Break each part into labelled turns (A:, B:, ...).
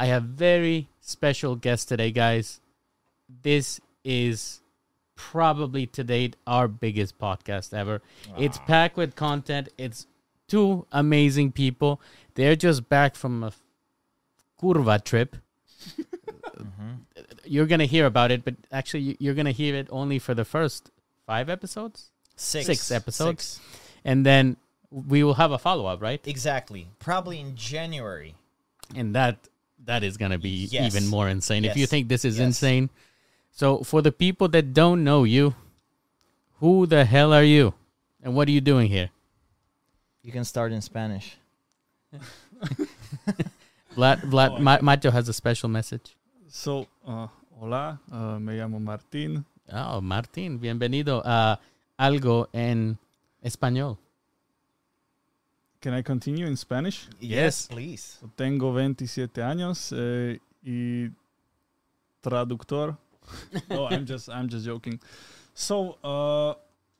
A: I have very special guest today, guys. This is probably to date our biggest podcast ever. It's packed with content. It's two amazing people. They're just back from a curva trip. You're gonna hear about it, but actually, you- you're gonna hear it only for the first five episodes,
B: Six.
A: six episodes,
B: Six.
A: and then we will have a follow up, right?
B: Exactly. Probably in January.
A: and that that is going to be
B: Yes.
A: even more insane if you
B: Yes.
A: think this is
B: Yes.
A: insane so for the people that don't know you who the hell are you and what are you doing here
B: You can start in Spanish.
A: vlad vlad
B: Oh,
A: Ma- macho has a special message
C: So, uh, hola, uh, me llamo Martín.
A: oh martin bienvenido a algo en español
C: Can I continue in Spanish?
A: Yes.
B: please.
C: Tengo 27 años eh, y traductor. no, I'm just I'm just joking. So, uh,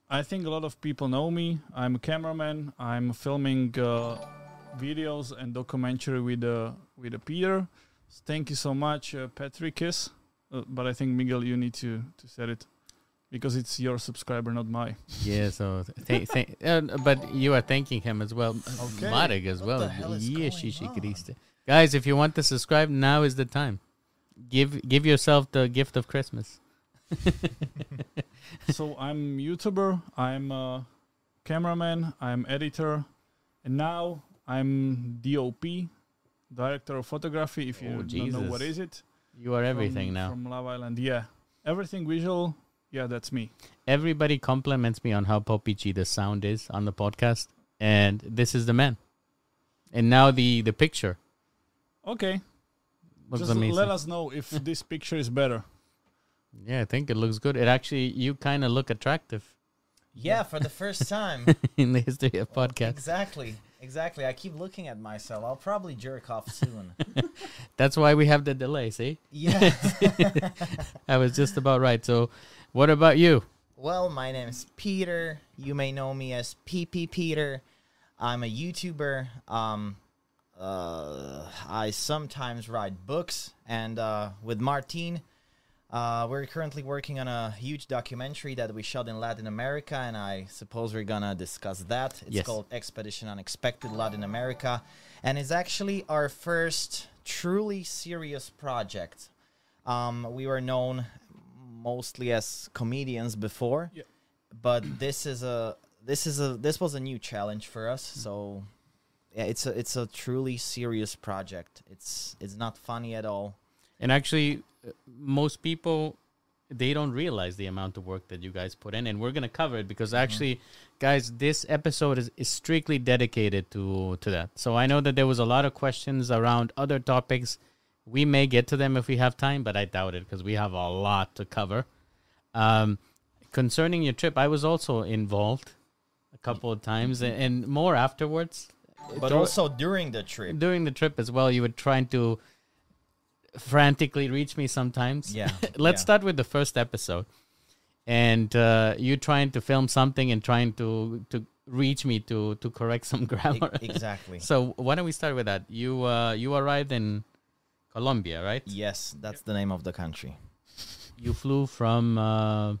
C: I think a lot of people know me. I'm a cameraman. I'm filming uh, videos and documentary with uh, with a peer. Thank you so much, uh, Patrickis. Uh, but I think Miguel, you need to to set it because it's your subscriber, not my.
A: yeah so th- th- uh, but you are thanking him as well okay. Marek as well
B: the hell is
A: Yeah,
B: going
A: shishi
B: on?
A: Christe. guys if you want to subscribe now is the time give give yourself the gift of christmas
C: so I'm YouTuber, I'm a cameraman, I'm editor, and now I'm DOP, director of photography. If you
A: Oh,
C: don't know what
A: Jesus.
C: is it,
A: You are everything
C: From-
A: now.
C: from Love Island. Yeah, everything visual. Yeah, that's me.
A: Everybody compliments me on how poppy the sound is on the podcast, and this is the man. And now the the picture
C: Okay,
A: looks
C: just
A: amazing.
C: let us know if this picture is better.
A: yeah, I think it looks good. It actually you kind of look attractive
B: Yeah, for the first time.
A: in the history of
C: Oh,
A: podcasts.
B: exactly. Exactly. I keep looking at myself. I'll probably jerk off soon.
A: That's why we have the delay. See,
B: yeah.
A: I was just about right. So, what about you?
B: Well, my name is Peter. You may know me as PP Peter. I'm a YouTuber. Um, uh, I sometimes write books, and uh, with Martin, uh, we're currently working on a huge documentary that we shot in Latin America, and I suppose we're gonna discuss that. It's
A: Yes.
B: called Expedition Unexpected Latin America, and it's actually our first truly serious project. Um, we were known mostly as comedians before,
C: Yeah.
B: but this is a this is a this was a new challenge for us. So yeah, it's a it's a truly serious project. It's it's not funny at all.
A: And actually, uh, most people they don't realize the amount of work that you guys put in, and we're gonna cover it because actually, guys, this episode is, is strictly dedicated to to that. So I know that there was a lot of questions around other topics. We may get to them if we have time, but I doubt it because we have a lot to cover. Um, concerning your trip, I was also involved a couple of times, and, and more afterwards.
B: But
A: Dur-
B: also during the trip. E,
A: during the trip as well, you were trying to frantically reach me sometimes.
B: Yeah,
A: Let's
B: yeah.
A: start with the first episode, and uh, you trying to film something and trying to to reach me to to correct some
B: E-
A: grammar.
B: exactly.
A: so why don't we start with that? You uh, you arrived in Colombia, right?
B: Yes, that's the name of the country.
A: You flew from uh,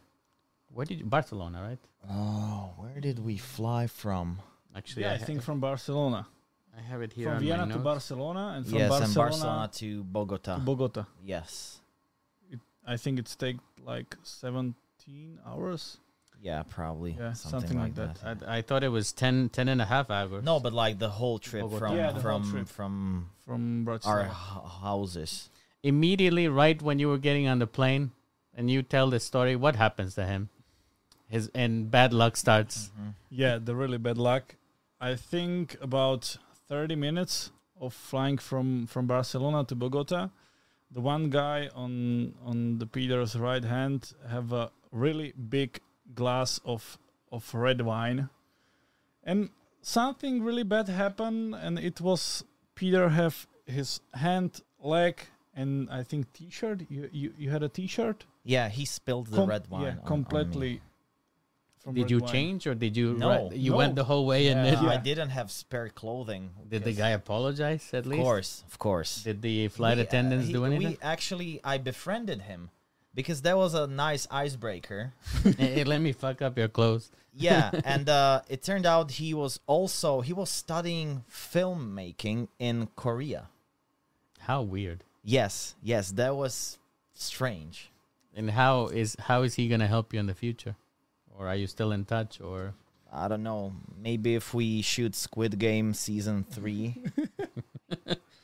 A: where did you, Barcelona, right?
B: Oh, where did we fly from?
A: Actually,
C: Yeah, I
A: ha-
C: think from Barcelona,
A: I have it here. on my
C: from Vienna to
A: notes.
C: Barcelona, and from
B: yes, and Barcelona
C: Barcelona,
B: to Bogota.
C: to Bogota.
B: yes.
C: I think it's take like 17 hours.
B: Yeah, probably.
C: Yeah,
B: something,
C: something
B: like
C: like that.
B: that.
A: I, I thought it was 10, 10 and a half hours.
B: No, but like the whole trip
A: Bogota.
B: from
C: Yeah, the whole
B: from
C: trip.
B: from
C: From
B: our
C: Bratislava.
B: h- houses.
A: immediately right when you were getting on the plane and you tell the story what happens to him his and bad luck starts
C: Yeah, the really bad luck. I think about 30 minutes of flying from from Barcelona to Bogota. The one guy on on the Peter's right hand have a really big glass of of red wine, and something really bad happened, and it was Peter have his hand, leg, and I think T-shirt. You you, you had a T-shirt
B: Yeah, he spilled the
C: Com-
B: red wine. on- on me.
C: completely from
A: Did
C: red
A: you
C: wine.
A: change or did you
B: No,
A: ra- you
C: no.
A: went the whole way and
B: Uh,
A: then
B: I
C: Yeah.
B: didn't have spare clothing.
A: did the
B: because-
A: guy apologize at least?
B: Of course, of course.
A: Did the flight
B: We, uh,
A: attendants
B: he-
A: do anything?
B: We actually, I befriended him because that was a nice icebreaker.
A: hey, hey, let me fuck up your clothes.
B: yeah, and uh, it turned out he was also he was studying filmmaking in Korea.
A: How weird.
B: Yes, yes, that was strange.
A: And how is how is he gonna help you in the future? Or are you still in touch? Or
B: I don't know. Maybe if we shoot Squid Game season three,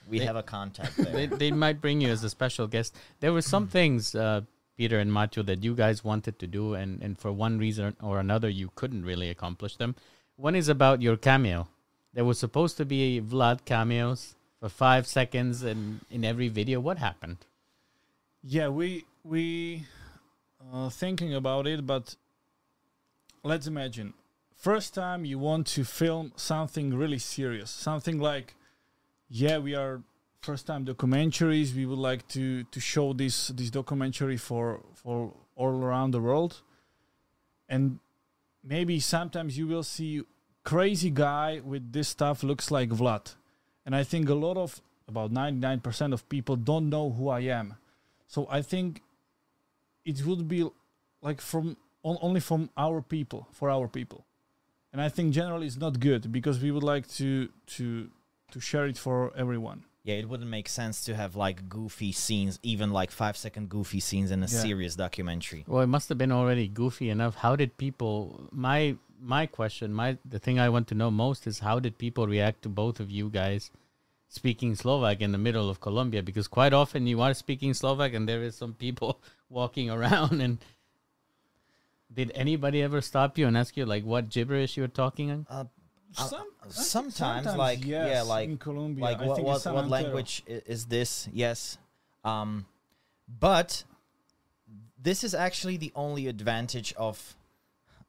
B: we have a contact there.
A: they, they might bring you as a special guest. There were some things, uh, Peter and Matthew, that you guys wanted to do, and, and for one reason or another, you couldn't really accomplish them. One is about your cameo. There was supposed to be Vlad cameos for five seconds in, in every video. What happened?
C: Yeah, we we uh, thinking about it, but let's imagine first time you want to film something really serious, something like yeah, we are first time documentaries. We would like to to show this this documentary for for all around the world, and maybe sometimes you will see crazy guy with this stuff looks like Vlad, and I think a lot of about ninety nine percent of people don't know who I am. So I think it would be like from on, only from our people for our people, and I think generally it's not good because we would like to to to share it for everyone.
B: Yeah, it wouldn't make sense to have like goofy scenes, even like five second goofy scenes in a
C: Yeah.
B: serious documentary.
A: Well, it must have been already goofy enough. How did people? My my question, my the thing I want to know most is how did people react to both of you guys speaking Slovak in the middle of Colombia? Because quite often you are speaking Slovak and there is some people walking around. And did anybody ever stop you and ask you like what gibberish you're talking in?
B: Uh, Uh,
C: Some, I think
B: sometimes, like, yeah,
C: yes,
B: like-
C: in Colombia,
B: like
C: I
B: what
C: think in
B: what,
C: San
B: what
C: Antero.
B: language i- is this? Yes, um, but this is actually the only advantage of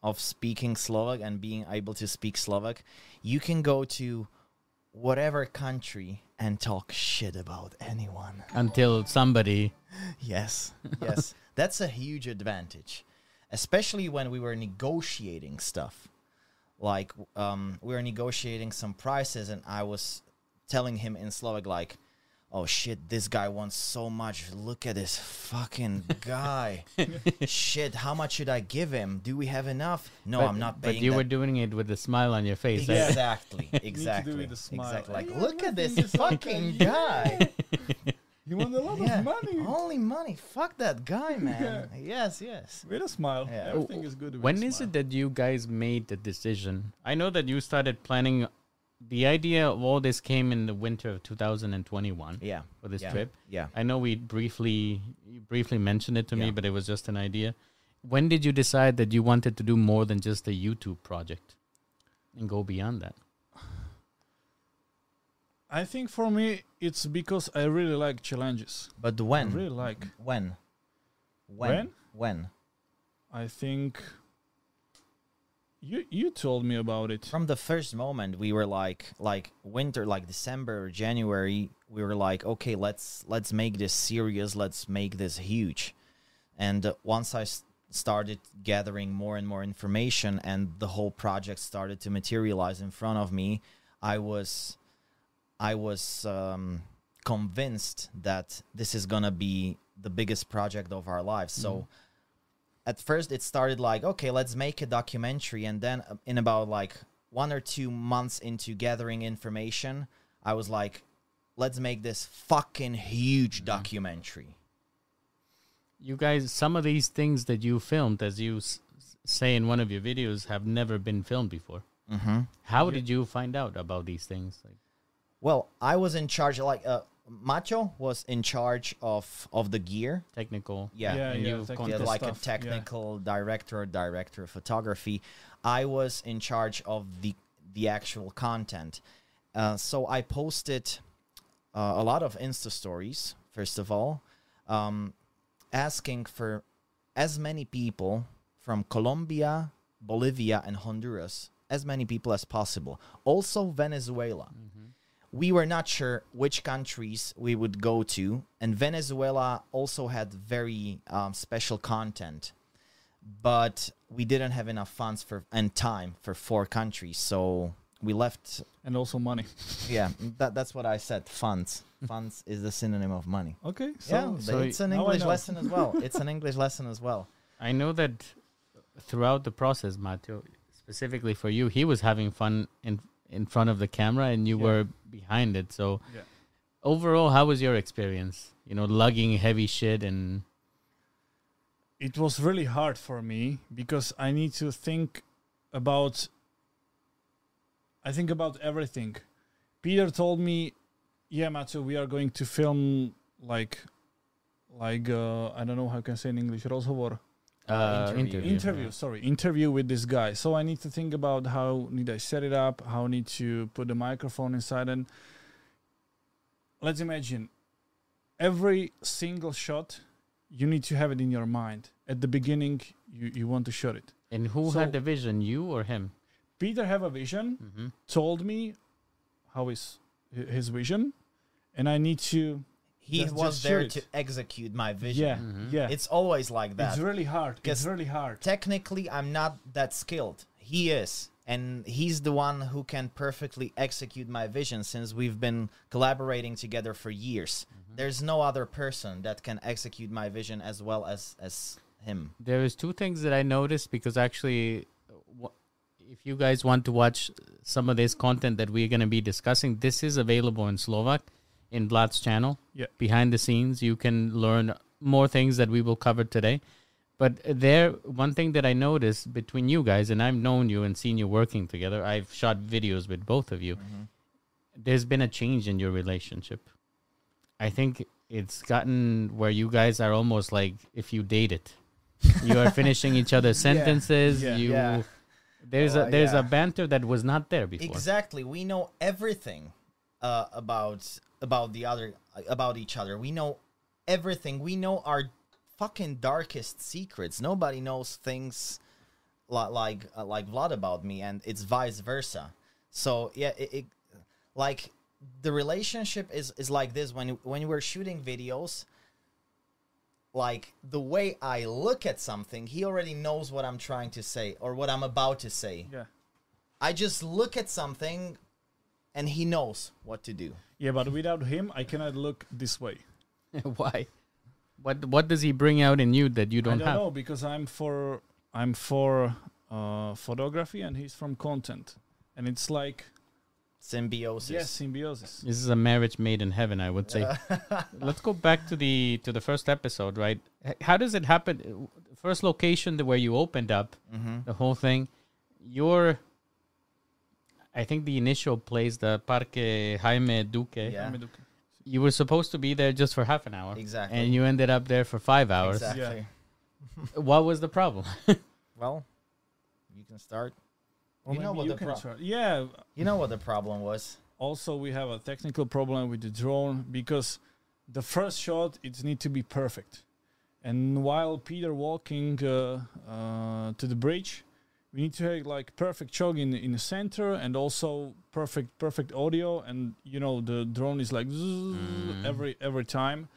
B: of speaking Slovak and being able to speak Slovak. You can go to whatever country and talk shit about anyone.
A: Until somebody
B: Yes, yes. That's a huge advantage, especially when we were negotiating stuff. Like um, we were negotiating some prices, and I was telling him in Slovak, like, "Oh shit, this guy wants so much. Look at this fucking guy. shit, how much should I give him? Do we have enough? No,
A: but-
B: Oh, I'm not
A: But
B: paying."
A: you were
B: that-
A: doing it with a smile on your face.
C: Yeah.
B: Exactly, exactly,
C: with a smile.
B: exactly. Like,
C: Yeah,
B: look
C: I
B: at this
C: think it's like
B: fucking
C: a-
B: guy.
C: You want a lot
B: Yeah. Oh.
C: of money.
B: Only money. Fuck that guy, man. Yes, yes.
C: With a smile,
B: Yeah.
C: everything is good. With
A: When
C: a
A: is
C: smile.
A: it that you guys made the decision? I know that you started planning. The idea of all this came in the winter of 2021
B: Yeah.
A: for this
B: yeah,
A: trip.
B: Yeah.
A: I know we briefly you briefly mentioned it to me,
B: Yeah.
A: but it was just an idea. When did you decide that you wanted to do more than just a YouTube project and go beyond that?
C: I think for me, it's because I really like challenges.
B: But
C: I
B: when?
C: really like.
B: When? When? When?
C: I think you you told me about it.
B: From the first moment we were like like winter like December or January we were like okay let's let's make this serious let's make this huge. And uh, once I s- started gathering more and more information and the whole project started to materialize in front of me, I was I was um, convinced that this is gonna be the biggest project of our lives. So at first it started like, okay, let's make a documentary, and then uh, in about like one or two months into gathering information, I was like, let's make this fucking huge documentary.
A: You guys, some of these things that you filmed, as you s- s- say in one of your videos, have never been filmed before.
B: Mm-hmm.
A: How did you find out about these things? Like,
B: Well, I was in charge. Like, uh, Macho was in charge of of the gear.
A: technical.
B: yeah.
A: and you
C: technical
B: yeah,
A: Contest
B: like a
C: stuff, yeah.
B: technical director, director of photography. I was in charge of the the actual content, uh, so I posted uh, a lot of Insta stories. First of all, um, asking for as many people from Colombia, Bolivia, and Honduras, as many people as possible. Also Venezuela we were not sure which countries we would go to, and Venezuela also had very um, special content. but we didn't have enough funds for and time for four countries, so we left.
C: and also money.
B: Yeah, that, that's what I said. Funds, funds is the synonym of money.
C: Okay,
B: yeah, but
C: so,
A: so
B: it's an
C: now I
B: English
C: know.
B: lesson as well. It's an English lesson as well.
A: I know that throughout the process, Matteo, specifically for you, he was having fun in in front of the camera, and you
C: Yeah.
A: were behind it. So,
C: Yeah.
A: overall, how was your experience? You know, lugging heavy shit and
C: it was really hard for me because I need to think about. I think about everything. Peter told me, "Yeah, Matsu, we are going to film like, like uh, I don't know how I can say in English, rozhovor,
A: uh,
B: interview.
A: interview.
C: interview sorry interview with this guy so i need to think about how need i set it up how need to put the microphone inside and let's imagine every single shot you need to have it in your mind at the beginning you, you want to shot it
A: And who
C: So-
A: had the vision, you or him?
C: peter have a vision
A: Mm-hmm.
C: told me how is hi- his vision and i need to
B: He
C: Just-
B: was
C: just
B: there to
C: shoot it.
B: execute my vision.
C: yeah Mm. yeah
B: It's always like that.
C: it's really hard
B: Guess-
C: it's really hard
B: technically I'm not that skilled. He is. And he's the one who can perfectly execute my vision since we've been collaborating together for years. There's no other person that can execute my vision as well as as him.
A: There is two things that I noticed because actually, wh- if you guys want to watch some of this content that we're going to be discussing, this is available in Slovak in Vlad's channel.
C: Yeah.
A: Behind the scenes, you can learn more things that we will cover today. But there, one thing that I noticed between you guys, and I've known you and seen you working together, I've shot videos with both of you. There's been a change in your relationship. I think it's gotten where you guys are almost like if you dated, you are finishing each other's sentences.
C: Yeah.
A: You
B: Yeah.
A: there's
B: Oh,
A: a there's a
B: yeah.
A: banter that was not there before.
B: Exactly. We know everything uh, about about the other about each other. We know everything. We know our fucking darkest secrets. Nobody knows things li- like uh, like Vlad about me, and it's vice versa. So yeah, it, it like the relationship is is like this when when we're shooting videos like the way i look at something he already knows what i'm trying to say or what i'm about to say
C: yeah
B: I just look at something and he knows what to do.
C: yeah but without him i cannot look this way
A: Why? What what does he bring out in you that you don't,
C: I don't
A: have?
C: know because I'm for I'm for uh, photography and he's from content, and it's like
B: Symbiosis.
C: yes, symbiosis.
A: This is a marriage made in heaven, I would say. Let's go back to the to the first episode, right? H- How does it happen? First location, the where you opened up
B: Mm-hmm.
A: the whole thing, your. I think the initial place, the Parque Jaime Duque,
B: Yeah.
A: you were supposed to be there just for half an hour.
B: Exactly.
A: And you ended up there for five hours.
B: Exactly.
C: Yeah.
A: What was the problem?
B: Well, you can start.
C: Well,
B: you know
C: maybe
B: what the pro-
C: can try- Yeah.
B: you know what the problem was.
C: Also, we have a technical problem with the drone because the first shot it need to be perfect, and while Peter walking uh, uh, to the bridge, we need to have like perfect chug in in the center and also perfect perfect audio and you know the drone is like zzz
B: Mm.
C: every every time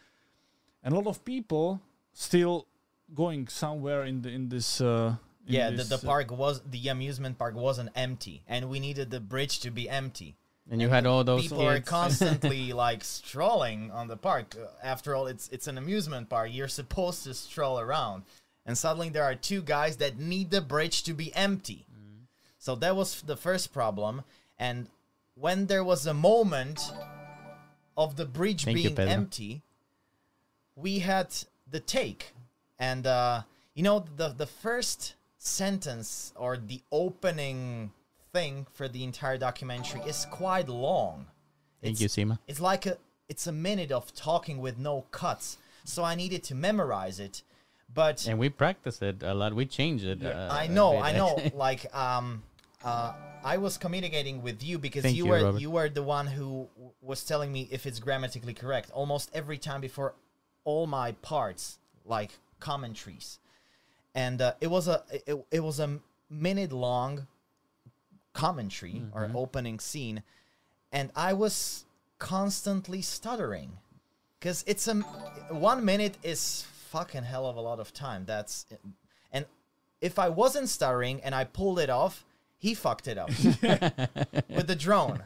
C: and a lot of people still going somewhere in the in this uh in
B: yeah,
C: this,
B: the, the
C: uh,
B: park was the amusement park wasn't empty, and we needed the bridge to be empty.
A: And you had all those
B: People are
A: kids.
B: constantly like strolling on the park. Uh, After all, it's it's an amusement park. You're supposed to stroll around, and suddenly there are two guys that need the bridge to be empty. So that was the first problem. And when there was a moment of the bridge
A: Thank you,
B: being
A: Pedro.
B: empty, we had the take. And uh, you know the the first sentence or the opening thing for the entire documentary is quite long.
A: Thank you, Seema.
B: It's like a it's a minute of talking with no cuts. So I needed to memorize it. But
A: And we practiced it a lot. We changed it. Uh,
B: I know,
A: a
B: I
A: bit,
B: know.
A: actually.
B: like, um, uh, I was communicating with you because
A: Thank
B: you,
A: you,
B: were
A: Robert.
B: you were the one who w- was telling me if it's grammatically correct almost every time before all my parts, like commentaries, and uh, it was a it, it was a minute long commentary or opening scene, and I was constantly stuttering because it's a one minute is fucking hell of a lot of time. That's and if I wasn't stuttering and I pulled it off, he fucked it up with the drone.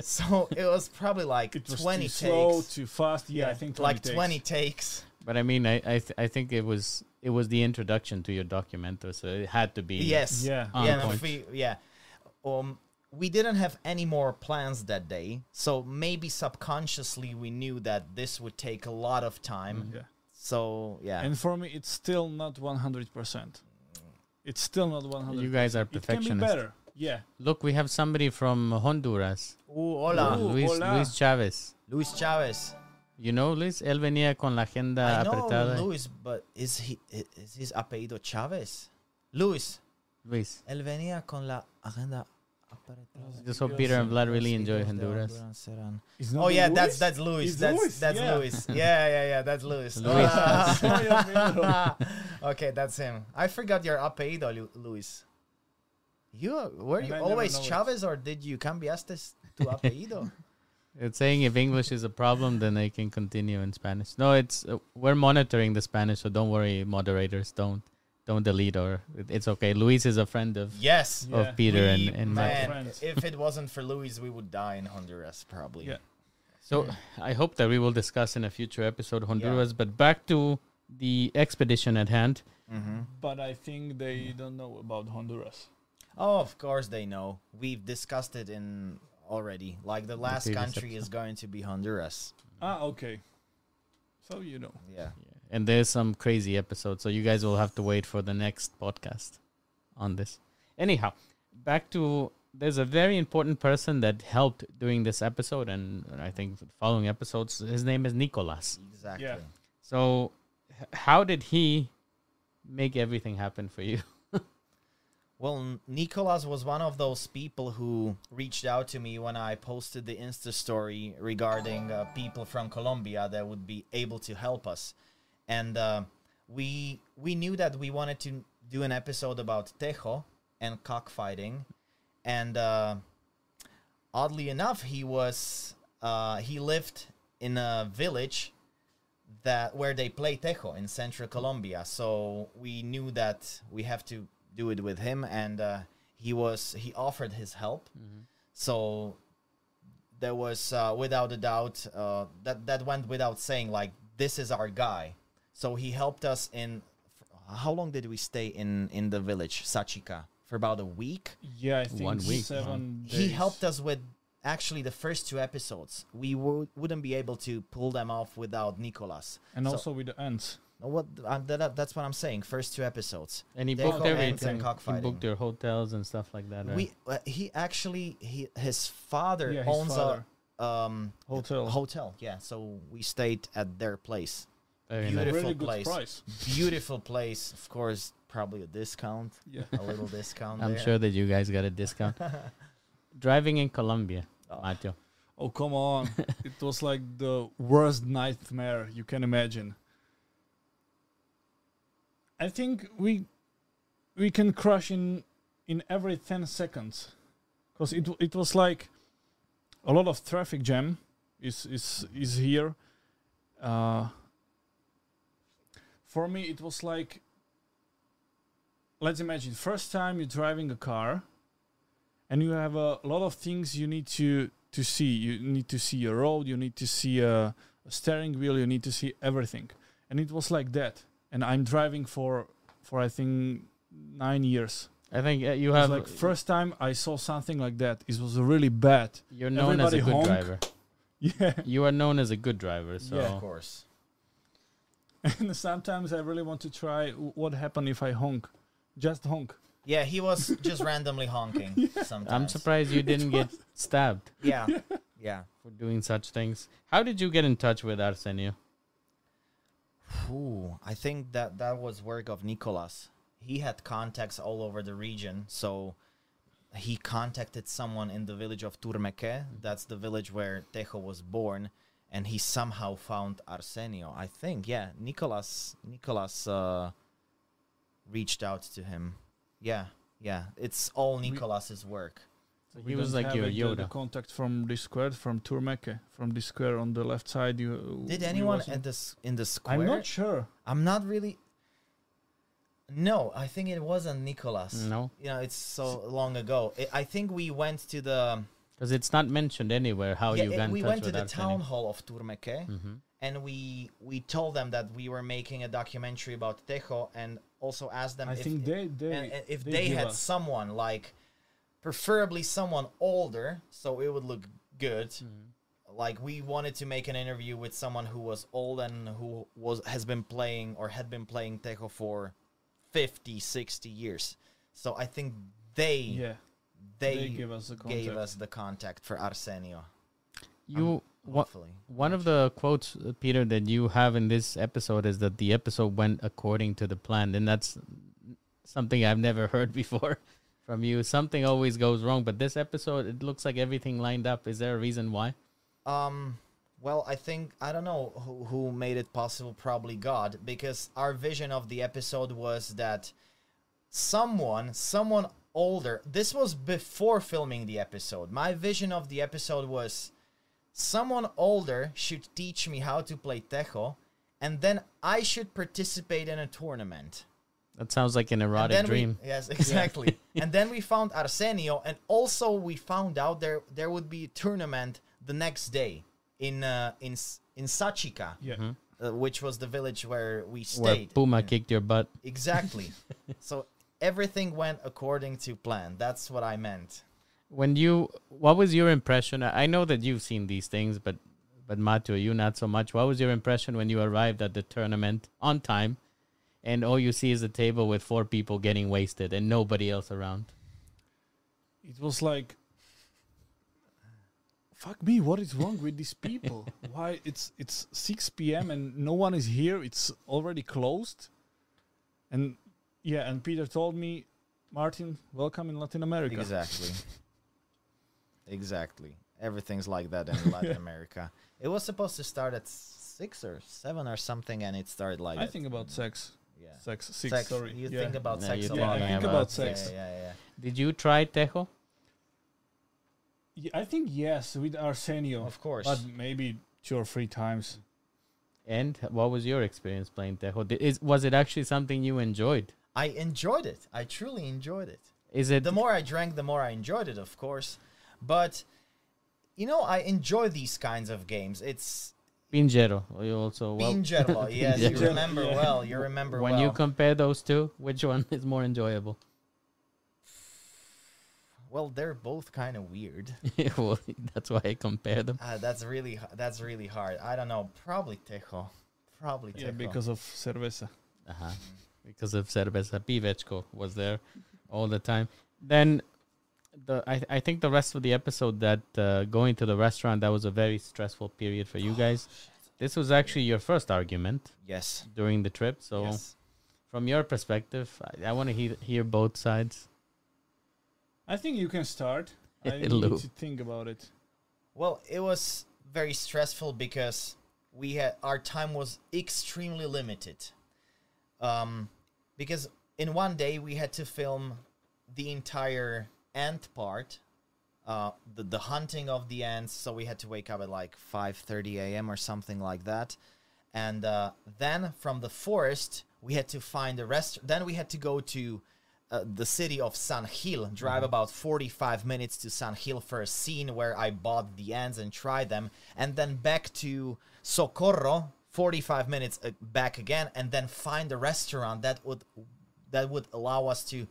B: So it was probably like
C: It was
B: 20
C: too
B: takes.
C: slow, too fast. Yeah, I think 20
B: like
C: takes.
B: 20 takes.
A: But I mean, I I, th- I think it was it was the introduction to your documentary, so it had to be
B: Yes.
C: Yeah.
A: On
B: Yeah.
A: point.
B: if we, yeah. Um, we didn't have any more plans that day, so maybe subconsciously we knew that this would take a lot of time.
C: Yeah.
B: So yeah,
C: Mm-hmm. And for me, it's still not 100%. It's still not 100%.
A: You guys are
C: it can be
A: perfectionists.
C: better. Yeah.
A: Look, we have somebody from Honduras, Uh,
B: Ooh, hola,
C: Ooh.
A: Luis
C: hola.
A: Luis Chavez.
B: Luis Chavez.
A: You know, Luis, él venía con la agenda
B: I know
A: apretada.
B: Luis, but is he is his apellido Chavez? Luis,
A: Luis.
B: él venía con la agenda apretada.
A: Just hope Peter and Vlad really enjoy Honduras.
C: It's
B: Oh
C: not
B: yeah,
C: Luis?
B: that's that's Luis.
C: It's
B: that's
C: Luis,
B: that's
C: yeah.
B: Luis. Yeah, yeah, yeah, that's Luis. Ah.
A: Luis.
B: okay, that's him. I forgot your apellido, Lu- Luis. You were
C: And
B: you
C: I never
B: always
C: know it.
B: Chavez or did you cambiaste tu apellido?
A: It's saying if English is a problem, then they can continue in Spanish. No, it's uh, we're monitoring the Spanish, so don't worry, moderators. Don't don't delete or it- it's okay. Luis is a friend of
B: yes.
C: Yeah.
A: of Peter
B: We-
A: and, and Matt.
B: man,
C: Friends.
B: if it wasn't for Luis, we would die in Honduras probably.
C: Yeah.
A: So I hope that we will discuss in a future episode Honduras. But back to the expedition at hand.
B: Mm-hmm.
C: But I think they don't know about Honduras.
B: Oh, of course they know. We've discussed it in already. Like the last
A: previous
B: country is going to be Honduras.
C: Ah, okay. So you know.
B: Yeah.
A: and there's some crazy episode so you guys will have to wait for the next podcast on this anyhow back to there's a very important person that helped during this episode and i think the following episodes his name is nicolas
B: Exactly.
A: so h- how did he make everything happen for you
B: Well, Nicolas was one of those people who reached out to me when I posted the Insta story regarding uh, people from Colombia that would be able to help us, and uh, we we knew that we wanted to do an episode about tejo and cockfighting, and uh, oddly enough, he was uh, he lived in a village that where they play tejo in central Colombia. So we knew that we have to do it with him, and uh, he was he offered his help.
C: Mm-hmm.
B: So there was uh, without a doubt uh, that that went without saying like this is our guy. So he helped us in. How long did we stay in in the village Sachika for about a week?
C: Yeah, I think
A: One week,
C: seven days.
B: he helped us with actually the first two episodes. We w- wouldn't be able to pull them off without Nicolas.
C: And
B: So-
C: also with the ants.
B: no, what um, that, that's what I'm saying. First two episodes.
A: and he
B: They
A: booked
B: go ants
A: everything
B: and
A: he
B: cockfighting.
A: booked your hotels and stuff like that right?
B: We uh, he actually he his father
C: Yeah, his
B: owns
C: father.
B: a um
C: Hotel.
B: hotel. Yeah, so we stayed at their place.
A: Very nice.
B: Beautiful
C: Really good
B: place.
C: price.
B: Beautiful place. Of course, probably a discount.
C: Yeah.
B: A little discount.
A: i'm
B: there.
A: sure that you guys got a discount driving in colombia
B: Oh.
A: Mateo.
C: Oh come on! it was like the worst nightmare you can imagine. I think we we can crash in in every ten seconds, because it w- it was like a lot of traffic jam is is is here. Uh, for me, it was like let's imagine first time you're driving a car and you have a lot of things you need to to see you need to see a road you need to see a, a steering wheel you need to see everything and it was like that and i'm driving for for i think nine years
A: i think uh, you
C: it was
A: have
C: like first time i saw something like that it was really bad
A: you're known as a
C: everybody
A: good
C: honk.
A: driver
C: yeah
A: you are known as a good driver so
B: Of course.
C: and sometimes i really want to try w- what happened if i honk just honk
B: Yeah, he was just randomly honking sometimes.
A: I'm surprised you didn't get stabbed
B: Yeah. Yeah.
A: for doing such things. How did you get in touch with Arsenio?
B: Ooh, I think that that was work of Nicolas. He had contacts all over the region, so he contacted someone in the village of Turmeque. That's the village where Tejo was born, and he somehow found Arsenio. I think, yeah, Nicolas Nicolas uh, reached out to him. Yeah, yeah, it's all Nicolas's work.
A: he was
C: don't
A: like your
C: have it, the-
A: Yoda.
C: The contact from this square, from Turmeke, from this square on the left side. You
B: Did
C: we
B: anyone at
C: wasn't-
B: this in the square?
C: I'm not sure.
B: I'm not really. No, I think it wasn't Nicolas.
A: No.
B: You know, it's so long ago. I- I think we went to the
A: Because it's not mentioned anywhere how
B: yeah,
A: you
B: it-
A: got in
B: we
A: touch
B: Oh, went to Mm-hmm.
A: with
B: the
A: Artemi.
B: town hall of Turmeke and we we told them that we were making a documentary about Tejo and also asked them
C: I
B: if
C: think they they
B: and, and if they,
C: give
B: had
C: us-
B: someone like preferably someone older so it would look good like we wanted to make an interview with someone who was old and who was has been playing or had been playing tejo for 50 60 years so i think they
C: yeah
B: they,
C: they give us the
B: gave
C: contact.
B: us the contact for arsenio
A: You wha-
B: hopefully
A: one of the quotes, uh, Peter, that you have in this episode is that the episode went according to the plan, and that's something I've never heard before from you. Something always goes wrong, but this episode, it looks like everything lined up. Is there a reason why?
B: Um. Well, I think I don't know who, who made it possible. Probably God, because our vision of the episode was that someone, someone older. This was before filming the episode. My vision of the episode was someone older should teach me how to play tejo, and then I should participate in a tournament.
A: That sounds like an
B: And
A: erotic
B: then we-
A: dream.
B: yes, exactly. and then we found Arsenio, and also we found out there there would be a tournament the next day in uh, in S- in Sachika,
C: yeah
A: Mm-hmm.
B: uh, which was the village where we
A: where
B: stayed.
A: Puma kicked your butt.
B: exactly. so everything went according to plan. That's what I meant.
A: when you what was your impression i I know that you've seen these things but but matthew you not so much what was your impression when you arrived at the tournament on time and all you see is a table with four people getting wasted and nobody else around
C: it was like fuck me what is wrong with these people why it's it's 6 p.m and no one is here it's already closed and yeah and peter told me martin welcome in latin america
B: Exactly. exactly. Everything's like that in Latin America. It was supposed to start at six or seven or something, and it started like
C: i
B: at-
C: think about sex
B: yeah.
C: sex six
B: sex.
C: sorry
B: You
C: yeah.
B: think about
A: No,
B: sex
A: you
B: a
A: think
B: lot.
A: Yeah, I think about-
C: about sex.
B: Yeah, yeah, yeah.
A: did you try tejo
C: Yeah, i think yes with arsenio
B: Of course.
C: but maybe two or three times
A: and what was your experience playing tejo Di- is, was it actually something you enjoyed
B: I enjoyed it. I truly enjoyed it.
A: is it
B: The more I drank, the more I enjoyed it, of course. But you know, I enjoy these kinds of games. It's
A: pinjero you also well,
B: Pingerlo. Yes, you
A: Pingerlo.
B: remember
C: Yeah.
B: well. You remember
A: when
B: well.
A: you compare those two which one is more enjoyable
B: well, they're both kind of weird.
A: well, that's why i compare them
B: Uh, that's really h- that's really hard. I don't know. Probably Tejo. Probably Tejo.
C: yeah because of cerveza
A: Uh-huh. Because of Cerveza Pivechko was there all the time. Then the I, I think the rest of the episode that uh, going to the restaurant that was a very stressful period
B: Oh,
A: for you guys. This was actually your first argument
B: yes.
A: during the trip. So
B: yes.
A: from your perspective, I, I want to hear hear both sides.
C: I think you can start. I need
A: Hello.
C: to think about it.
B: Well, it was very stressful because we had our time was extremely limited. Um, because in one day we had to film the entire ant part, uh, the the hunting of the ants. So we had to wake up at like five thirty a.m. or something like that, and uh, then from the forest we had to find a rest. Then we had to go to uh, the city of San Gil, drive about 45 minutes to San Gil for a scene where I bought the ants and tried them, and then back to Socorro, 45 minutes uh, back again, and then find a restaurant that would that would allow us to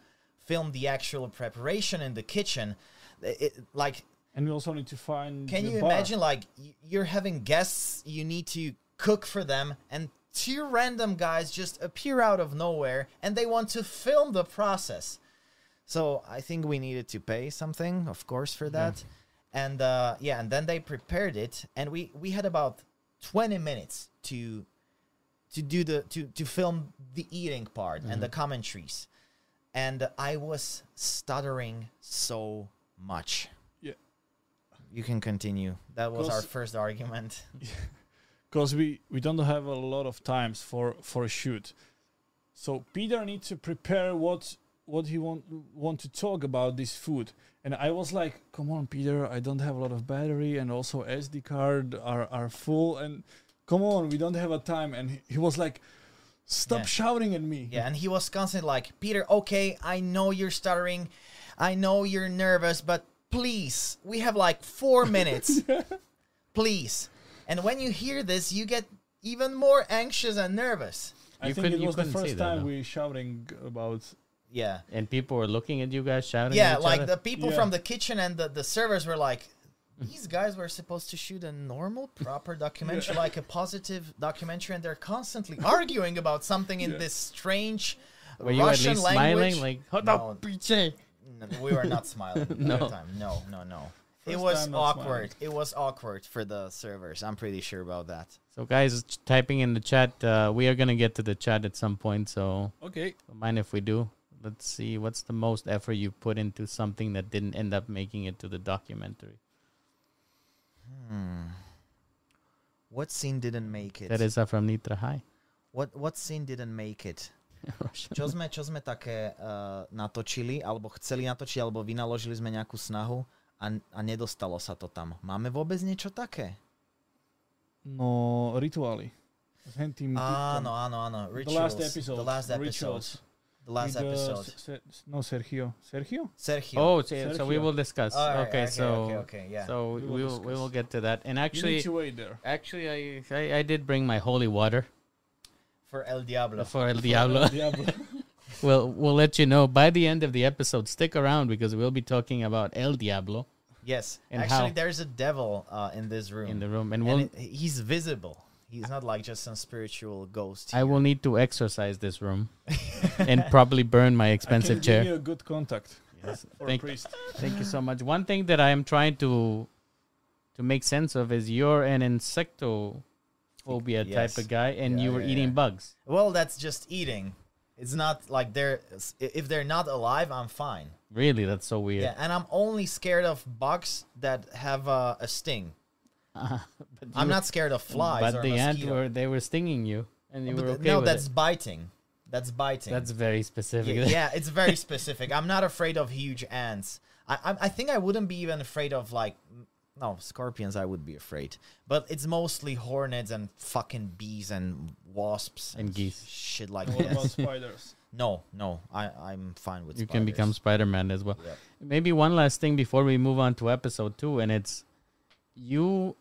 B: film the actual preparation in the kitchen. It- it- like
C: And we also need to find.
B: can you
C: the bar.
B: imagine? Like y- you're having guests, you need to cook for them, and two random guys just appear out of nowhere, and they want to film the process. So I think we needed to pay something, of course, for that. And uh, yeah, and then they prepared it, and we we had about twenty minutes to to do the to to film the eating part and the
C: Mm-hmm.
B: commentaries, and I was stuttering so much.
C: Yeah,
B: You can continue. That was our
C: Close.
B: first argument.
C: because we we don't have a lot of times for for a shoot. So Peter needs to prepare what what he want want to talk about this food. And I was like, "Come on, Peter! I don't have a lot of battery, and also SD card are are full. And come on, we don't have a time." And he, he was like, Stop
B: Yeah.
C: shouting at me.
B: Yeah, and he was constantly like, Peter, okay, I know you're stuttering. I know you're nervous, but please, we have like four minutes. Please. And when you hear this, you get even more anxious and nervous.
C: I
A: You
C: think
A: couldn't-
C: it
A: you
C: was the
A: couldn't say
C: first
A: that,
C: time
A: no.
C: we shouting about.
B: Yeah.
A: and people were looking at you guys shouting. at
B: Yeah,
A: each
B: like
A: other.
B: the people
C: Yeah.
B: from the kitchen and the, the servers were like, these guys were supposed to shoot a normal, proper documentary, like a positive documentary, and they're constantly arguing about something in
C: Yeah.
B: this strange
A: were you
B: Russian
A: at least
B: language.
A: smiling like "Hold
B: No.
A: up, bitch."
B: No, we were not smiling no. the time. No, no, no. it
C: First
B: was
C: time not
B: awkward. It was awkward for the servers. I'm pretty sure about that.
A: So guys, ch- typing in the chat. Uh, we are gonna get to the chat at some point. So
C: Okay.
A: don't mind if we do. Let's see what's the most effort you put into something that didn't end up making it to the documentary.
B: What scene didn't make it?
A: That is from Nitra High.
B: What what scene didn't make it?
A: Russian.
B: Čo sme, čo sme také uh, natočili, alebo chceli natočiť, alebo vynaložili sme nejakú snahu a, a nedostalo sa to tam. Máme vôbec niečo také?
C: No rituály. S hentým
B: Áno, áno, áno.
C: typkom.
B: Ah, Rituals.
C: The last episode.
B: The last episode.
C: Rituals.
B: The last
C: With, uh,
B: episode.
C: S- S- no, Sergio. Sergio?
B: Sergio.
A: Oh, so, so we
C: Sergio.
A: will discuss.
B: Alright,
A: okay, so
B: okay, okay, yeah.
A: so
C: We
A: we
C: will
A: will we will,
C: discuss.
A: get to that. And
C: You need
A: actually,
C: to wait there.
A: actually, I, I I did bring my holy water
B: For El Diablo.
A: for El Diablo.
C: Diablo.
A: Well, we'll let you know by the end of the episode. Stick around because we'll be talking about El Diablo
B: Yes.
A: And how-
B: Actually, there's a devil uh, in this room.
A: in the room, and we'll
B: and it, he's visible. He's not like just some spiritual ghost.
A: I will need to exercise this room and probably burn my
C: I can
A: expensive
C: Give
A: chair.
C: you a good contact for
A: Thank,
C: a priest.
A: thank you so much. One thing that I am trying to to make sense of is you're an insectophobia type
B: Yes.
A: of guy, and
B: Yeah,
A: you were
B: yeah,
A: eating
B: yeah.
A: bugs.
B: Well, that's just eating. It's not like they're s- i- if they're not alive, I'm fine.
A: Really, that's so weird.
B: Yeah, and I'm only scared of bugs that have uh, a sting.
A: Uh-huh. But
B: I'm
A: you-
B: not scared of flies
A: But
B: or
A: the ant
B: mosquito.
A: were they were stinging you, and you
B: But
A: were
B: th-
A: okay
B: no,
A: with
B: that's
A: it.
B: biting. That's biting.
A: That's very specific.
B: yeah, yeah, it's very specific. I'm not afraid of huge ants. I, I I think I wouldn't be even afraid of like m- no scorpions. I would be afraid, but it's mostly hornets and fucking bees and wasps
A: And geese.
B: shit like
C: What about
B: that.
C: spiders?
B: no, no, I I'm fine with.
A: you can become
B: spiders.
A: Spider Man as well.
B: Yeah.
A: Maybe one last thing before we move on to episode two, and it's you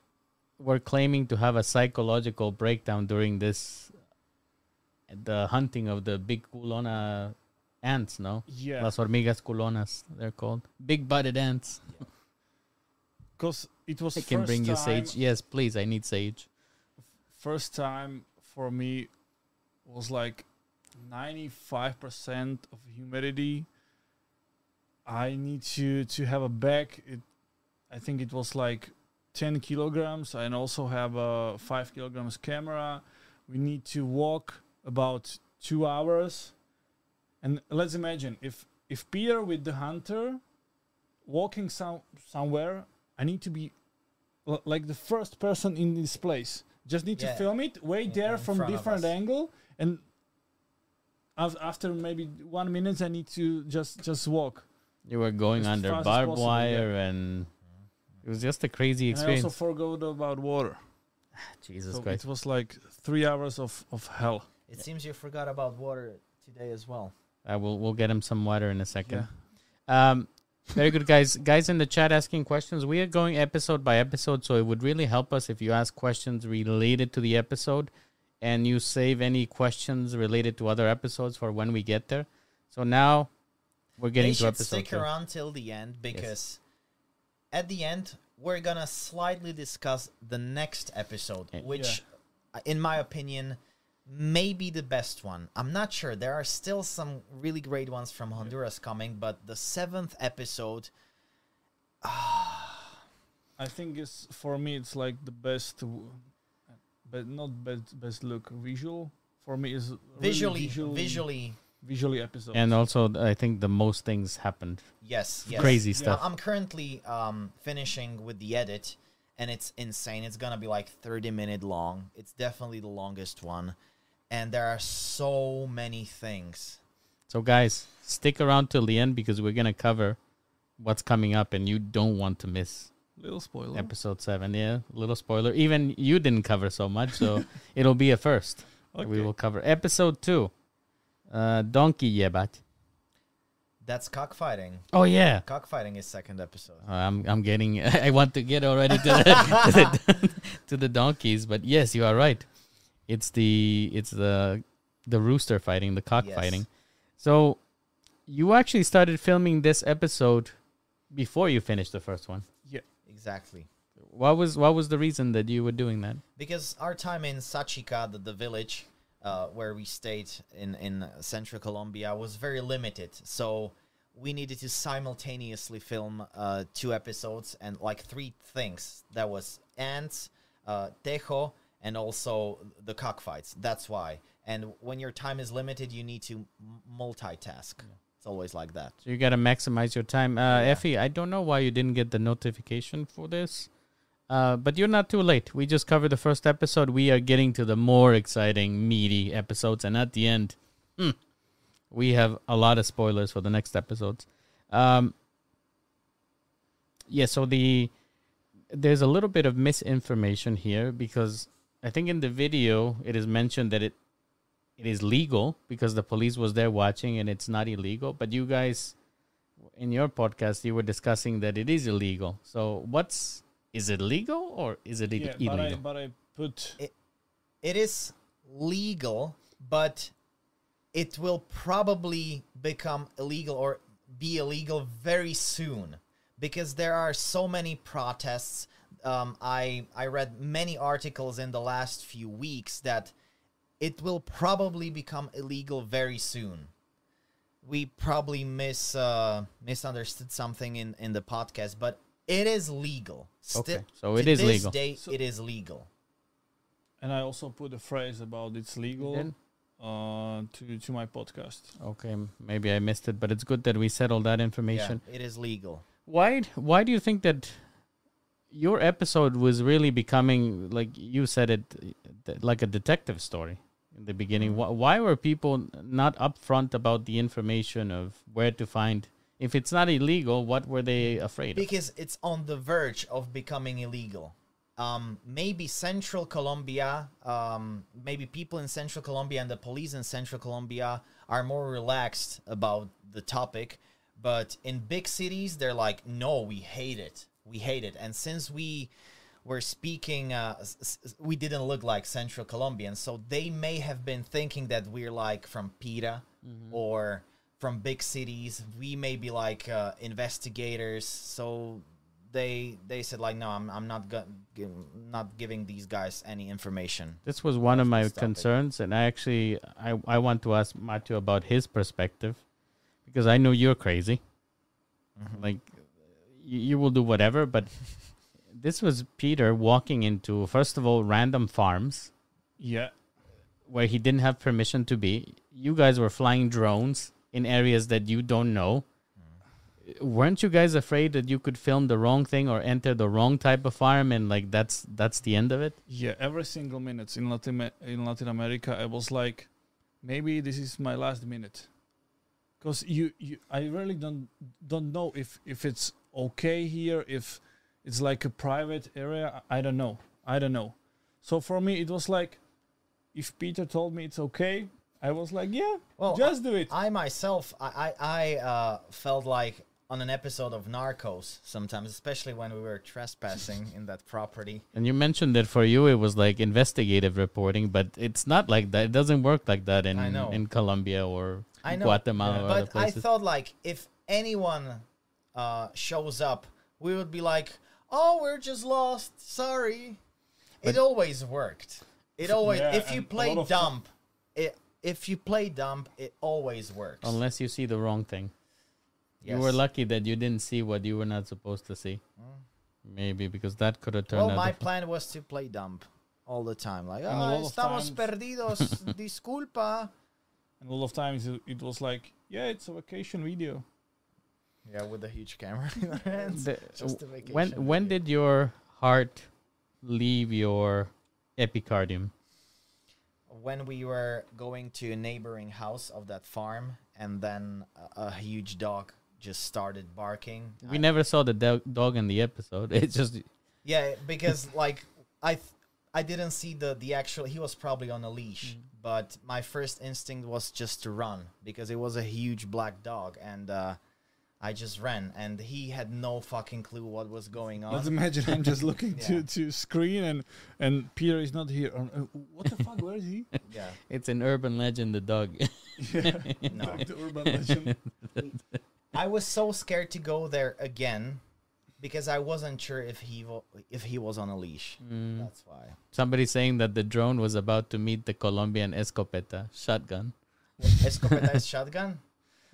A: were claiming to have a psychological breakdown during this the hunting of the big culona ants, no?
C: Yeah.
A: Las hormigas culonas, they're called. Big butted ants.
C: Because it was
A: I can
C: first
A: bring you
C: time,
A: sage. Yes, please, I need sage.
C: First time for me was like 95% of humidity. I need to to have a bag. It, I think it was like 10 kilograms. and also have a 5 kilograms camera. We need to walk about two hours. And let's imagine if if Peter with the hunter walking some somewhere, I need to be l- like the first person in this place. Just need
B: Yeah.
C: to film it, wait
B: In-
C: there
B: in
C: from
B: front of
C: different
B: us.
C: angle, and af- after maybe one minute, I need to just just walk.
A: You were going
C: As
A: under
C: fast as
A: barbed
C: possible, yeah.
A: wire and it was just a crazy
C: And I
A: experience.
C: also forgot about water,
A: Jesus
C: so
A: Christ.
C: it was like three hours of of hell.
B: It seems you forgot about water today as well.
A: I will we'll get him some water in a second.
C: Yeah.
A: Um, very good, guys. guys in the chat asking questions. We are going episode by episode, so it would really help us if you ask questions related to the episode and you save any questions related to other episodes for when we get there. So now we're getting
B: they
A: to
B: should
A: episode
B: stick
A: two.
B: around till the end because at the end we're gonna slightly discuss the next episode,
A: Yeah.
B: which, uh, in my opinion, may be the best one. I'm not sure. There are still some really great ones from Honduras coming, but the seventh episode,
C: I think it's for me. It's like the best, w- but not best best look visual. For me is really
B: visually,
C: visual-
B: visually,
C: visually episode.
A: And
B: uh,
A: also, I think the most things happened.
B: yes, yes,
A: Crazy
C: Yeah.
A: stuff.
B: I- I'm currently um, finishing with the edit, and it's insane. It's gonna be like 30 minute long. It's definitely the longest one, and there are so many things.
A: So, guys, stick around till the end because we're going to cover what's coming up and you don't want to miss
C: Little
A: Oh.
C: spoiler.
A: episode seven. Yeah, little spoiler. Even you didn't cover so much, so it'll be a first. that we will cover. Episode two, uh, Donkey Yebat.
B: That's cockfighting.
A: Oh yeah.
B: Cockfighting is second episode.
A: Uh, I'm I'm getting I want to get already to the, to the to the donkeys, but yes, you are right. It's the it's the the rooster fighting, the cock
B: Yes.
A: fighting. So you actually started filming this episode before you finished the first one.
B: Exactly.
A: What was what was the reason that you were doing that?
B: Because our time in Sachika, the, the village uh, where we stayed in, in central Colombia, was very limited. So we needed to simultaneously film uh, two episodes and like three things. That was ants, uh, tejo, and also the cockfights. That's why. And when your time is limited, you need to m- multitask. It's always like that.
A: So you gotta maximize your time. Uh, Effie, I don't know why you didn't get the notification for this, uh, but you're not too late. We just covered the first episode. We are getting to the more exciting, meaty episodes, and at the end, hmm, we have a lot of spoilers for the next episodes. Um, yeah, so the there's a little bit of misinformation here because I think in the video it is mentioned that it it is legal because the police was there watching and it's not illegal but you guys in your podcast you were discussing that it is illegal so what's is it legal or is it
C: Yeah, but I
A: illegal
C: but I put
B: it is legal, but it will probably become illegal or be illegal very soon because there are so many protests. Um, I I read many articles in the last few weeks that it will probably become illegal very soon. We probably mis uh, misunderstood something in, in the podcast, but it is legal.
A: Okay,
B: Still,
A: so
B: to
A: it is
B: this
A: legal.
B: Day, it is legal.
C: and I also put a phrase about it's legal
A: did?
C: uh, to to my podcast.
A: okay m- maybe i missed it but it's good that we settled that
B: Yeah,
A: information
B: it is legal.
A: why why do you think that your episode was really becoming like you said it th- like a detective story in the beginning why, why were people not upfront about the information of where to find if it's not illegal what were they afraid of
B: because it's on the verge of becoming illegal. Um, maybe Central Colombia, um, maybe people in Central Colombia and the police in Central Colombia are more relaxed about the topic, but in big cities, they're like, no, we hate it, we hate it. And since we were speaking, uh, s- s- s- we didn't look like Central Colombians, so they may have been thinking that we're like from Pira or from big cities. We may be like uh, investigators, so they they said like, no, I'm, I'm not go- gi- not giving these guys any information.
A: this was one of my
B: this topic.
A: concerns and i actually I, I want to ask matthew about his perspective because i know you're crazy like you, you will do whatever but this was peter walking into first of all random farms
C: Yeah,
A: where he didn't have permission to be. You guys were flying drones in areas that you don't know. Weren't you guys afraid that you could film the wrong thing or enter the wrong type of farm and like that's that's the end of it?
C: yeah. Every single minute in Latin in Latin America, I was like, maybe this is my last minute, because you, you I really don't don't know if if it's okay here, if it's like a private area. I I don't know. I don't know. So for me, it was like, if Peter told me it's okay, I was like, yeah,
B: Well,
C: just do it.
B: I myself, I I, I uh, felt like on an episode of Narcos sometimes, especially when we were trespassing in that property.
A: And you mentioned that for you it was like investigative reporting, but it's not like that. It doesn't work like that in
B: I know.
A: in Colombia or
B: I know,
A: Guatemala or other
B: but I
A: places.
B: thought like if anyone uh, shows up, we would be like, "Oh, we're just lost. Sorry." it always worked. It always.
C: Yeah,
B: if you
C: and a
B: play
C: lot of-
B: dump, it if you play dump, it always works.
A: Unless you see the wrong thing. You were
B: Yes. Mm.
A: lucky that you didn't see what you were not supposed to see. Maybe because that could have turned
B: Well,
A: out
B: my
A: different.
B: plan was to play dump all the time, like,
C: a
B: "Ah,
C: lot of
B: estamos
C: times-
B: perdidos. Disculpa."
C: And a lot of times it, it was like, yeah, it's a vacation video.
B: Yeah, with a huge camera in our hands.
A: The-
B: just a
A: w-
B: vacation
A: when when
B: video.
A: did your heart leave your epicardium?
B: when we were going to a neighboring house of that farm, and then a, a huge dog just started barking.
A: We
B: I-
A: never saw the do- dog in the episode. It's just
B: yeah, because like I, th- I didn't see the the actual. He was probably on a leash, but my first instinct was just to run because it was a huge black dog, and uh, I just ran, and he had no fucking clue what was going on.
C: Let's imagine I'm just looking
B: Yeah.
C: to to screen and and Peter is not here. Or, uh, what the fuck? Where is he?
B: yeah,
A: It's an urban legend, the dog.
C: Yeah,
B: no.
C: the urban legend.
B: I was so scared to go there again because I wasn't sure if he wa- if he was on a leash. That's why.
A: Somebody saying that the drone was about to meet the Colombian escopeta shotgun.
B: Escopeta is shotgun.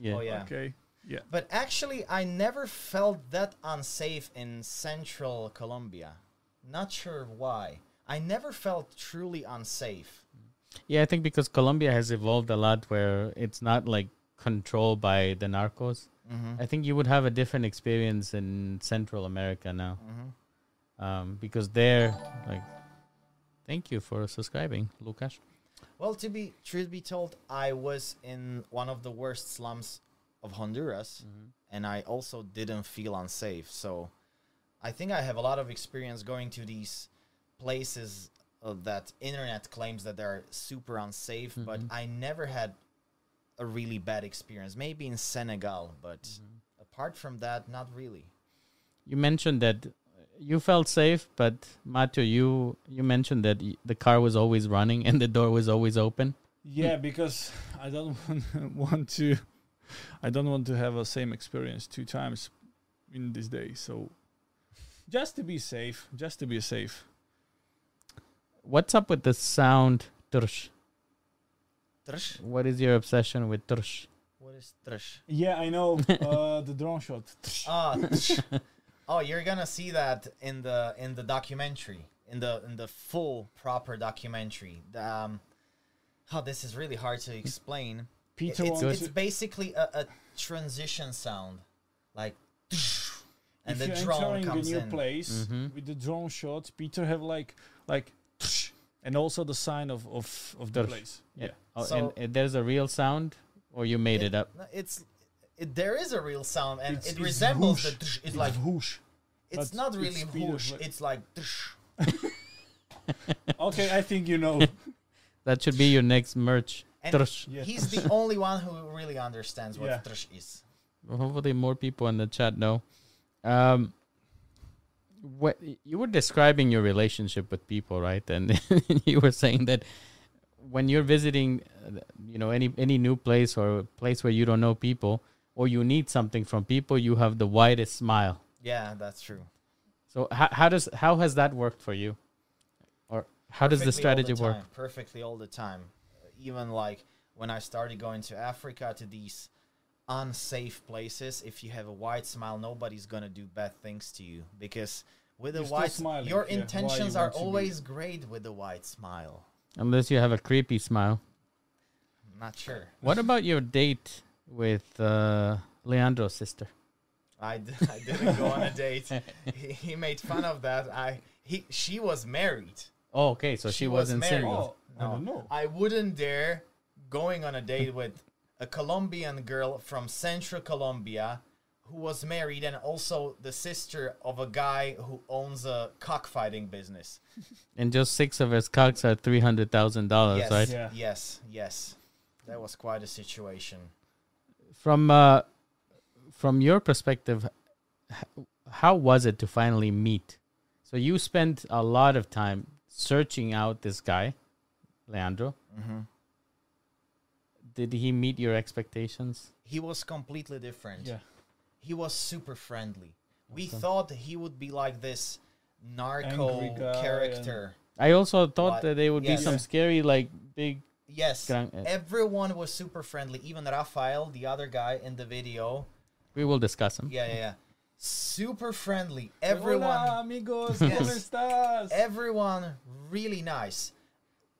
A: Yeah.
B: Oh yeah.
C: Okay. Yeah.
B: But actually, I never felt that unsafe in central Colombia. Not sure why. I never felt truly unsafe.
A: Yeah, I think because Colombia has evolved a lot where it's not like controlled by the narcos. I think you would have a different experience in Central America now. Um, because there, like, thank you for subscribing, Lukas.
B: Well, to be truth be told, I was in one of the worst slums of Honduras, and I also didn't feel unsafe. So, I think I have a lot of experience going to these places uh, that internet claims that they're super unsafe, but I never had a really bad experience. Maybe in Senegal, but apart from that, not really.
A: You mentioned that you felt safe, but Matthew, you you mentioned that y- the car was always running and the door was always open.
C: Yeah, because I don't want, want to. I don't want to have a same experience two times in this day. So, just to be safe, just to be safe.
A: What's up with the sound tursh?
B: Trsh.
A: What is your obsession with tursh?
B: What is trsh?
C: Yeah, I know uh, the drone shot.
B: Ah, tsh. oh, you're gonna see that in the in the documentary, in the in the full proper documentary. The, Um, oh, this is really hard to explain. It-
C: Peter
B: It's,
C: wants.
B: it's basically a, a transition sound, like, tsh, and
C: if
B: the
C: you're
B: drone
C: entering a
B: comes
C: new
B: in. Mm-hmm.
C: place with the drone shot, Peter have like like, and also the sign of of of the
A: Dorf.
C: place.
A: Yeah.
C: Yeah.
A: Oh,
B: So-
A: and, uh, there's a real sound, or you made it up.
B: No, It's it, there is a real sound, and
C: It's-
B: it
C: it's
B: resembles the.
C: whoosh.
B: Tsh, it's, like
C: whoosh.
B: it's
C: but
B: not
C: it's
B: really
C: speed of
B: whoosh.
C: light.
B: It's like. Tsh.
C: Okay, I think you know.
A: That should be your next merch.
B: And
A: Trush.
C: Yeah.
B: he's the only one who really understands what
C: Yeah.
B: tsh is.
A: Hopefully, more people in the chat know. Um, what you were describing your relationship with people, right? And you were saying that when you're visiting, uh, you know, any any new place or a place where you don't know people, or you need something from people, you have the widest smile.
B: Yeah, that's true.
A: So how, how does how has that worked for you, or how does the
B: perfectly all
A: strategy work?
B: time, Perfectly all the time. Even like when I started going to Africa to these unsafe places, if you have a wide smile, nobody's gonna do bad things to you because with a
C: You're still
B: wide
C: smiling,
B: your
C: yeah, why you
B: intentions are
C: want to be-
B: always great with a wide smile.
A: Unless you have a creepy smile.
B: I'm not sure.
A: What about your date with uh, Leandro's sister?
B: I, d- I didn't go on a date. He, he made fun of that. I he she was married.
A: Oh, okay. So she,
B: She was
A: wasn't
B: married.
A: single.
C: Oh, I don't know.
B: I wouldn't dare going on a date with a Colombian girl from Central Colombia who was married and also the sister of a guy who owns a cockfighting business.
A: And just six of his cocks are three hundred thousand dollars,
B: Yes,
A: right?
C: Yeah.
B: yes, yes. That was quite a situation.
A: From uh, from your perspective, h- how was it to finally meet? So you spent a lot of time searching out this guy, Leandro.
B: Mm-hmm.
A: Did he meet your expectations?
B: He was completely different.
C: Yeah.
B: He was super friendly. We thought he would be like this
C: Angry
B: narco
C: guy and-
B: character.
A: I also thought
B: What?
A: that they would be
B: Yeah.
A: some scary, like big
B: Yes,
A: Gran- uh,
B: everyone was super friendly. Even Rafael, the other guy in the video,
A: We will discuss them.
B: Yeah, yeah, yeah. Super friendly. Everyone,
C: amigos,
B: Yes.
C: ¿cómo estás?
B: everyone really nice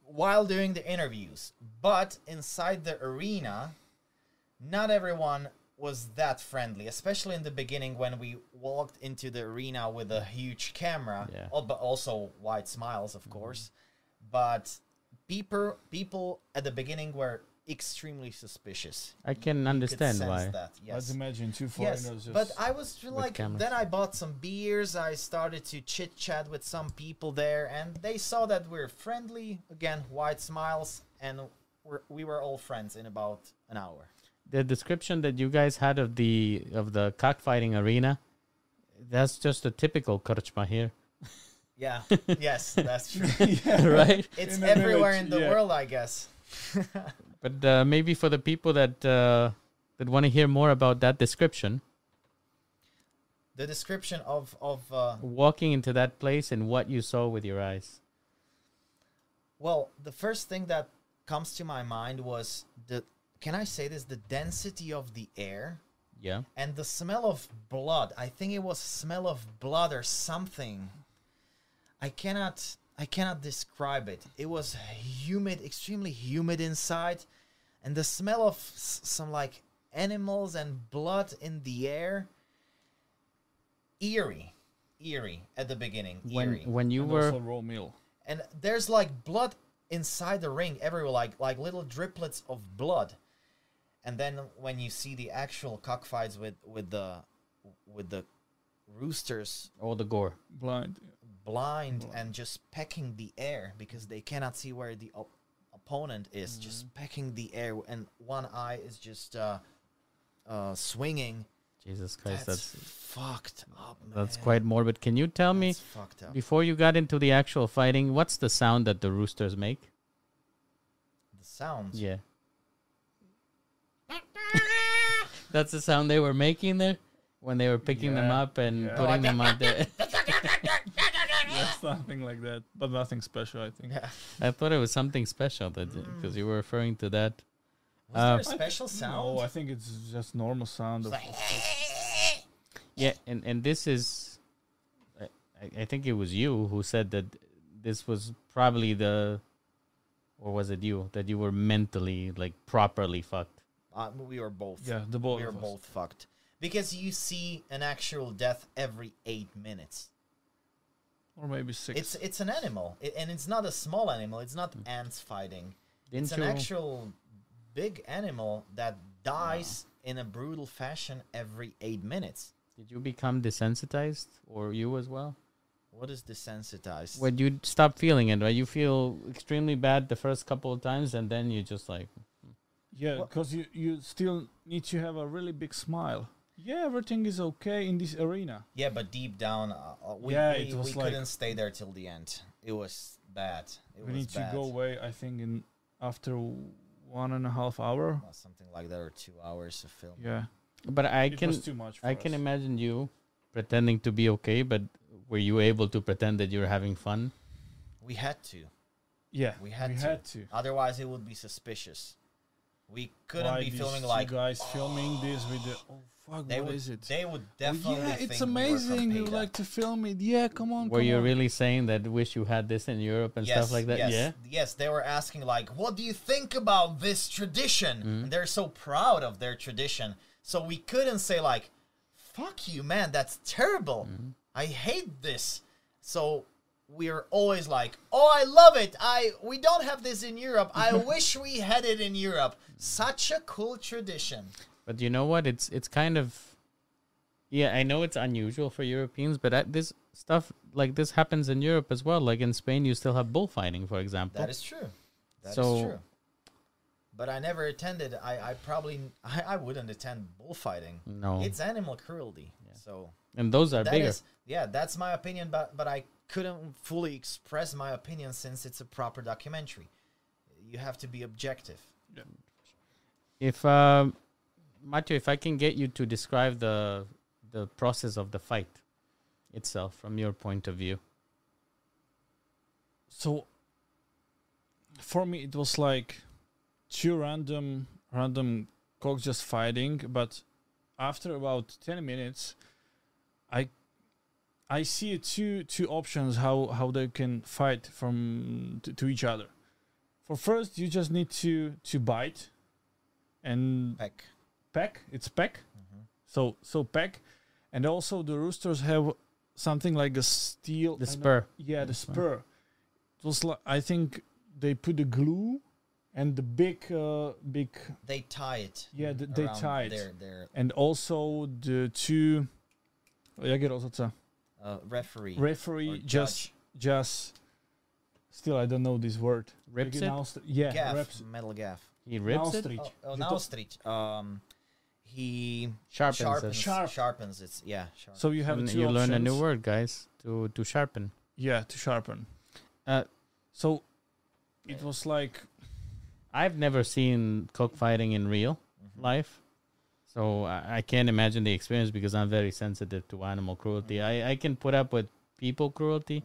B: while doing the interviews. But inside the arena, not everyone was that friendly, especially in the beginning when we walked into the arena with a huge camera,
A: Yeah. Mm-hmm.
B: oh, but also wide smiles, of course. But people, people at the beginning were extremely suspicious.
A: I can
B: Could
A: understand
B: sense
A: why.
B: That. Yes.
C: Let's imagine two foreigners
B: Yes,
C: just.
B: but I was just like,
A: cameras.
B: then I bought some beers. I started to chit chat with some people there, and they saw that we're friendly again, wide smiles, and we're, we were all friends in about an hour.
A: The description that you guys had of the of the cockfighting arena, that's just a typical karchma here,
B: Yeah, yes, that's true.
C: yeah,
A: right?
B: It's
C: In a
B: everywhere
C: village,
B: in the
C: yeah.
B: world, I guess.
A: But uh, maybe for the people that uh, that want to hear more about that description,
B: The description of of uh,
A: walking into that place and what you saw with your eyes.
B: Well, the first thing that comes to my mind was the can I say this? The density of the air
A: Yeah.
B: and the smell of blood. I think it was smell of blood or something. I cannot I cannot describe it. It was humid, extremely humid inside, and the smell of s- some like animals and blood in the air. Eerie, eerie at the beginning.
A: When
B: eerie
A: when you
C: and
A: were
C: also raw meal.
B: and there's like blood inside the ring everywhere like like little driplets of blood and then when you see the actual cockfights with with the with the roosters
A: all Oh, the gore.
C: Blind.
B: blind
C: Mm.
B: and just pecking the air because they cannot see where the op- opponent is
C: Mm.
B: just pecking the air and one eye is just uh uh swinging
A: Jesus Christ,
B: that's,
A: that's
B: fucked up man.
A: that's quite morbid. Can you tell me
B: That's fucked up
A: before you got into the actual fighting, what's the sound that the roosters make?
B: the sounds
A: Yeah. That's the sound they were making there when they were picking them
C: Yeah,
A: up and
C: yeah.
A: putting them out there.
C: That's something like that, but nothing special, I think.
B: Yeah.
A: I thought it was something special that because you were referring to that. Uh,
B: was there a special sound
C: No, I think it's just normal sound. Of,
A: Yeah, and and this is, I, I- I think it was you who said that this was probably the, or was it you that you were mentally like properly fucked?
B: uh, we were both
C: yeah, the ball.
B: we are both fucked because you see an actual death every eight minutes.
C: Or maybe six.
B: It's it's an animal, I- and it's not a small animal. It's not
C: Mm.
B: ants fighting.
A: Didn't
B: it's an
A: you?
B: actual big animal that dies in a brutal fashion every eight minutes.
A: did you become desensitized, or you as well?
B: What is desensitized?
A: When you stop feeling it, right? You feel extremely bad the first couple of times, and then you just like,
C: yeah,
B: Wha-
C: because you, you still need to have a really big smile. Yeah, everything is okay in this arena.
B: yeah, but deep down, uh, uh, we
C: Yeah,
B: we,
C: it was
B: we
C: like-
B: couldn't stay there till the end. It was bad. It was
C: We need
B: bad.
C: to go away, I think, in after one and a half hour.
B: Uh, Something like that, or two hours of film.
C: Yeah,
A: but I
C: it
A: can
C: was too much. For
A: I can
C: us.
A: imagine you pretending to be okay, but were you able to pretend that you're having fun?
B: We had to.
C: Yeah,
B: We had to. Otherwise, it would be suspicious. We couldn't
C: Why
B: be
C: these
B: filming
C: two
B: like
C: guys filming this with the oh fuck,
B: they
C: what
B: would.
C: is it?
B: They would
C: Oh,
B: definitely.
C: yeah, it's
B: think we were from
C: amazing. You
B: PETA.
C: like to film it? Yeah, come on.
A: Were
C: come
A: you
C: on.
A: really saying that wish you had this in Europe and
B: yes,
A: stuff like that?
B: Yes,
A: Yeah.
B: Yes, they were asking like, "What do you think about this tradition?"
A: Mm-hmm.
B: And they're so proud of their tradition, so we couldn't say like, "Fuck you, man, that's terrible.
A: Mm-hmm.
B: I hate this." So we're always like, "Oh, I love it. I we don't have this in Europe. I wish we had it in Europe. Such a cool tradition."
A: But you know what? It's it's kind of yeah. I know it's unusual for Europeans, but I, this stuff like this happens in Europe as well. Like in Spain, you still have bullfighting, for example.
B: That is true. That is
A: So-
B: true. But I never attended. I, I probably I, I wouldn't attend bullfighting.
A: No.
B: it's animal cruelty. So
A: and those are
B: that is
A: bigger.
B: yeah, that's my opinion. But but I couldn't fully express my opinion since it's a proper documentary. You have to be objective.
A: If um, Matthew, if I can get you to describe the the process of the fight itself from your point of view.
C: So for me, it was like two random random cocks just fighting, but after about ten minutes, I I see two two options how how they can fight from to, to each other. For first, you just need to to bite, and
B: Peck.
C: peck. It's peck.
B: Mm-hmm.
C: So so peck, and also the roosters have something like a steel.
A: The
C: I know-
A: spur.
C: yeah, the
A: spur.
C: spur. It was like I think they put the glue and the big uh, big
B: They tie it.
C: yeah th- they
B: around
C: tied
B: Their, their
C: and also the two oh, jak je rozhodca?
B: uh, referee. Or
C: referee just just still I don't know this word
A: Rips
C: Like in
A: it?
C: Austri- yeah
B: gaff.
C: reps
B: Metal gaff.
A: He rips it.
C: Austri-
B: Oh, oh,
C: You
B: now
C: don't-
B: Street. Um, he
A: Sharpens it.
B: sharpens,
C: Sharp.
B: sharpens it's yeah. Sharp.
C: so you have
A: And
C: two
A: you learn a new
C: options.
A: word, guys, to to sharpen.
C: yeah to sharpen
A: Uh,
C: so it was like
A: I've never seen cockfighting in real
C: Mm-hmm.
A: life, so I, I can't imagine the experience because I'm very sensitive to animal cruelty. I, I can put up with people cruelty,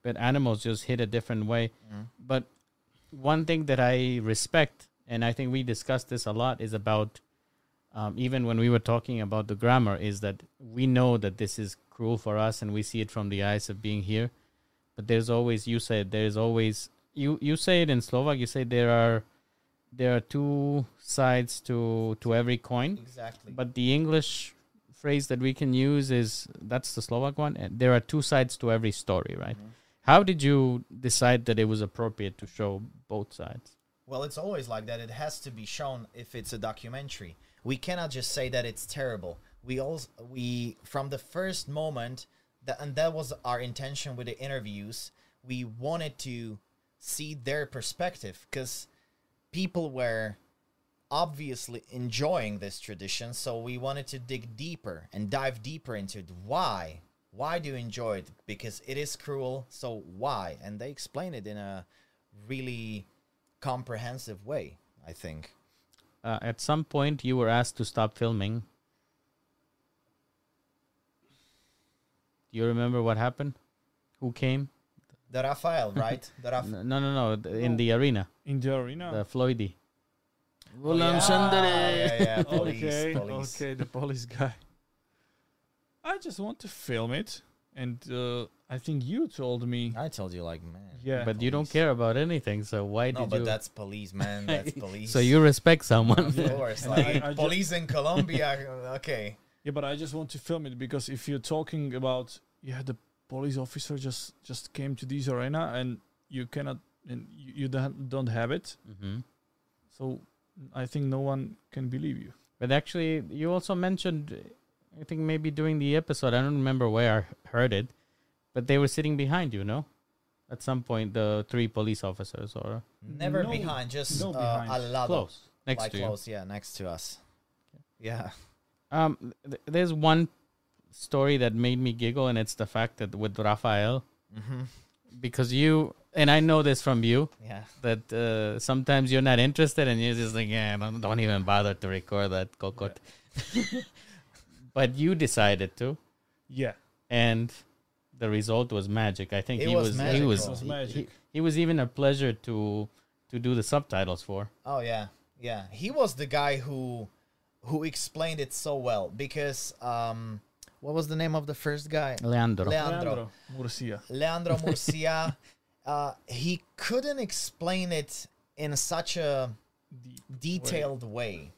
A: but animals just hit a different way. But one thing that I respect, and I think we discussed this a lot, is about um, even when we were talking about the grammar, is that we know that this is cruel for us and we see it from the eyes of being here. But there's always, you said, there's always, you, you say it in Slovak, you say there are there are two sides to to every coin
B: exactly.
A: but the english phrase that we can use is that's the slovak one and there are two sides to every story right
B: Mm-hmm.
A: how did you decide that it was appropriate to show both sides
B: Well, it's always like that. It has to be shown if it's a documentary. We cannot just say that it's terrible. We also we from the first moment that and that was our intention with the interviews. We wanted to see their perspective because people were obviously enjoying this tradition, so we wanted to dig deeper and dive deeper into it. Why? Why do you enjoy it? Because it is cruel, so why? And they explain it in a really comprehensive way, I think.
A: uh, at some point you were asked to stop filming do you remember what happened who came
B: The Raphael, right? The Raphael.
A: no no no th- in the arena
C: in the arena
A: the floydy
B: Oh. yeah, yeah, police,
C: okay,
B: police.
C: okay, the police guy. I just want to film it, and uh, I think you told me.
B: I told you, like, man.
C: Yeah,
A: but you don't
B: Police.
A: care about anything so why
B: No,
A: did
B: but
A: you
B: that's police, man. That's police.
A: so you respect someone
B: Of course,
C: And
B: like
C: I- I ju-
B: police in Colombia. Okay,
C: yeah, but I just want to film it because if you're talking about yeah, the police officer just just came to this arena, and you cannot, and you, you don't don't have it,
A: hmm
C: so I think no one can believe you.
A: But actually, you also mentioned, I think maybe during the episode, I don't remember where I heard it, but they were sitting behind you, no? At some point, the three police officers or
B: never
C: No,
B: behind, just uh,
C: no behind.
B: al lado,
A: close next
B: like
A: to you.
B: close, yeah, next to us. Yeah,
A: Um, th- there's one story that made me giggle, and it's the fact that with Rafael,
B: Mm-hmm.
A: because you and I know this from you
B: yeah.
A: that uh, sometimes you're not interested, and you're just like, yeah, don't, don't even bother to record that cocotte. but you decided to.
C: Yeah,
A: and the result was magic. I think
B: It
A: he
B: was
A: was, he
B: magical.
A: was,
B: It was
A: he-
C: magic.
A: He, he was even a pleasure to to do the subtitles for.
B: Oh yeah, yeah. He was the guy who who explained it so well because um, what was the name of the first guy?
A: Leandro.
B: Leandro.
C: Leandro Murcia.
B: Leandro Murcia, uh, he couldn't explain it in such a
C: Deep
B: detailed way,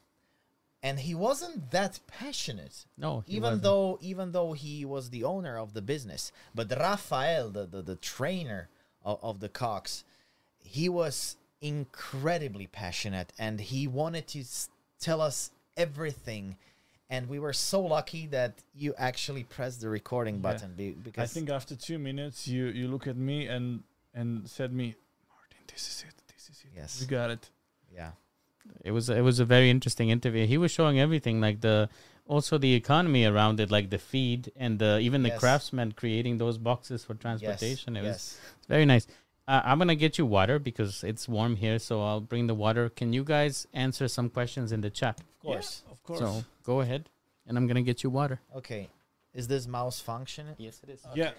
B: and he wasn't that passionate.
A: no, he
B: even
A: wasn't.
B: though even though he was the owner of the business, but Rafael, the the, the trainer of, of the Cox, he was incredibly passionate, and he wanted to s- tell us everything. And we were so lucky that you actually pressed the recording button be-
C: I
B: because
C: think after two minutes, you you look at me and and said me, Martin, this is it, this is it.
B: Yes.
C: we got it.
B: yeah,
A: it was it was a very interesting interview. He was showing everything like the also the economy around it, like the feed and the even the
B: Yes.
A: craftsmen creating those boxes for
B: yes,
A: transportation. it was
B: yes.
A: Very nice. Uh, I'm gonna get you water because it's warm here, so I'll bring the water. Can you guys answer some questions in the chat?
C: Of course, of course.
A: So go ahead, and I'm gonna get you water.
B: Okay. Is this mouse functioning?
A: Yes, it is.
C: Yeah.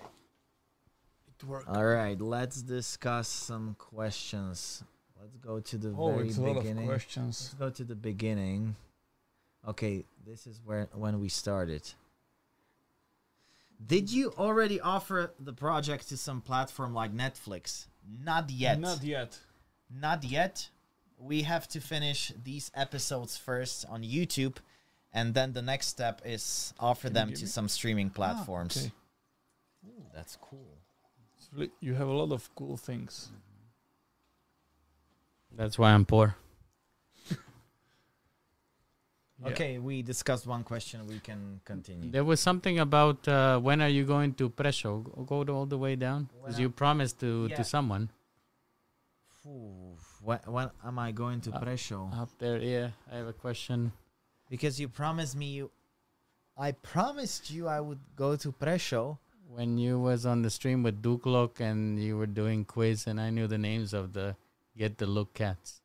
C: It worked.
B: All right, let's discuss some questions. Let's go to the
C: oh,
B: very
C: it's a lot
B: beginning.
C: of
B: Let's
C: questions.
B: go to the beginning. Okay, this is where when we started. Did you already offer the project to some platform like Netflix? Not yet.
C: Not yet.
B: Not yet. We have to finish these episodes first on YouTube, and then the next step is offer them to
C: give me- Ah,
B: some streaming platforms.
C: Okay.
B: Ooh, that's cool.
C: It's really- You have a lot of cool things.
A: That's why I'm poor.
C: Yeah.
B: Okay, we discussed one question. We can continue.
A: There was something about uh, when are you going to Presho? Go- Go to all the way down because you
B: When
A: promised to
B: Yeah.
A: to someone
B: Ooh, when, when am I going to
A: Uh,
B: pre-show?
A: up there. Yeah, I have a question.
B: Because you promised me you. I promised you I would go to pre-show.
A: When you was on the stream with Duke Look and you were doing quiz and I knew the names of the get the look cats.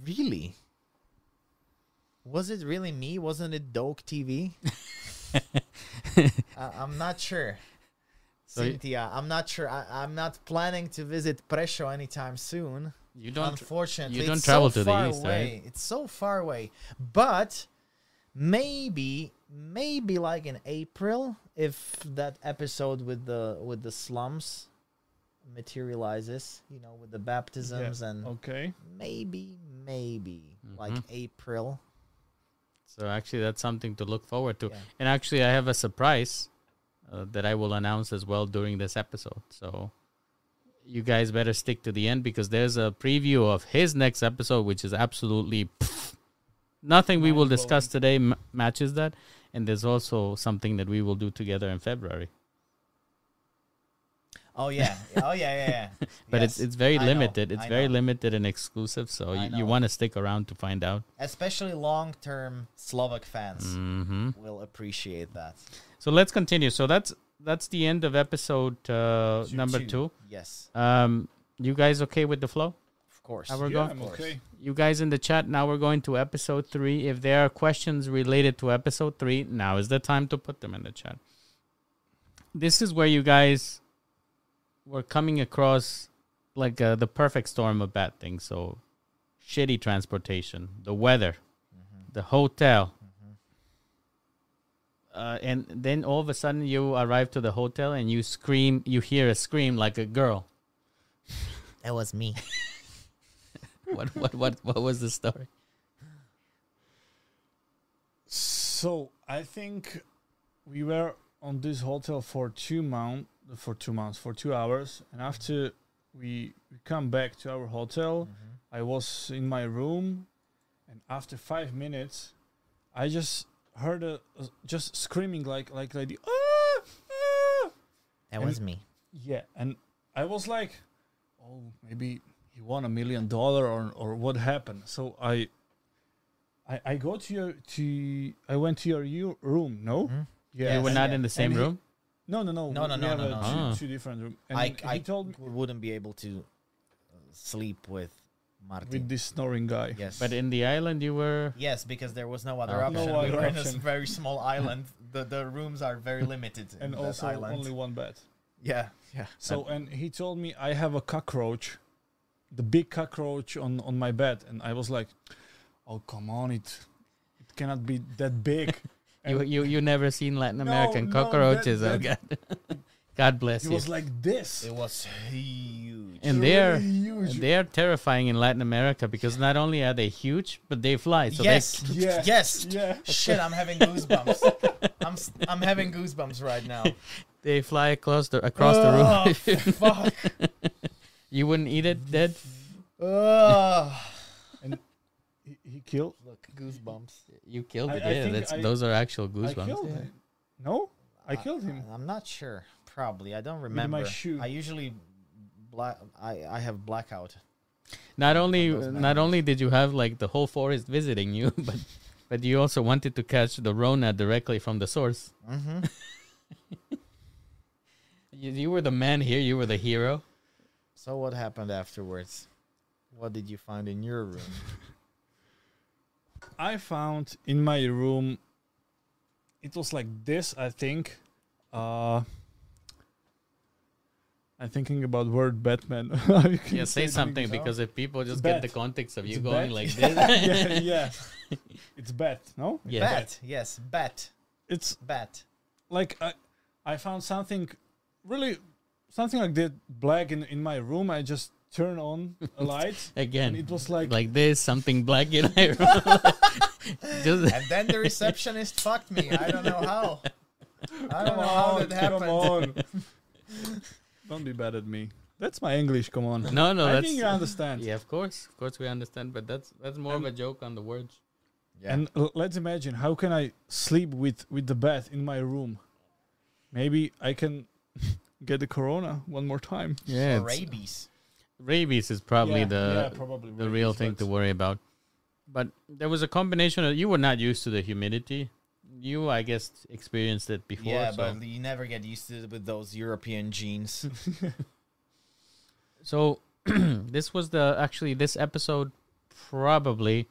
B: Really? Was it really me? Wasn't it Doke TV? I, I'm not sure.
A: So y-
B: Cynthia, I'm not sure. I, I'm not planning to visit Presho anytime soon.
A: You don't. you
B: unfortunately,
A: don't
B: It's
A: travel
B: so
A: to the
B: far
A: east, right?
B: away. It's so far away. But maybe, maybe like in April, if that episode with the with the slums materializes, you know, with the baptisms and
C: Okay.
B: maybe, maybe
A: Mm-hmm.
B: like April.
A: so actually, that's something to look forward to.
B: Yeah.
A: And actually, I have a surprise uh, that I will announce as well during this episode. So you guys better stick to the end because there's a preview of his next episode, which is absolutely pff, nothing we will discuss today m- matches that. And there's also something that we will do together in February.
B: Oh yeah. Oh yeah. Yeah. yeah.
A: But it's
B: Yes.
A: it's very
B: I know,
A: limited. It's
B: I
A: very
B: know.
A: limited and exclusive. So
B: I
A: you, you
B: know.
A: want to stick around to find out.
B: Especially long-term Slovak fans
A: Mm-hmm.
B: will appreciate that.
A: So let's continue. So that's that's the end of episode uh, number two.
B: Yes,
A: Um, you guys okay with the flow?
B: of course.
A: How we're
C: Yeah,
A: going?
C: I'm okay.
A: You guys in the chat. Now we're going to episode three. If there are questions related to episode three, now is the time to put them in the chat. This is where you guys were coming across like uh, the perfect storm of bad things. So shitty transportation, the weather, the hotel. Uh, and then all of a sudden you arrive to the hotel and you scream, you hear a scream like a girl.
B: That was me.
A: What, what, what, what was the story?
C: So I think we were on this hotel for two months, for two months, for two hours, and after we, we come back to our hotel, I was in my room, and after five minutes, I just heard a, a- just screaming like like lady. Ah, ah!
B: That
C: And-
B: was me.
C: Yeah, and I was like, oh, maybe he won a million dollar or or what happened. So I, I, I go to your to I went to your u- room. No, yeah,
A: You were
B: Yes.
A: not in the same
C: And he-
A: room?
C: No, no, no,
B: Hmm? No, no,
C: we
B: no,
C: have
B: no,
C: a
B: no.
C: Two,
A: Ah.
C: two different room. And
B: I,
C: he
B: I
C: told me
B: wouldn't be able to uh, sleep with
C: with
B: Martin.
C: this snoring guy.
B: yes,
A: But in the island, you were.
B: yes, because there was no other
A: Oh.
B: option.
C: No
B: we
C: other
B: were in a s-
C: option.
B: very small island. The the rooms are very limited.
C: And
B: in that
C: also
B: island.
C: only one bed.
B: yeah, yeah.
C: So and he told me I have a cockroach, the big cockroach on on my bed, and I was like, oh come on, it it cannot be that big.
A: You, you you never seen Latin
C: No,
A: American
C: no, that-
A: cockroaches? oh,
C: that-
A: God. God bless
C: It
A: you.
C: was like this.
B: It was huge.
A: and
C: really
A: they're
C: huge.
A: they are terrifying in Latin America because not only are they huge, but they fly. So
B: yes,
C: Yeah.
B: yes.
C: Yeah.
B: Shit, I'm having goosebumps. I'm s- I'm having goosebumps right now.
A: they they fly across the across the
C: Uh. Oh.
A: room.
B: the room. fuck.
A: You wouldn't eat it dead.
B: Ugh.
C: He, he killed.
B: Look, goosebumps.
A: You killed it.
C: I- I
A: yeah,
C: think
A: that's,
C: I-
A: those are actual
C: I
A: goosebumps.
C: killed him. No,
A: Ah.
C: I killed him.
B: Uh, I'm not sure. Probably. I don't
C: my
B: remember.
C: shoe.
B: I usually black I, I have blackout.
A: Not only
B: those
A: not only did you have like the whole forest visiting you, but but you also wanted to catch the Rona directly from the source.
C: Mm-hmm.
B: Mhm.
A: you, you were the man here. You were the hero.
B: So what happened afterwards? What did you find in your room?
C: I found in my room. It was like this. I think. Uh, I'm thinking about word Batman. How you
A: Yeah,
C: can
A: say
C: that in
A: something
C: English.
A: because if people just
C: a
A: get the
C: bet.
A: context of you
C: a
A: going
C: bet.
A: like this,
C: yeah, yeah. It's bat. No.
A: yeah,
B: bat. Yes, bat.
C: It's
B: Bat.
C: like I, I found something, really, something like that black in in my room. I just turn on a light.
A: again,
C: And it was like,
A: like this, something black in my room. just
B: And then the receptionist fucked me. I don't know how. I don't
A: "Oh,
C: come
B: know how
C: on,
B: that
C: come
B: happened.
C: on. Don't be bad at me. That's my English. Come on.
A: No, no,
C: I
A: that's
C: think you understand.
A: yeah, of course, of course, we understand, but that's that's more of a joke on the words.
B: Yeah.
C: And l- let's imagine how can I sleep with with the bed in my room? Maybe I can get the corona one more time.
A: Yeah,
B: or rabies.
A: rabies is probably the
C: Yeah, yeah, probably
A: the real
C: rabies,
A: thing to
C: but-
A: worry about. But there was a combination of you were not used to the humidity. You, I guess, experienced it before.
B: Yeah,
A: so.
B: but you never get used to it with those European genes.
A: So this was the actually this episode probably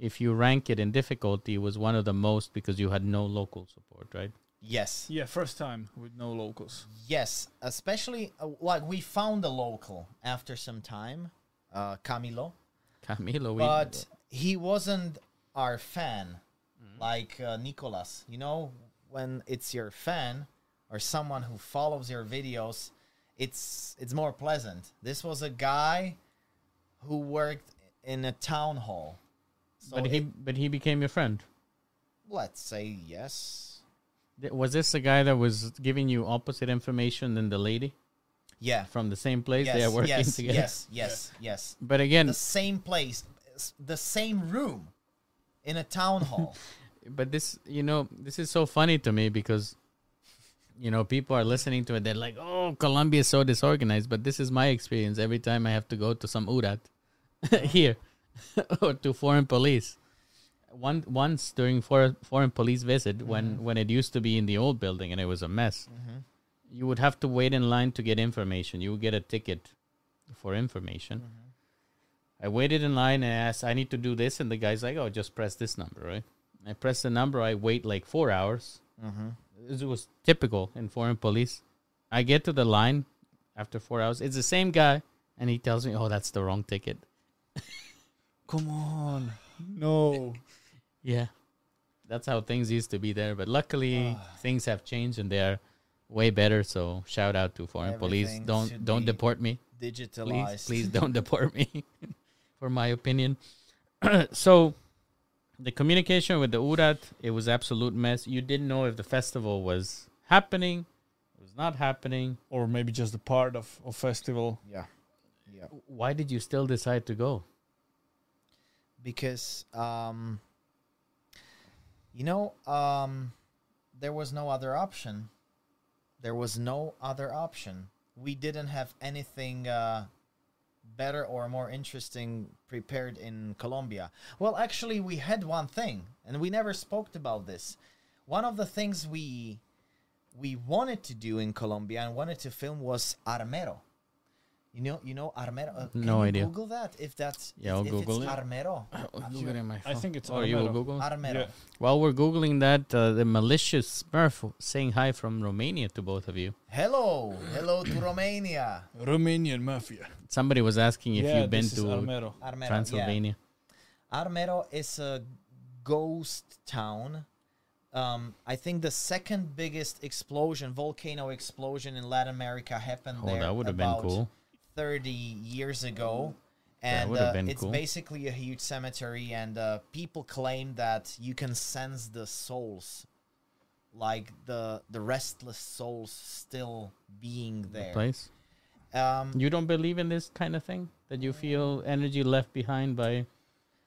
A: if you rank it in difficulty was one of the most because you had no local support, right?
B: yes.
C: Yeah, first time with no locals.
B: Yes. Especially, uh, like, we found a local after some time, uh, Camilo.
A: Camilo, we,
B: but he wasn't our fan like uh, nicolas you know when it's your fan or someone who follows your videos it's it's more pleasant this was a guy who worked in a town hall so
A: but he
B: it-
A: but he became your friend.
B: let's say yes
A: Th- Was this the guy that was giving you opposite information than the lady
B: yeah
A: from the same place?
B: yes
A: they are working
B: yes,
A: together.
B: yes yes yes
A: But again,
B: the same place s- the same room in a town hall
A: but this you know this is so funny to me because you know people are listening to it they're like oh colombia is so disorganized but this is my experience every time i have to go to some urat here or to foreign police one once during for, foreign police visit when when it used to be in the old building and it was a mess you would have to wait in line to get information you would get a ticket for information I waited in line and asked, I need to do this. And the guy's like, oh, just press this number, right? I press the number. I wait like four hours.
B: Mm-hmm.
A: This was typical in foreign police. I get to the line after four hours. It's the same guy. And he tells me, oh, that's the wrong ticket.
C: Come on. No.
A: Yeah. That's how things used to be there. But luckily,
B: Ah.
A: things have changed and they are way better. So shout out to foreign police.
B: Everything
A: Don't
B: should
A: don't
B: be
A: deport me.
B: digitalized
A: please, please don't deport me for my opinion. so the communication with the Urat, it was absolute mess. You didn't know if the festival was happening, it was not happening.
C: Or maybe just a part of of festival.
B: yeah yeah
A: Why did you still decide to go?
B: because um, you know um, there was no other option. There was no other option. We didn't have anything uh, better or more interesting prepared in Colombia. Well, actually, we had one thing, and we never spoke about this. One of the things we we wanted to do in Colombia and wanted to film was Armero. You know, you know Armero. Uh, can
A: No
B: you
A: idea.
B: Google that if that's
A: Yeah, I'll
B: if
A: Google it.
B: it's Armero.
C: I think it's
A: Oh, you will
C: Alamero.
A: Google.
B: Armero.
C: Yeah.
A: While we're googling that, uh, the malicious Smurf saying hi from Romania to both of you.
B: Hello, hello to Romania.
C: Romanian mafia.
A: Somebody was asking if
C: yeah,
A: you've been
C: this is
A: to Ah.
C: Armero.
B: Armero, yeah.
A: Transylvania.
B: Armero is a ghost town. Um, I think the second biggest explosion, volcano explosion in Latin America, happened
A: Oh,
B: there.
A: that would have been
B: about
A: cool.
B: Thirty years ago, and
A: would have
B: uh,
A: been
B: it's
A: cool.
B: basically a huge cemetery, and uh, people claim that you can sense the souls, like the the restless souls still being there.
A: Place.
B: Um,
A: You don't believe in this kind of thing that you feel energy left behind by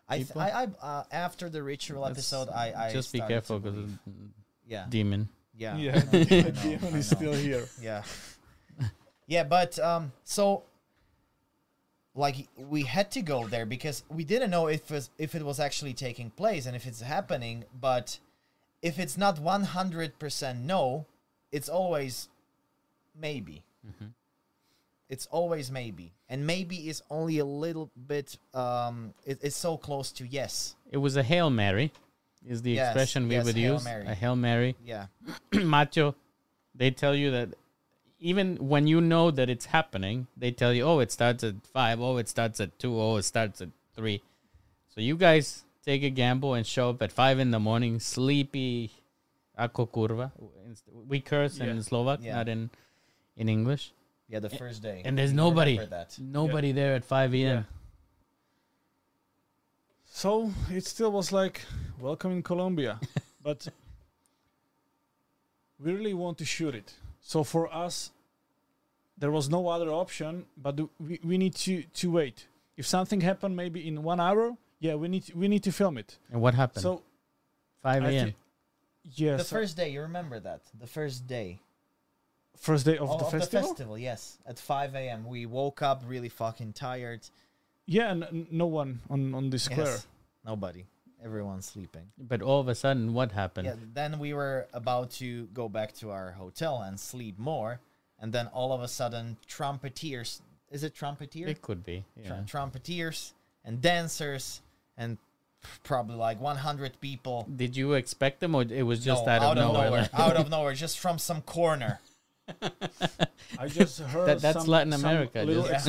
B: I, th-
A: people?
B: I, I uh, after the ritual
A: That's-
B: episode, I, I
A: just be
B: started to
A: careful because
B: believe. yeah,
A: demon.
B: yeah,
C: Yeah,
B: I know, I know, I
C: the demon is
B: know.
C: still here.
B: yeah, yeah. But um, so like we had to go there because we didn't know if it was, if it was actually taking place and if it's happening. But if it's not one hundred percent no, it's always maybe.
A: Mm-hmm.
B: It's always maybe, and maybe is only a little bit. Um, it, it's so close to yes.
A: It was a hail mary, is the
B: Yes,
A: expression we
B: yes,
A: would
B: Hail
A: use.
B: Mary.
A: A hail mary,
B: Yeah.
A: macho. They tell you that even when you know that it's happening, they tell you, oh, it starts at five, oh, it starts at two, oh, it starts at three. So you guys take a gamble and show up at five in the morning, sleepy, ako kurva. We curse in
C: Yeah.
A: Slovak,
B: Yeah.
A: not in in English.
B: Yeah, the first day.
A: And there's
B: We
A: nobody,
B: remember that.
A: nobody there at five a.m.
C: So it still was like welcome in Colombia, but we really want to shoot it. So for us, there was no other option but do- we, we need to, to wait if something happened maybe in one hour yeah we need to, we need to film it
A: And what happened?
C: so
A: 5
C: I
A: a.m.
C: thi- yeah
B: The
C: so
B: first day, you remember that. The first day
C: first day of,
B: of,
C: the,
B: Oh, of the festival,
C: festival?
B: yes. At 5 a.m., we woke up really fucking tired.
C: yeah and n- no one on on the square
B: Yes. Nobody. Everyone's sleeping.
A: but all of a sudden, what happened?
B: Yeah, then we were about to go back to our hotel and sleep more. And then all of a sudden, trumpeteers. Is it trumpeteer?
A: It could be.
B: tr-
A: Yeah.
B: Trumpeteers and dancers and probably like 100 people.
A: Did you expect them, or it was just
B: No,
A: out, of nowhere? like-
B: out of nowhere, just from some corner.
C: i just heard
A: That- that's
C: some-
A: Latin
C: some
A: America,
C: little
A: just-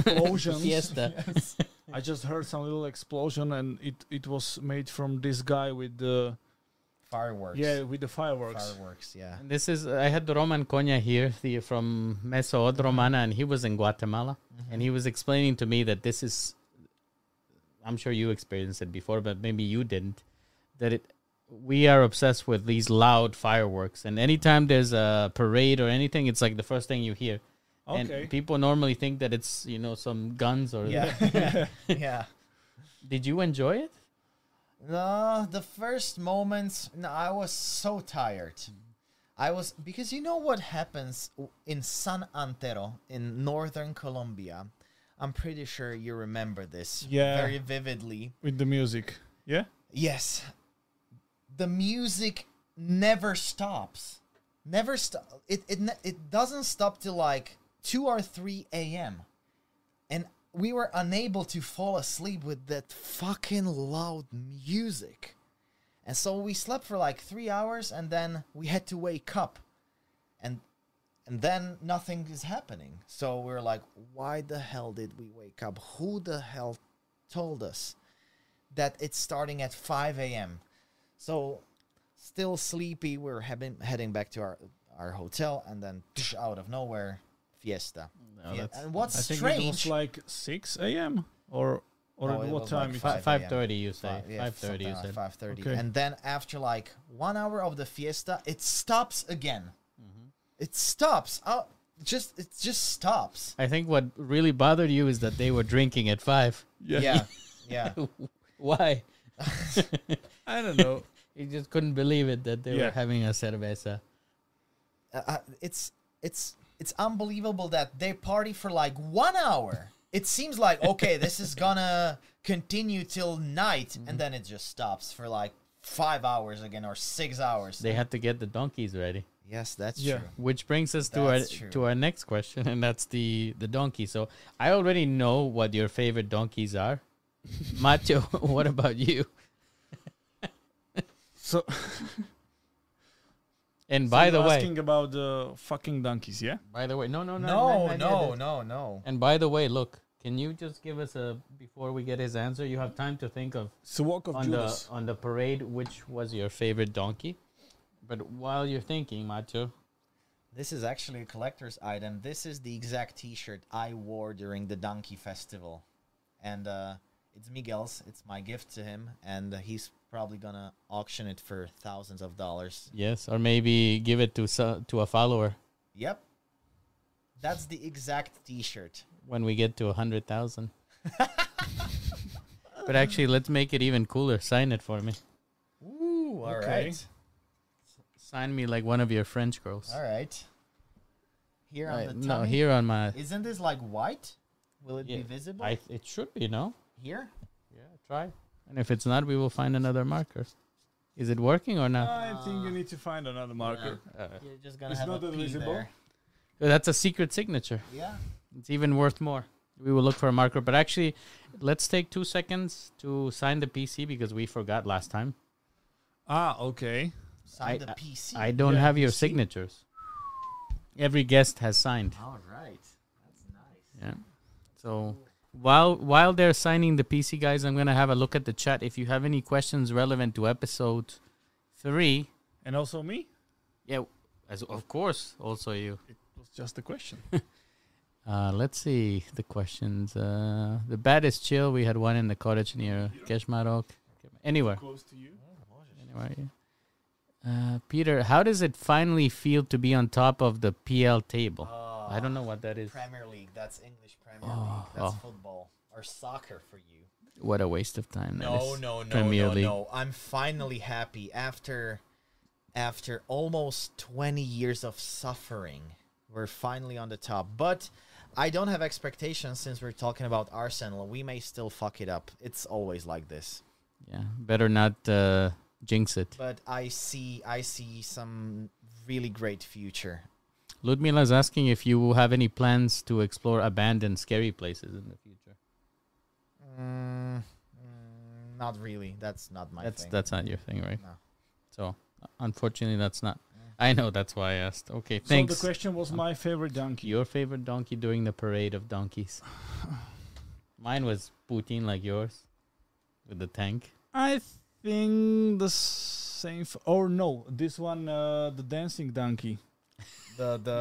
C: explosions
A: Fiesta.
C: i just heard some little explosion and it it was made from this guy with the
B: Fireworks.
C: yeah with the fireworks
B: Fireworks, yeah.
A: This is I had Roman Konya here the, from Mesa Odromana, and he was in Guatemala,
C: Mm-hmm.
A: and he was explaining to me that this is. I'm sure you experienced it before, but maybe you didn't. That it, we are obsessed with these loud fireworks, and anytime there's a parade or anything, it's like the first thing you hear.
C: Okay.
A: And people normally think that it's you know some guns or
B: Yeah. yeah.
A: Did you enjoy it?
B: No, the first moments, no, I was so tired. I was because you know what happens w- in San Antero in northern Colombia. I'm pretty sure you remember this
C: Yeah.
B: very vividly.
C: with the music yeah
B: Yes. The music never stops. Never stop. It, it ne- it doesn't stop till like 2 or 3 a.m. And we were unable to fall asleep with that fucking loud music. And so we slept for like 3 hours and then we had to wake up. And and then nothing is happening. So we're like, why the hell did we wake up? Who the hell told us? that it's starting at 5 a.m. So, still sleepy, we're heading heading back to our our hotel, and then tsh, out of nowhere, fiesta. Fie-
A: that's-
B: and what's
C: I think it was
B: strange?
C: like 6 a.m. or
B: No,
C: or
B: it
C: at what
B: was
C: time?
B: like
C: it-
B: five.
A: 5:30 you say.
B: Fi- yeah,
A: 5:30 you said.
B: something like 5:30.
C: Okay.
B: and then after like one hour of the fiesta, it stops again. It stops. Out, just it just stops.
A: I think what really bothered you is that they were drinking at 5.
C: Yeah.
B: Yeah, yeah.
A: Why?
C: I don't know.
A: You just couldn't believe it that they
C: Yeah.
A: were having a cerveza.
B: uh, uh, it's it's it's unbelievable that they party for like one hour. It seems like okay, this is gonna continue till night, and then it just stops for like five hours again or six hours.
A: They had to get the donkeys ready.
B: yes, that's
C: Yeah.
B: true.
A: Which brings us to our
B: That's true.
A: to our next question, and that's the the donkey. So I already know what your favorite donkeys are. Macho, what about you?
C: So,
A: And by the
C: you're
A: way,
C: asking about the fucking donkeys, yeah?
A: by the way, no, no, no,
B: No,
A: not- not yet.
B: no, no, no.
A: And by the way, look, can you just give us a before we get his answer? You have time to think of
C: So walk of
A: on
C: Judas.
A: the on the parade which was your favorite donkey. But while you're thinking, Macho,
B: This is actually a collector's item. This is the exact T-shirt I wore during the Donkey Festival, and uh, it's Miguel's. It's my gift to him, and he's probably gonna auction it for thousands of dollars
A: yes, or maybe give it to so- to a follower
B: Yep. That's the exact T-shirt.
A: when we get to a hundred thousand. but actually, let's make it even cooler. Sign it for me.
B: Ooh, all right,
C: Okay.
A: Sign me like one of your French girls.
B: all right. Here
A: Right,
B: on the
A: no,
B: tummy.
A: here on my.
B: Isn't this like white? Will it be
A: Yeah,
B: visible
A: I, it should be no.
B: here?
A: Yeah, try. And if it's not, we will find another marker. Is it working or not?
C: I think you need to find another marker.
B: You're just gonna
C: It's
B: have
C: not
B: a
C: that
B: P
C: visible.
B: there.
A: That's a secret signature.
B: Yeah.
A: It's even worth more. We will look for a marker. But actually, let's take two seconds to sign the PC because we forgot last time.
C: Ah, okay.
B: Sign
A: I-
B: the PC.
A: I don't
C: Yeah,
A: have your
C: PC.
A: signatures. Every guest has signed.
B: all right. That's nice.
A: Yeah. So while while they're signing the PC, guys, I'm gonna have a look at the chat. If you have any questions relevant to episode three,
C: And also me?
A: yeah, as of course, also you.
C: It was just a question.
A: Uh, let's see the questions. Uh, the bat is chill. We had one in the cottage near Keshmarok. Anywhere.
C: Close to you.
A: Anyway, yeah. Uh, Peter, how does it finally feel to be on top of the PL table?
B: Oh,
A: I don't know what that is.
B: Premier League. That's English
A: Oh,
B: Premier League. That's football or soccer for you.
A: What a waste of time. that
B: No,
A: is.
B: no, no,
A: Premier
B: no,
A: League.
B: no. I'm finally happy after after almost 20 years of suffering. We're finally on the top. But I don't have expectations since we're talking about Arsenal. We may still fuck it up. It's always like this.
A: Yeah, better not uh, jinx it.
B: But I see I see some really great future.
A: Ludmila's asking if you have any plans to explore abandoned scary places in the future.
B: Mm, mm, not really. That's not my
A: that's
B: thing.
A: that's not your thing, right?
B: No. Mm.
A: So uh, unfortunately, that's not. I know that's why I asked. Okay, thanks.
C: So the question was my favorite donkey.
A: your favorite donkey during the parade of donkeys? Mine was Putin, like yours, with the tank.
C: I think the same. F- or no, this one, uh, the dancing donkey.
B: the the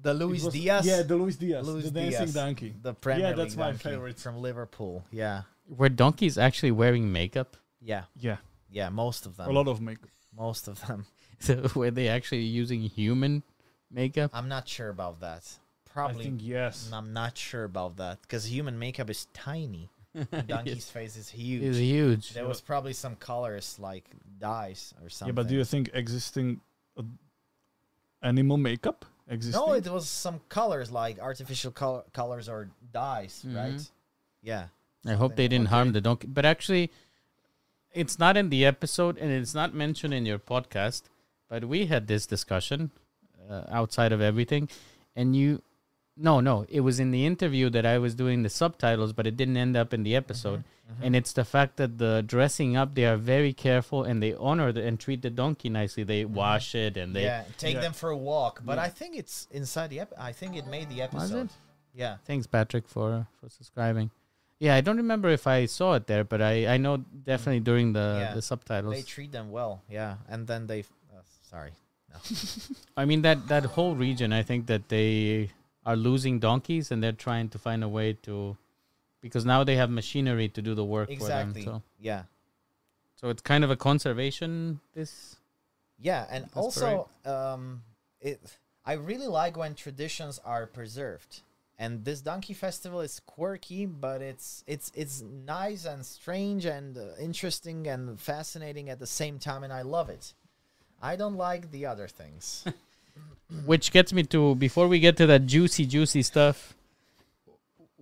B: the
C: It
B: Luis
C: was-
B: Diaz.
C: Yeah, the Luis Diaz,
B: Luis
C: the dancing
B: Diaz.
C: donkey.
B: The Premier
C: Yeah, that's
B: League
C: my
B: donkey
C: favorite.
B: from Liverpool. Yeah,
A: Were donkeys actually wearing makeup?
B: yeah,
C: Yeah,
B: yeah. Most of
C: a
B: them.
C: lot of makeup.
B: Most of them.
A: So were they actually using human makeup?
B: I'm not sure about that.
C: I
B: Probably.
C: think yes.
B: I'm not sure about that because human makeup is tiny. Donkey's face is huge.
A: It's huge.
B: There was probably some colors like dyes or something.
C: Yeah, but do you think existing uh, animal makeup exists?
B: No, it was some colors like artificial col- colors or dyes,
C: Mm-hmm.
B: right? Yeah.
A: I hope they didn't harm the donkey. But actually, it's not in the episode and it's not mentioned in your podcast. But we had this discussion uh, outside of everything. And you, no, no, it was in the interview that I was doing the subtitles, but it didn't end up in the
B: Mm-hmm,
A: episode. And it's the fact that the dressing up, they are very careful and they honor the, and treat the donkey nicely. They wash it and they.
B: Mm-hmm. yeah, take them
C: Yeah.
B: for a walk. But I think it's inside the ep- I think it made the episode. Yeah.
A: Thanks, Patrick, for, for subscribing. Yeah, I don't remember if I saw it there, but I, I know definitely during the,
B: Yeah.
A: the subtitles.
B: They treat them well, yeah, and then they. Uh, sorry,
A: I mean that that whole region. I think that they are losing donkeys, and they're trying to find a way to, because now they have machinery to do the work
B: exactly.
A: for them. So,
B: Yeah,
A: so it's kind of a conservation. This
B: yeah, and
A: That's
B: also, um, it. I really like when traditions are preserved, and this donkey festival is quirky, but it's it's it's nice and strange and uh, interesting and fascinating at the same time, and I love it. I don't like the other things.
A: which gets me to before we get to that juicy juicy stuff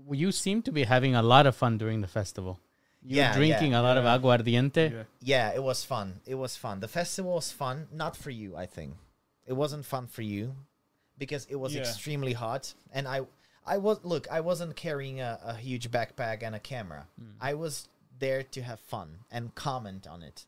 A: w- you seem to be having a lot of fun during the festival you're
B: yeah,
A: drinking a
B: yeah.
A: lot of aguardiente
C: Yeah.
B: yeah, it was fun. It was fun. The festival was fun, not for you, I think. It wasn't fun for you because it was
C: Yeah.
B: extremely hot and I I was look, I wasn't carrying a, a huge backpack and a camera.
C: Mm.
B: I was there to have fun and comment on it.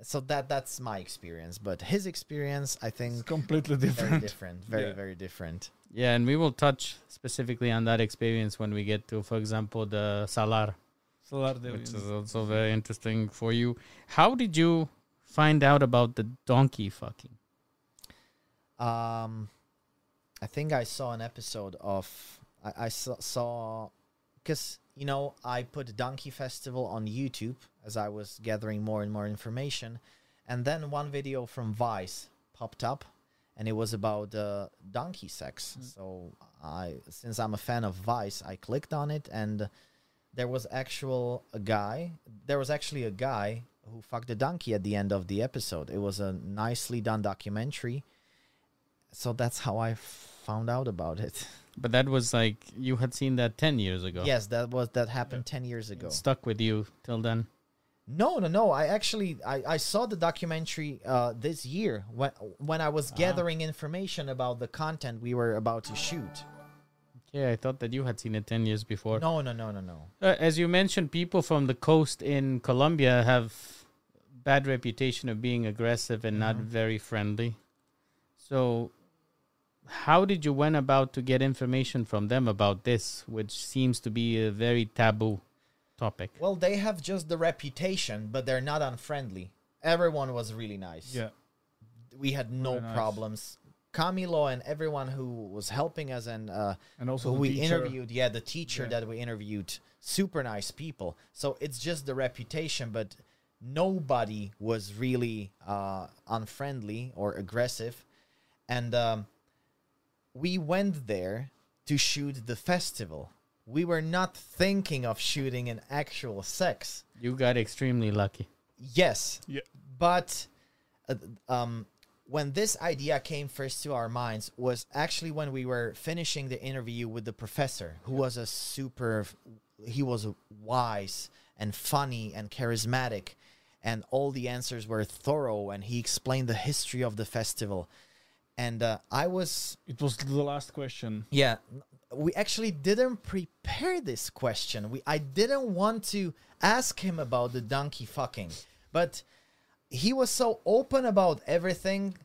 B: So that that's my experience, but his experience I
C: It's
B: think
C: completely
B: very
C: different.
B: different, very
C: Yeah.
B: very different.
A: yeah and we will touch specifically on that experience when we get to for example the salar
C: Solar Devi.
A: which is also very interesting for you. How did you find out about the donkey fucking?
B: Um, I think I saw an episode of I, I saw- saw because you know I put Donkey Festival on YouTube as I was gathering more and more information, and then one video from Vice popped up, and it was about uh, donkey sex. So I, since I'm a fan of Vice, I clicked on it, and there was actual a guy. There was actually a guy who fucked a donkey at the end of the episode. It was a nicely done documentary so that's how I found out about it.
A: But that was like you had seen that ten years ago.
B: Yes, that was that happened ten years ago.
A: stuck with you till then.
B: No, no, no. I actually I, I saw the documentary uh, this year when when I was gathering information about the content we were about to shoot.
A: Yeah, I thought that you had seen it ten years before.
B: No, no, no, no, no.
A: Uh, as you mentioned, people from the coast in Colombia have bad reputation of being aggressive and not very friendly. So, how did you went about to get information from them about this, which seems to be a very taboo topic?
B: Well, they have just the reputation, but they're not unfriendly. Everyone was really nice.
C: Yeah.
B: we had no
C: nice.
B: problems. Camilo and everyone who was helping us and uh,
C: And also
B: who
C: the
B: we
C: teacher.
B: interviewed, yeah, the teacher that we interviewed, super nice people. So it's just the reputation, but nobody was really uh, unfriendly or aggressive, and um, we went there to shoot the festival. We were not thinking of shooting an actual sex.
A: You got extremely lucky.
B: Yes,
C: Yeah.
B: but uh, um, when this idea came first to our minds was actually when we were finishing the interview with the professor who was a super he was wise and funny and charismatic and all the answers were thorough and he explained the history of the festival and uh, i was
C: It was the last question.
B: yeah, n- we actually didn't prepare this question. We I didn't want to ask him about the donkey fucking, but he was so open about everything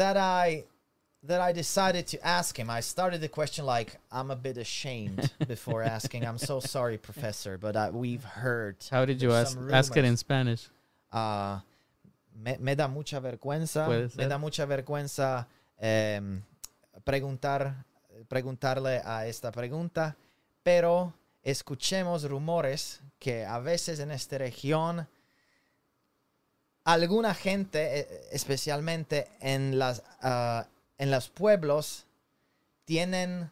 B: that I that I decided to ask him. I started the question like I'm a bit ashamed before asking. I'm so sorry, professor, but I, we've heard
A: How did you ask
B: There's some
A: ask it in
B: rumors.
A: Spanish?
B: Ah, me, me da mucha vergüenza,
A: Puede
B: me
A: ser.
B: da mucha vergüenza em, preguntar, preguntarle a esta pregunta, pero escuchemos rumores que a veces en esta región alguna gente, eh, especialmente en las ah, en los pueblos, tienen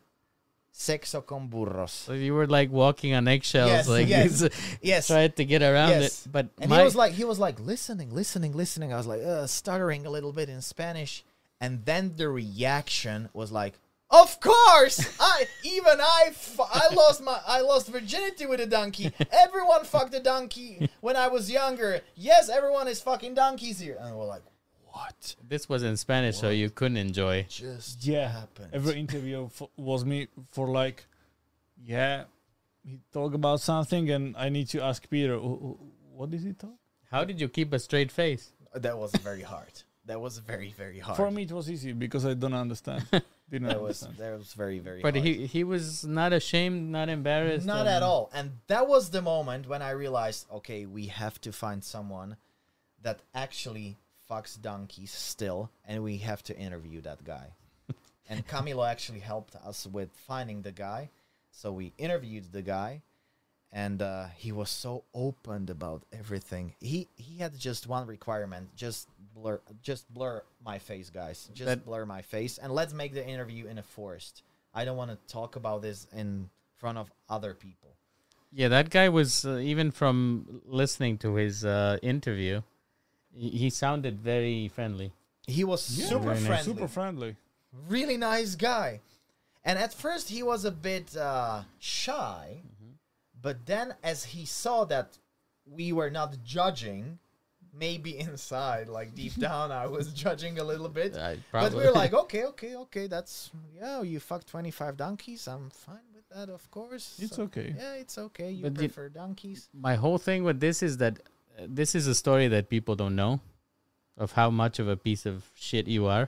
B: sexo con burros.
A: So you were like walking on eggshells,
B: Yes,
A: like
B: yes. Yes.
A: tried to get around
B: Yes.
A: it. But
B: And
A: my,
B: he was like, he was like listening, listening, listening. I was like, uh, stuttering a little bit in Spanish, and then the reaction was like, "Of course, I even I fu- I lost my I lost virginity with a donkey. Everyone fucked a donkey when I was younger. Yes, everyone is fucking donkeys here." And we're like, "What
A: this was in Spanish, so you couldn't enjoy.
B: just
C: Yeah.
B: happened?"
C: Every interview f- was me for like, yeah, he talk about something, and I need to ask Peter, "Wh- wh- what did he talk?
A: How did you keep a straight face?
B: that was very hard. That was very very hard.
C: For me, it was easy because I don't understand. Didn't
B: that was
C: understand.
B: that was very very.
A: But
B: hard.
A: he he was not ashamed, not embarrassed.
B: Not
A: and-
B: at all. And that was the moment when I realized, okay, we have to find someone that actually fucks donkeys still, and we have to interview that guy. and Camilo actually helped us with finding the guy, so we interviewed the guy, and uh, he was so open about everything. He he had just one requirement: just blur, just blur my face, guys. Just
A: That-
B: blur my face, and let's make the interview in a forest. I don't want to talk about this in front of other people.
A: Yeah, that guy was uh, even from listening to his uh, interview, he, he sounded very friendly.
B: He was super
A: Very nice.
B: friendly,
C: Super friendly.
B: really nice guy. And at first he was a bit uh, shy, but then as he saw that we were not judging, maybe inside, like deep down, I was judging a little bit.
A: I
B: But
A: probably
B: we were like, okay, okay, okay, that's yeah. You fuck twenty five donkeys. I'm fine with that, of course.
C: It's
B: So-
C: okay.
B: Yeah, it's okay. You
A: But the-
B: prefer donkeys.
A: my whole thing with this is that uh, this is a story that people don't know of how much of a piece of shit you are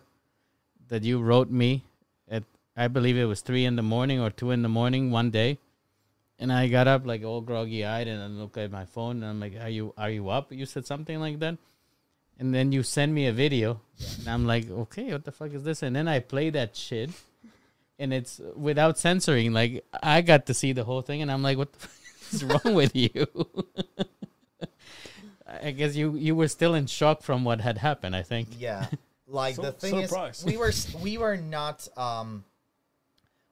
A: that you wrote me at i believe it was three in the morning or two in the morning one day and i got up like all groggy eyed and i look at my phone and i'm like are you are you up you said something like that and then you send me a video and i'm like okay what the fuck is this and then i play that shit and it's without censoring like i got to see the whole thing and i'm like what the fuck is wrong with you i guess you you were still in shock from what had happened i think
B: Yeah, like the
C: Sur-
B: thing
C: surprise.
B: is, we were s- we were not um,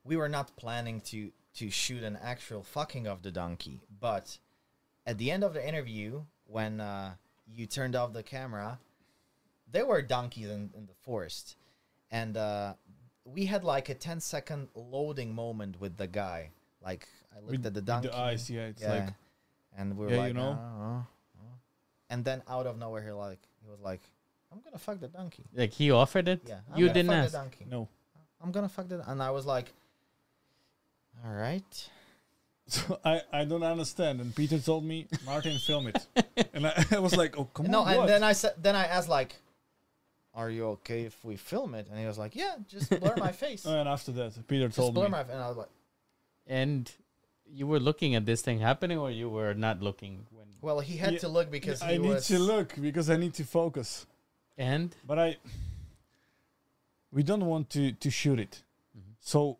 B: we were not planning to to shoot an actual fucking of the donkey. But at the end of the interview, when uh, you turned off the camera, there were donkeys in, in the forest, and uh, we had like a 10 second loading moment with the guy. Like I looked at
C: With-
B: the donkey.
C: with eyes, yeah, it's like-
B: and we were
C: Yeah,
B: like,
C: you know?
B: "Ah, ah, ah." and then out of nowhere, he like he was like, "I'm gonna fuck the donkey."
A: Like he offered it.
B: Yeah, I'm
A: you
B: gonna
A: didn't
B: fuck
A: ask.
B: The donkey.
C: No.
B: I'm gonna fuck the. And I was like, "All right."
C: So I, I don't understand. And Peter told me, Martin, film it. and I, I was like, oh, come
B: No,
C: on.
B: and
C: what?"
B: then I said, then I asked like, "Are you okay if we film it?" And he was like, "Yeah, just blur my face."
C: Oh, and after that, Peter
B: Just
C: told
B: blur
C: me.
B: my face. And I was like,
A: And you were looking at this thing happening, or you were not looking when.
B: "Well, he had
C: Yeah,
B: to look because he
C: I need
B: was."
C: to look because I need to focus.
A: And
C: But I, we don't want to to shoot it.
A: Mm-hmm.
C: So,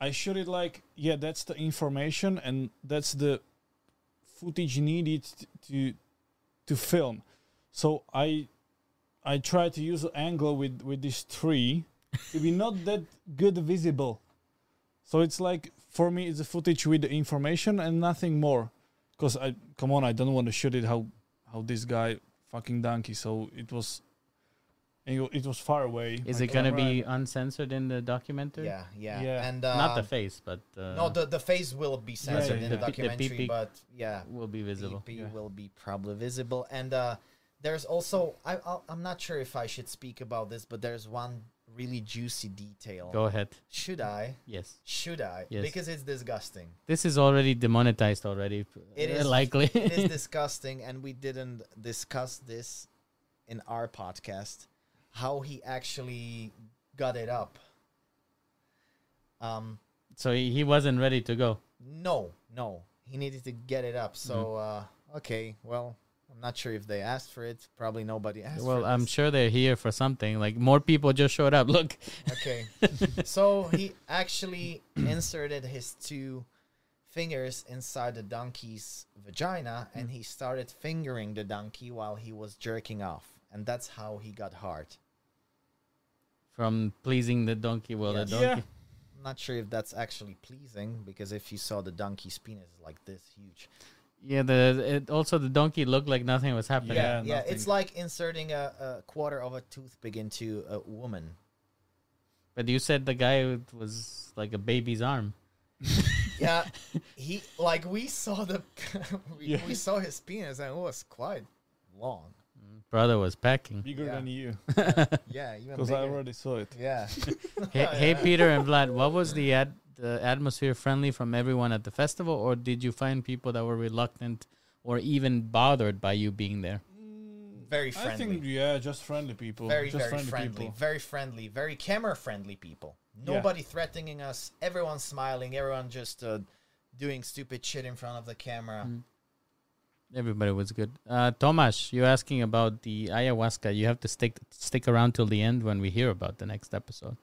C: I shoot it like yeah, that's the information and that's the footage needed t- to to film. So I I try to use an angle with with this tree to be not that good visible. So it's like for me, it's a footage with the information and nothing more. Cause I come on, I don't want to shoot it how how this guy fucking donkey. So it was, and you- it was far away.
A: Is
C: My
A: it gonna be
C: camera-
A: uncensored in the documentary?
B: Yeah, yeah,
C: Yeah.
B: and uh,
A: Not the face, but uh,
B: no, the the face will be censored
C: yeah,
A: The p-
B: in the
C: yeah.
A: the
B: documentary,
A: PP
B: but yeah,
A: will be visible.
B: PP
C: yeah.
B: will be probably visible. And uh, there's also I I'll, I'm not sure if I should speak about this, but there's one really juicy detail.
A: Go ahead.
B: Should I?
A: Yes,
B: Should I?
A: Yes.
B: Because it's disgusting.
A: this is already demonetized already. p-
B: It
A: uh,
B: is-
A: likely.
B: it is disgusting, and we didn't discuss this in our podcast. How he actually got it up. Um,
A: so he he wasn't ready to go.
B: No, no. He needed to get it up. So,
A: Mm-hmm.
B: uh, okay, well, I'm not sure if they asked for it. Probably nobody asked
A: well,
B: for
A: I'm
B: this.
A: sure they're here for something. Like more people just showed up. Look,
B: Okay. so he actually inserted his two fingers inside the donkey's vagina and he started fingering the donkey while he was jerking off. And that's how he got hard.
A: from pleasing the donkey. Well,
B: Yes.
A: the donkey.
B: I'm not sure if that's actually pleasing because if you saw the donkey's penis it's like this huge.
A: Yeah, the it, also the donkey looked like nothing was happening.
C: Yeah.
B: yeah, it's
C: nothing.
B: like inserting a, a quarter of a toothpick into a woman.
A: But you said the guy was like a baby's arm.
B: Yeah, he like we saw the we,
C: Yeah.
B: we saw his penis and it was quite long.
A: Brother was packing.
C: bigger
B: Yeah.
C: than you
B: Yeah, even
C: because I
B: bigger.
C: already saw it.
B: yeah.
A: Hey, hey Peter and Vlad, what was the ad the atmosphere friendly from everyone at the festival, or did you find people that were reluctant or even bothered by you being there?
B: Mm, very
C: I think
B: friendly,
C: yeah, just friendly people.
B: very
C: just
B: very friendly, very friendly, very camera friendly people.
C: Yeah.
B: Nobody threatening us. Everyone smiling. Everyone just uh, doing stupid shit in front of the camera.
A: Mm. Everybody was good. Uh, Tomas, you're asking about the ayahuasca. You have to stick stick around till the end when we hear about the next episode.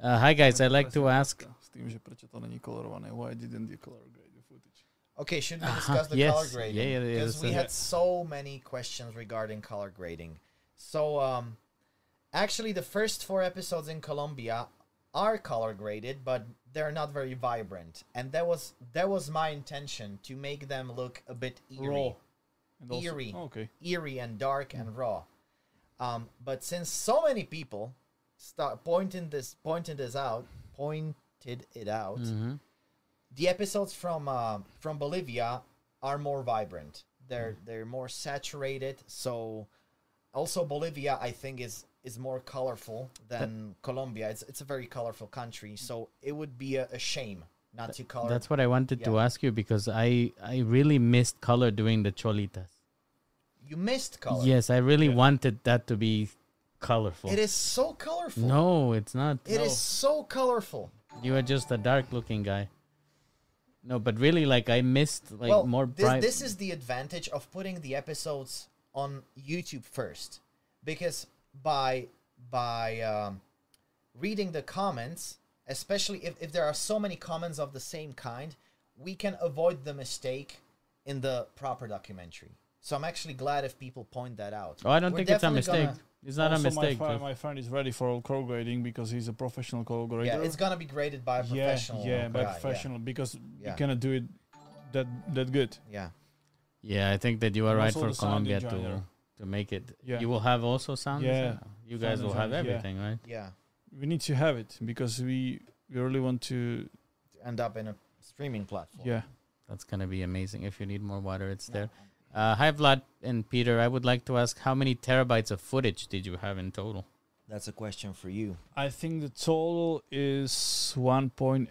A: Uh, hi guys, I'd like to ask.
C: S tým, že prečo to není kolorované? Why didn't you color grade the footage?
B: Okay, should we
A: Uh-huh,
B: discuss the
A: yes.
B: color grading?
A: Yeah, yeah, yeah,
B: Because
A: that's
B: we
A: a-
B: had so many questions regarding color grading. So, um, actually, the first four episodes in Colombia are color graded, but they're not very vibrant. And that was that was my intention to make them look a bit eerie,
C: Raw. And Oh,
B: Eerie.
C: okay.
B: eerie and dark and raw. Um, but since so many people start pointing this pointing this out, pointed it out
A: Mhm.
B: the episodes from uh, from Bolivia are more vibrant. They're
A: Mm-hmm.
B: they're more saturated. So also Bolivia, I think, is is more colorful than Colombia. It's it's a very colorful country. So it would be a, a shame not to color.
A: That's what I wanted to
B: Yeah.
A: ask you because I I really missed color during the cholitas.
B: you missed color.
A: Yes, I really wanted that to be colorful.
B: It is so colorful.
A: No, it's not.
B: It is
C: No.
B: so colorful.
A: You are just a dark looking guy. No, but really, like I missed like
B: well,
A: more
B: this,
A: bright.
B: this is the advantage of putting the episodes on YouTube first, because by by um, reading the comments, especially if, if there are so many comments of the same kind, we can avoid the mistake in the proper documentary. So I'm actually glad if people point that out.
A: oh, I don't
B: We're
A: think it's a
B: definitely
A: mistake.
B: gonna-
A: It's not a
C: Also,
A: mistake.
C: My, fri-
A: dude.
C: my friend is ready for color grading because he's a professional color grader.
B: yeah, it's gonna be graded by a
C: yeah,
B: professional.
C: yeah,
B: guy,
C: but professional because
B: Yeah.
C: you cannot do it that that good.
B: Yeah.
A: Yeah, I think that you are
C: And
A: right for
C: also the sound
A: Colombia to
C: engineer.
A: to make it.
C: Yeah.
A: You will have also sound. design?
C: Yeah,
A: You
C: sound
A: guys will have
C: design, yeah.
A: everything, right?
B: yeah,
C: We need to have it because we we really want to.
B: yeah. End up in a streaming platform.
C: Yeah,
A: That's gonna be amazing. If you need more water, it's there. Uh, hi Vlad and Peter. I would like to ask how many terabytes of footage did you have in total?
B: That's a question for you.
C: I think the total is 1.8,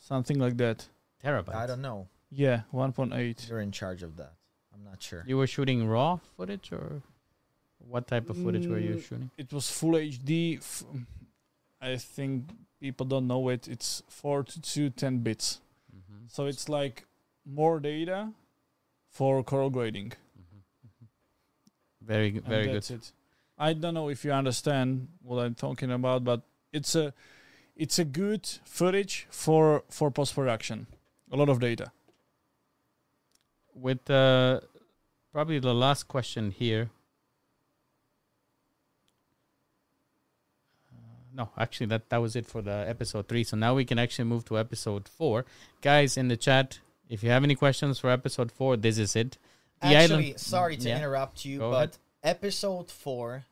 C: something like that.
A: Terabytes.
B: I don't know.
C: Yeah, 1.8.
B: You're in charge of that. I'm not sure.
A: You were shooting raw footage or what type of footage were you
C: Mm,
A: shooting?
C: It was full HD. F- I think people don't know it. It's 4 to 2, 10 bits.
A: Mm-hmm.
C: So it's like more data for color grading.
A: Mm-hmm. Very good.
C: And
A: Very good.
C: that's it. I don't know if you understand what I'm talking about, but it's a it's a good footage for for post production. A lot of data.
A: With uh, probably the last question here. Uh, no, actually, that that was it for the episode three. So now we can actually move to episode four, guys. In the chat, if you have any questions for episode four, this is it. The
B: Actually, sorry to
A: Yeah.
B: interrupt you,
A: Go
B: but
A: ahead.
B: episode four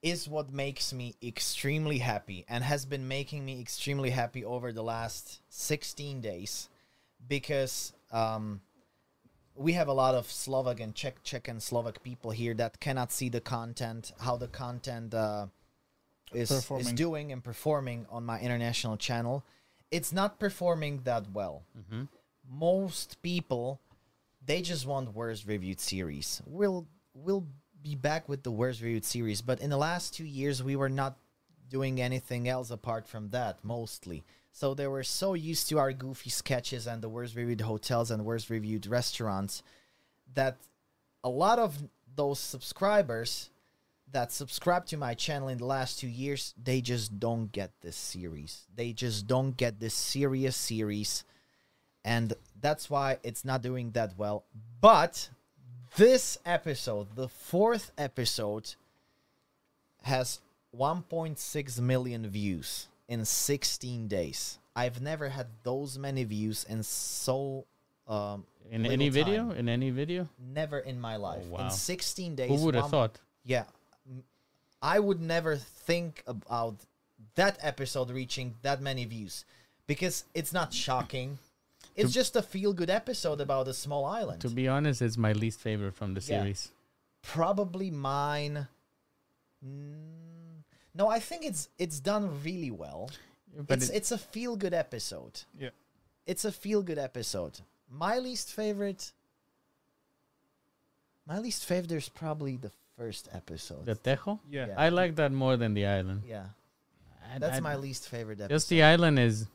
B: is what makes me extremely happy and has been making me extremely happy over the last 16 days because um, we have a lot of Slovak and Czech, Czech and Slovak people here that cannot see the content, how the content uh, is, is
C: Performing.
B: doing and performing on my international channel. It's not performing that well.
A: Mm-hmm.
B: Most people they just want worst reviewed series. We'll we'll be back with the worst reviewed series, but in the last two years we were not doing anything else apart from that mostly. So they were so used to our goofy sketches and the worst reviewed hotels and worst reviewed restaurants that a lot of those subscribers that subscribe to my channel in the last two years, they just don't get this series. They just don't get this serious series and that's why it's not doing that well. But this episode, the fourth episode, has 1.6 million views in 16 days. I've never had those many views in so um,
A: in
B: little
A: any
B: time.
A: video, in any video,
B: Never in my life.
A: Oh, wow.
B: In 16 days,
A: who would have
B: one-
A: thought?
B: yeah. M- I would never think about that episode reaching that many views because it's not shocking. It's just a feel good episode about a small island.
A: To be honest, it's my least favorite from the
B: Yeah.
A: series.
B: Probably mine. Mm, no, I think it's it's done really well.
A: But
B: it's
A: it-
B: it's a feel good episode.
C: Yeah.
B: It's a feel good episode. My least favorite My least favorite is probably the first episode.
A: The Tejo,
C: Yeah.
B: Yeah.
A: I like that more than the island.
B: yeah.
A: I- I-
B: That's my least favorite episode.
A: Just the island is.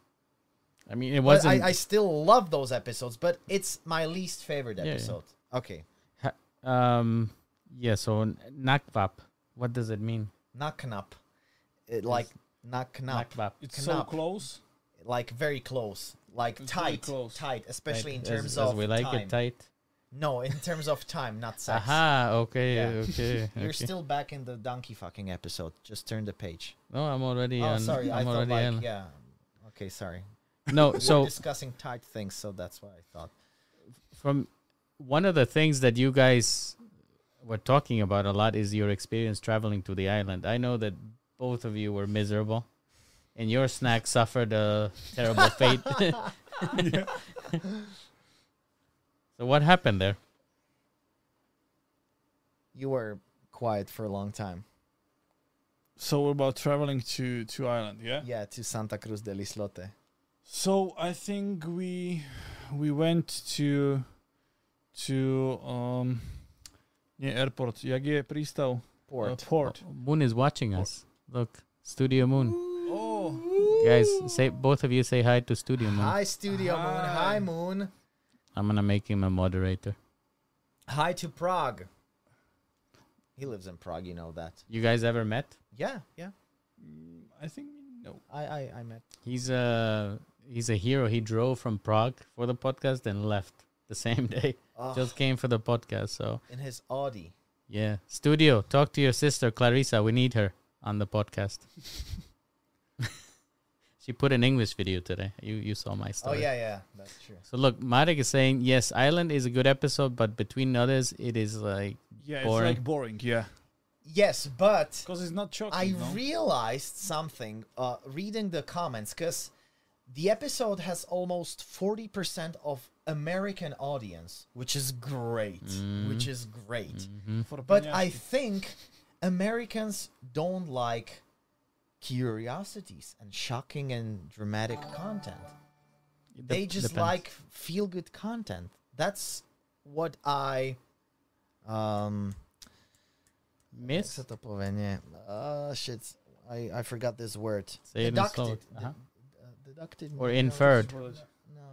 A: I mean, it
B: But
A: wasn't.
B: I, I still love those episodes, but it's my least favorite
A: yeah.
B: episode. Okay.
A: ha- um, yeah. So n- nakvap. What does it mean?
B: Not Knup. It, like, not Knup.
A: Nakvap.
C: It's so
B: Knap.
C: close.
B: Like, very close. Like,
C: It's
B: tight.
C: really close.
B: Tight. Especially in
A: As-
B: terms
A: as
B: of
A: we like
B: time.
A: it tight.
B: No, in terms of time, not sex.
A: Aha. Okay.
B: Yeah.
A: Okay.
B: You're
A: okay.
B: still back in the donkey fucking episode. Just turn the page.
A: No, I'm already on.
B: oh, sorry.
A: I'm
B: i thought,
A: already on.
B: like, yeah. Okay, sorry.
A: No, so
B: So, discussing tight things, so that's what I thought.
A: from one of the things that you guys were talking about a lot is your experience traveling to the island. I know that both of you were miserable, and your snack suffered a terrible fate. so what happened there?
B: You were quiet for a long time.
C: So we're about traveling to to Ireland, yeah?
B: Yeah, to Santa Cruz del Islote.
C: So I think we we went to to um yeah airport. Jak je prístav? Uh,
B: Port.
C: port.
A: Moon is watching us. Look, Studio Moon,
C: Oh,
A: guys. Say both of you say hi to Studio Moon.
B: Hi, Studio Moon. Hi,
C: Hi.
B: Moon.
A: I'm gonna make him a moderator.
B: Hi to Prague. He lives in Prague, you know that.
A: You guys ever met?
B: Yeah, yeah.
C: I think no.
B: I I, I met.
A: He's a he's a hero. He drove from Prague for the podcast and left the same day.
B: Ugh.
A: Just came for the podcast. So
B: uh, In his Audi.
A: yeah, studio. Talk to your sister Clarissa. We need her on the podcast. she put an English video today. You you saw my
B: Oh
A: story.
B: yeah, yeah. That's true.
A: So look, Marek is saying yes. Island is a good episode, but between others, it is like
C: Yeah,
A: Boring.
C: it's like boring, yeah.
B: Yes, but
C: Because it's not shocking.
B: I
C: no?
B: realized something uh, reading the comments because the episode has almost 40% of American audience, which is great. Which is great.
C: For
B: But
C: Peña,
B: I think Americans don't like curiosities and shocking and dramatic content.
A: it
B: They
A: dep-
B: just
A: depends.
B: like feel good content. That's what I um
A: miss.
B: co to povenie? Uh, shit. I, I forgot this word.
A: Say it in slow.
B: Deducted.
A: Aha.
B: D- uh, deducted.
A: Or
B: no,
A: inferred.
B: No,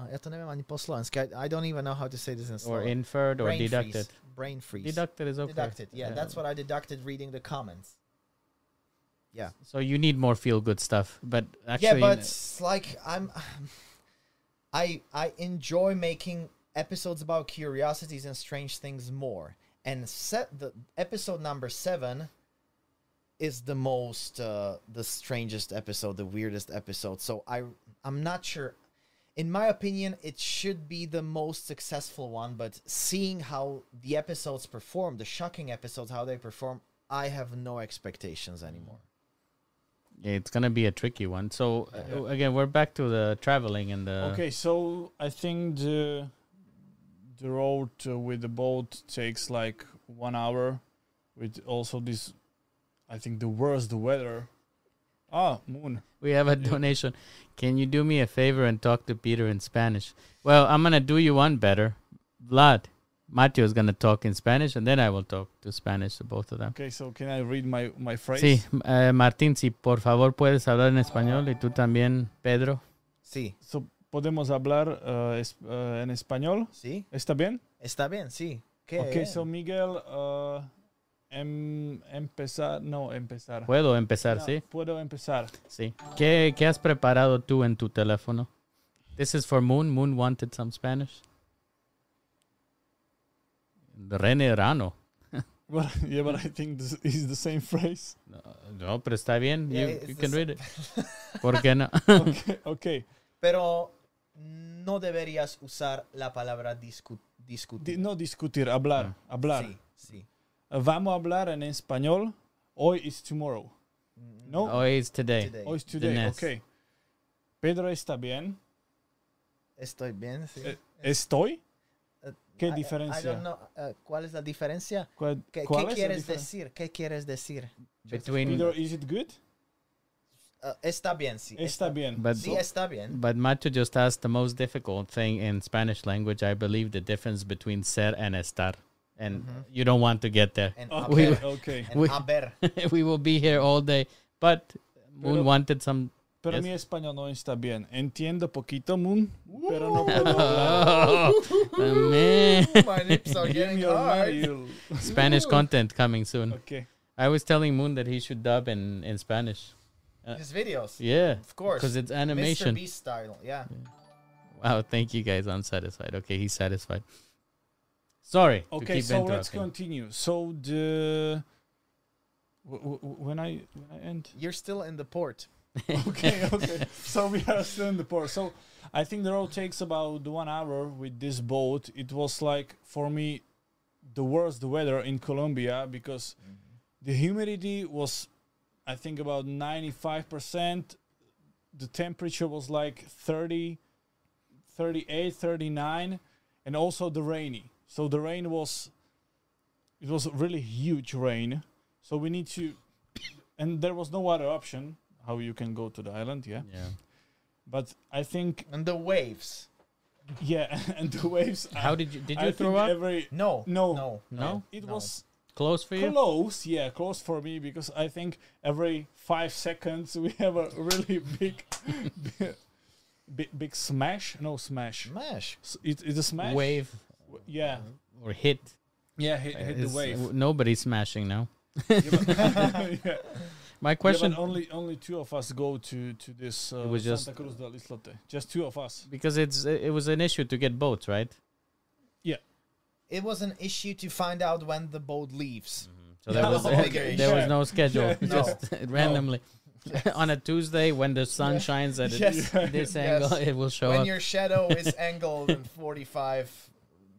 B: uh, ja to neviem ani po slovensky. I, I don't even know how to say this in
A: Or
B: Slovak.
A: inferred or
B: Brain
A: deducted.
B: Freeze. Brain freeze.
A: Deducted is okay.
B: Deducted. Yeah, that's what I deducted reading the comments. Yeah.
A: So you need more feel good stuff, but
B: yeah,
A: actually,
B: but it's like I'm, I I enjoy making episodes about curiosities and strange things more. And set the episode number seven is the most uh, the strangest episode, the weirdest episode. So I I'm not sure. In my opinion, it should be the most successful one, but seeing how the episodes perform, the shocking episodes, how they perform, I have no expectations anymore.
A: Yeah, it's gonna be a tricky one. So uh, again, we're back to the traveling and the.
C: okay, so I think the the road uh, with the boat takes like one hour, with also this, I think the worst weather. Ah, moon.
A: We have a donation. Can you do me a favor and talk to Peter in Spanish? Well, I'm gonna do you one better. Vlad, Mateo is gonna talk in Spanish, and then I will talk to Spanish to both of them.
C: Okay, so can I read my my phrase?
A: Sí, eh, Martín, si por favor puedes hablar en español y tú también, Pedro.
B: Sí,
C: So podemos hablar uh, es- uh, en español.
B: sí,
C: ¿Está bien?
B: está bien, sí. Qué bien.
C: Okay, so Miguel, uh, em, empezar, no, empezar.
A: Puedo empezar,
C: Ah,
A: sí,
C: Puedo empezar.
A: sí. ¿Qué, qué has preparado tú en tu teléfono? This is for Moon. Moon wanted some Spanish. René Rano.
C: But, yeah, but I think this is the same phrase.
A: No, pero está bien. You,
B: Yeah, it's
A: you
B: the
A: can
B: s-
A: read it. ¿Por qué no?
C: Okay, okay.
B: Pero no deberías usar la palabra discu- discutir.
C: Di- no discutir, hablar,
A: Ah.
C: hablar.
B: Sí, sí.
C: Uh, Vamos a hablar en español. Hoy is tomorrow.
B: Mm.
C: No,
A: Hoy es today.
B: Today.
C: hoy is today.
A: Dnes.
C: Okay. Pedro está bien.
B: Estoy bien, sí.
C: Eh, Estoy.
B: Eh,
C: ¿Qué
B: I- I- I
C: diferencia?
B: don't know, uh, ¿Cuál es la diferencia?
C: ¿Cuál,
B: ¿Qué, qué
C: cuál es la
B: quieres
C: diferencia?
B: decir? ¿Qué quieres decir?
A: Between
C: Pedro, is it good?
B: Uh, está bien, sí.
C: Está bien.
A: But-
B: Sí, está bien.
A: But Macho just asked the most difficult thing in Spanish language. I believe the difference between ser and estar, and you don't want to get there.
B: And a
C: Okay,
B: ver.
C: okay.
B: and
A: we-
B: a ver.
A: we will be here all day. But Moon
C: Pero-
A: wanted some.
C: Pero
A: Yes.
C: mi español no está bien. Entiendo poquito, Moon, pero no puedo hablar.
A: Oh, man.
B: My lips are
C: Give
B: getting
C: me your
B: hard.
C: mail.
A: Spanish content coming soon.
C: Okay.
A: I was telling Moon that he should dub in in Spanish.
B: His videos.
A: Yeah,
B: Of course.
A: because it's
B: Mr.
A: animation.
B: Beast style, yeah.
A: Wow, thank you guys. I'm satisfied. Okay, he's satisfied. Sorry. to
C: Okay,
A: keep
C: so let's
A: interrupting.
C: continue. So the w- w- when I when I end.
B: You're still in the port.
C: Okay, okay. so we are still in the port. So I think the road takes about one hour with this boat. It was like for me the worst weather in Colombia because the humidity was I think about ninety five percent. The temperature was like 30, 38, 39, and also the rainy. So the rain was it was really huge rain. So we need to and there was no other option how you can go to the island, yeah.
A: Yeah.
C: But I think
B: And the waves.
C: yeah, and the waves. I-
A: How did you did
C: I
A: you
C: think
A: throw up?
C: Every
B: No.
C: No.
B: No.
A: No?
C: it
B: No.
C: was
A: Close for you?
C: close, yeah, close for me because I think every five seconds we have a really big, big, big smash. No smash.
B: Smash.
C: S- It, it's a smash.
A: Wave
C: W- Yeah,
A: or hit?
C: yeah, hit, hit the
A: It's-
C: wave.
A: w- Nobody's smashing now.
C: yeah.
A: My question,
C: Question. only only two of us go to to this. Uh,
A: was just-
C: Santa Cruz del Islote. Just two of us.
A: because it's it was an issue to get boats, right?
B: It was an issue to find out when the boat leaves.
A: So there
C: Yeah.
A: was
B: Oh, okay.
A: there was
C: Yeah.
A: no schedule,
C: Yeah, no.
A: just randomly. On a Tuesday when the sun shines at
B: Yes.
A: this, this angle, it will show up.
B: when your shadow is angled in 45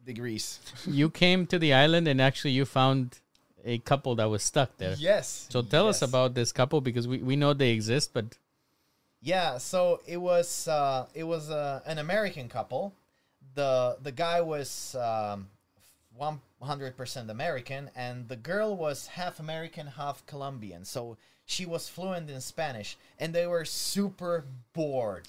B: degrees.
A: You came to the island and actually you found a couple that was stuck there.
B: Yes.
A: So tell us
B: yes.
A: about this couple because we, we know they exist, but
B: Yeah, so it was uh, it was uh, an American couple. The the guy was um, 100% American and the girl was half American, half Colombian. So she was fluent in Spanish and they were super bored.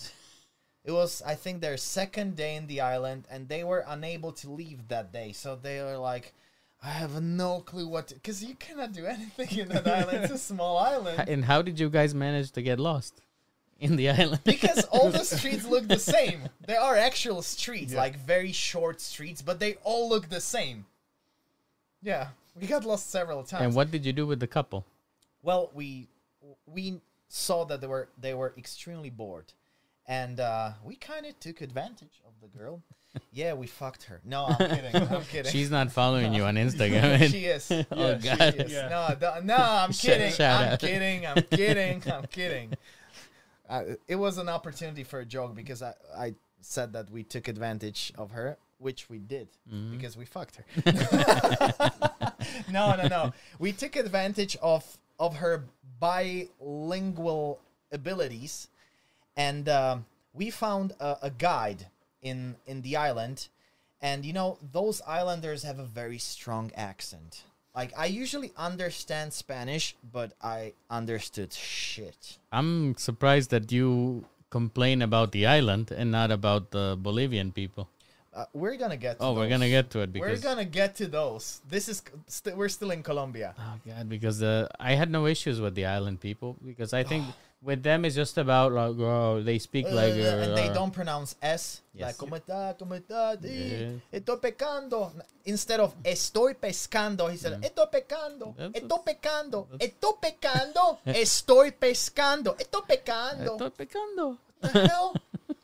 B: It was I think their second day in the island and they were unable to leave that day. So they were like I have no clue what because you cannot do anything in that island. It's a small island.
A: and how did you guys manage to get lost in the island?
B: because all the streets look the same. They are actual streets, like very short streets, but they all look the same. Yeah, we got lost several times.
A: and what did you do with the couple?
B: Well, we we saw that they were they were extremely bored, and uh, we kind of took advantage of the girl. yeah, we fucked her. No, I'm kidding. I'm kidding.
A: She's not following you on Instagram.
B: she is.
A: oh
C: Yeah, she
A: god.
B: Yes.
C: Yeah.
B: No, th- no, I'm
A: Shout-
B: kidding.
A: shout
B: I'm
A: out.
B: kidding. I'm kidding. I'm kidding. Uh, it was an opportunity for a joke because I, I said that we took advantage of her, which we did
A: Mm-hmm.
B: because we fucked her. no, no, no. We took advantage of of her bilingual abilities, and um, we found a, a guide in in the island. And you know those islanders have a very strong accent. Like I usually understand Spanish, but I understood shit.
A: I'm surprised that you complain about the island and not about the Bolivian people.
B: Uh, we're gonna get.
A: Oh,
B: To
A: we're
B: those.
A: gonna get to it
B: We're
A: because
B: gonna get to those. This is st- we're still in Colombia.
A: Oh god, because the I had no issues with the island people because I think with them it's just about like oh they speak like uh,
B: and they
A: uh,
B: don't pronounce S.
A: Yes.
B: Like, ¿cómo está? ¿Cómo está? Di,
A: Yeah.
B: Estoy pecando. Instead of estoy pescando, he said, estoy
A: Mm.
B: pecando.
A: That's-
B: Estoy pecando. Estoy pecando. Estoy pescando. Estoy pecando.
A: Estoy pecando.
B: What the hell?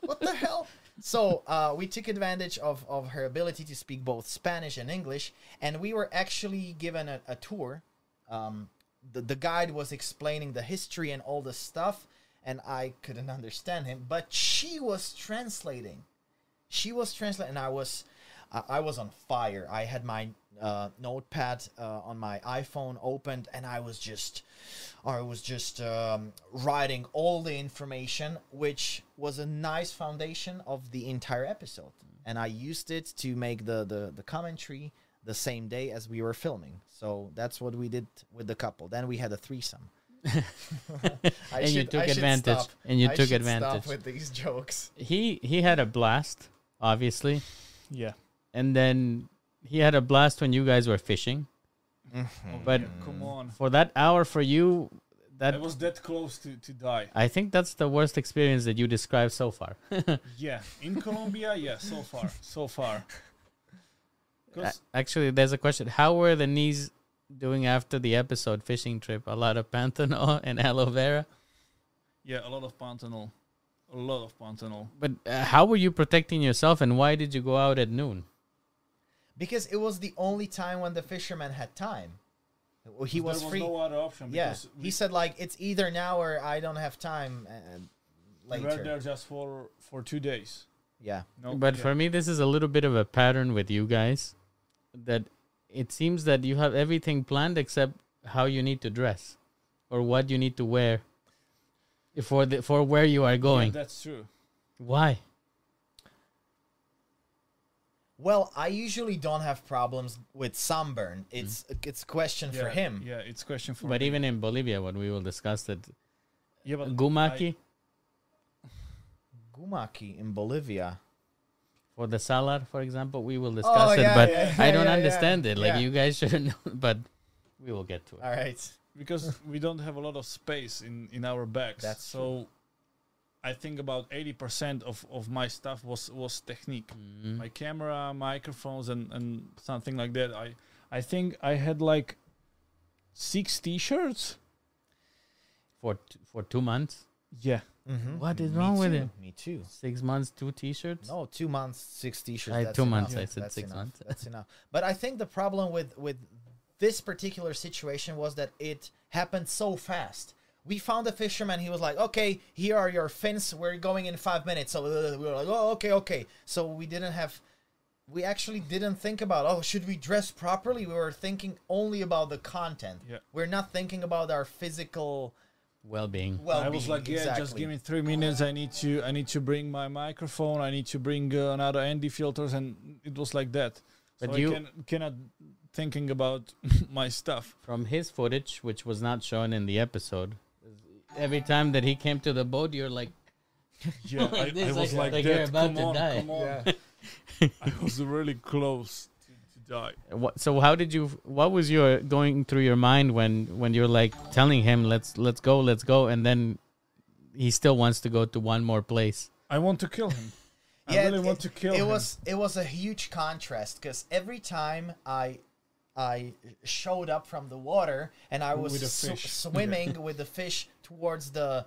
B: What the hell? So uh, we took advantage of, of her ability to speak both Spanish and English, and we were actually given a, a tour. Um, the, the guide was explaining the history and all the stuff, and I couldn't understand him, but she was translating. She was translating, and I was, I- I was on fire. I had my uh, notepad uh, on my iPhone opened, and I was just, I was just um, writing all the information, which was a nice foundation of the entire episode.
A: Mm-hmm.
B: And I used it to make the, the, the commentary the same day as we were filming. So that's what we did with the couple. Then we had a threesome. I
A: And you took advantage.
B: stop.
A: And you
B: I
A: took
B: should
A: advantage.
B: Stop with these jokes.
A: He he had a blast, obviously,
C: Yeah.
A: and then he had a blast when you guys were fishing. But
C: Come on.
A: for that hour for you,
C: I
A: that
C: was that close to, to die.
A: I think that's the worst experience that you described so far.
C: Yeah. In Colombia, yeah, so far. So far. 'Cause-
B: Uh,
A: Actually, there's a question. How were the knees doing after the episode fishing trip? A lot of panthenol and aloe vera.
C: yeah, a lot of Pantanal. A lot of Pantanal.
A: But uh, how were you protecting yourself, and why did you go out at noon?
B: Because it was the only time when the fisherman had time. He was
C: there was
B: free.
C: no other option
B: yeah.
C: because
B: He
C: we,
B: said, like, it's either now or I don't have time uh,
C: we
B: later.
C: were there just for for two days.
B: Yeah.
C: No,
A: But
C: Oh, yeah.
A: for me, this is a little bit of a pattern with you guys that it seems that you have everything planned except how you need to dress or what you need to wear for the for where you are
C: yeah,
A: going.
C: that's true.
A: Why?
B: Well, I usually don't have problems with sunburn. It's it's a question
C: Mm-hmm. Yeah,
B: for him.
C: Yeah, it's question for
A: But
C: me.
A: even in Bolivia, what we will discuss that
C: yeah, but
A: gumaki
C: I-
B: Gumaki in Bolivia.
A: for the salar, for example, we will discuss it.
B: Oh, yeah,
A: but
B: yeah,
A: I
B: yeah,
A: don't
B: yeah, yeah.
A: understand it. Like
B: Yeah. Uh,
A: you guys should know, but we will get to it.
B: All right.
C: because we don't have a lot of space in in our bags.
B: That's
C: so. I think about eighty percent of of my stuff was was technique, my camera, microphones, and and something like that. I I think I had like six t-shirts.
A: For t- for two months.
C: Yeah,
B: Mm-hmm.
A: What is wrong with it?
B: Me too.
A: Six months, two T-shirts.
B: No, two months, six t-shirts.
A: I had
B: that's
A: two months,
B: enough.
A: I said
B: that's
A: six
B: enough.
A: months.
B: That's enough. But I think the problem with with this particular situation was that it happened so fast. We found a fisherman. He was like, "Okay, here are your fins. We're going in five minutes." So uh, we were like, "Oh, okay, okay." So we didn't have. We actually didn't think about, oh, should we dress properly? We were thinking only about the content.
C: Yeah.
B: We're not thinking about our physical
A: Well-being.
B: well-being.
C: I was like, yeah, just
B: exactly.
C: give me three minutes. I need to I need to bring my microphone. I need to bring uh, another ND filters, and it was like that.
A: But
C: so
A: you-
C: I can, cannot thinking about my stuff.
A: from his footage, which was not shown in the episode, every time that he came to the boat, you're like,
C: Yeah, I,
A: This
C: I
A: is
C: was
A: like-
C: like,
A: like you're
C: that.
A: about to
C: come on,
A: die.
C: come on. I was really close to, to die.
A: what, "So how did you? What was your going through your mind when when you're like telling him, let's let's go, let's go,' and then he still wants to go to one more place."
C: I want to kill him. I really want to kill
B: it
C: him.
B: was it was a huge contrast because every time I I showed up from the water and I was
C: With a
B: sw-
C: fish.
B: swimming with the fish towards the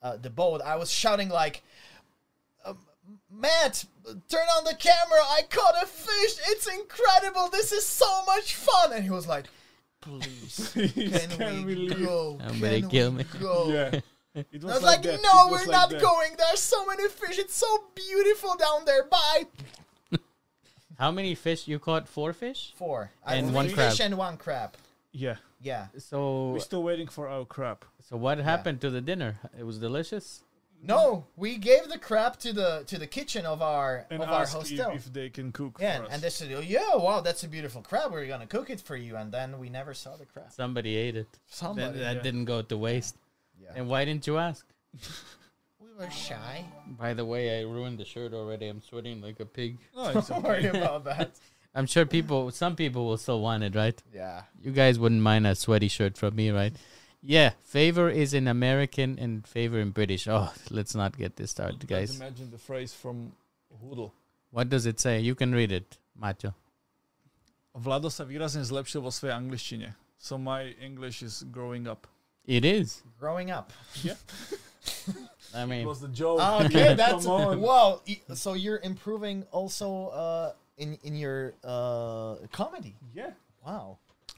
B: uh, the boat, I was shouting like Matt, turn on the camera. I caught a fish. It's incredible. This is so much fun. And he was like, please, can,
C: can
B: we,
C: we leave?
B: go?
A: I'm
B: Can
A: gonna
B: we
A: kill me."
B: go?"
C: Yeah. It
B: I was
C: like
B: like,
C: that,
B: no,
C: it was
B: we're not
C: like that.
B: going. There's so many fish. It's so beautiful down there. Bye.
A: How many fish you caught? Four fish.
B: Four.
A: And
B: I,
A: one
B: three
A: crab.
B: fish and one crab.
C: Yeah.
B: Yeah.
A: So
C: We're still waiting for our crap.
A: so what happened to the dinner? It was delicious.
B: No, we gave the crab to the to the kitchen of our
C: And
B: of our
C: ask if,
B: hostel.
C: if they can cook
B: yeah,
C: for us.
B: and they said, "Oh yeah, wow, that's a beautiful crab. We're gonna cook it for you." And then we never saw the crab.
A: Somebody ate it. That,
B: Somebody,
A: that
C: yeah.
A: didn't go to waste.
B: Yeah.
A: And why didn't you ask?
B: we were shy.
A: By the way, I ruined the shirt already. I'm sweating like a pig.
C: No, it's
B: Don't
C: okay.
B: worry about that.
A: I'm sure people, some people will still want it, right?
B: Yeah.
A: You guys wouldn't mind a sweaty shirt from me, right? Yeah, favor is in American and favor in British. Oh, let's not get this started,
C: Let's
A: guys.
C: Imagine the phrase from Hoodle.
A: What does it say? You can read it, Macho.
C: Vlado sa výrazne zlepšil vo svojej angličtine. So my English is growing up.
A: It is.
B: Growing up.
A: I mean,
C: It was the joke.
B: Ah, Okay, that's
C: Come on.
B: wow. y- So you're improving also uh, in in your uh, comedy.
C: Yeah.
B: Wow.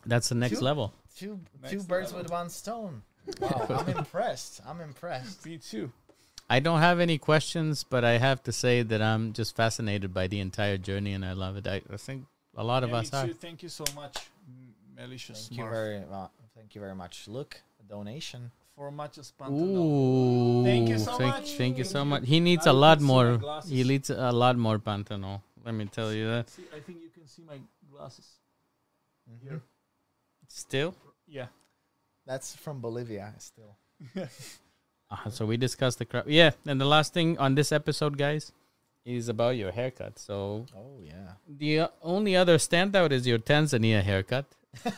A: that's the next
B: Two-
A: level.
B: Two
C: Next
B: two birds
C: level.
B: with one stone. Wow, I'm impressed. I'm impressed.
C: Me too.
A: I don't have any questions, but I have to say that I'm just fascinated by the entire journey and I love it. I, I think a lot of
C: Yeah, me
A: us are.
C: too. Thank you so much, M- Melissa
B: Thank you
C: Smart,
B: very much. Thank you very much. Look, a donation.
C: for much as
A: Ooh,
C: Thank you so
A: thank,
C: much.
A: Thank you so much.
C: Thank
A: He
C: you.
A: needs a
C: I will
A: lot
C: see my
A: more.
C: glasses.
A: He needs a lot more Pantano. Let me tell you that.
C: See, I think you can see my glasses
B: Mm-hmm.
C: here.
A: Still,
C: Yeah.
B: That's from Bolivia still.
A: Uh, so we discussed the crap. Yeah, and the last thing on this episode, guys, is about your haircut. So
B: Oh yeah.
A: the uh, only other standout is your Tanzania haircut.
B: You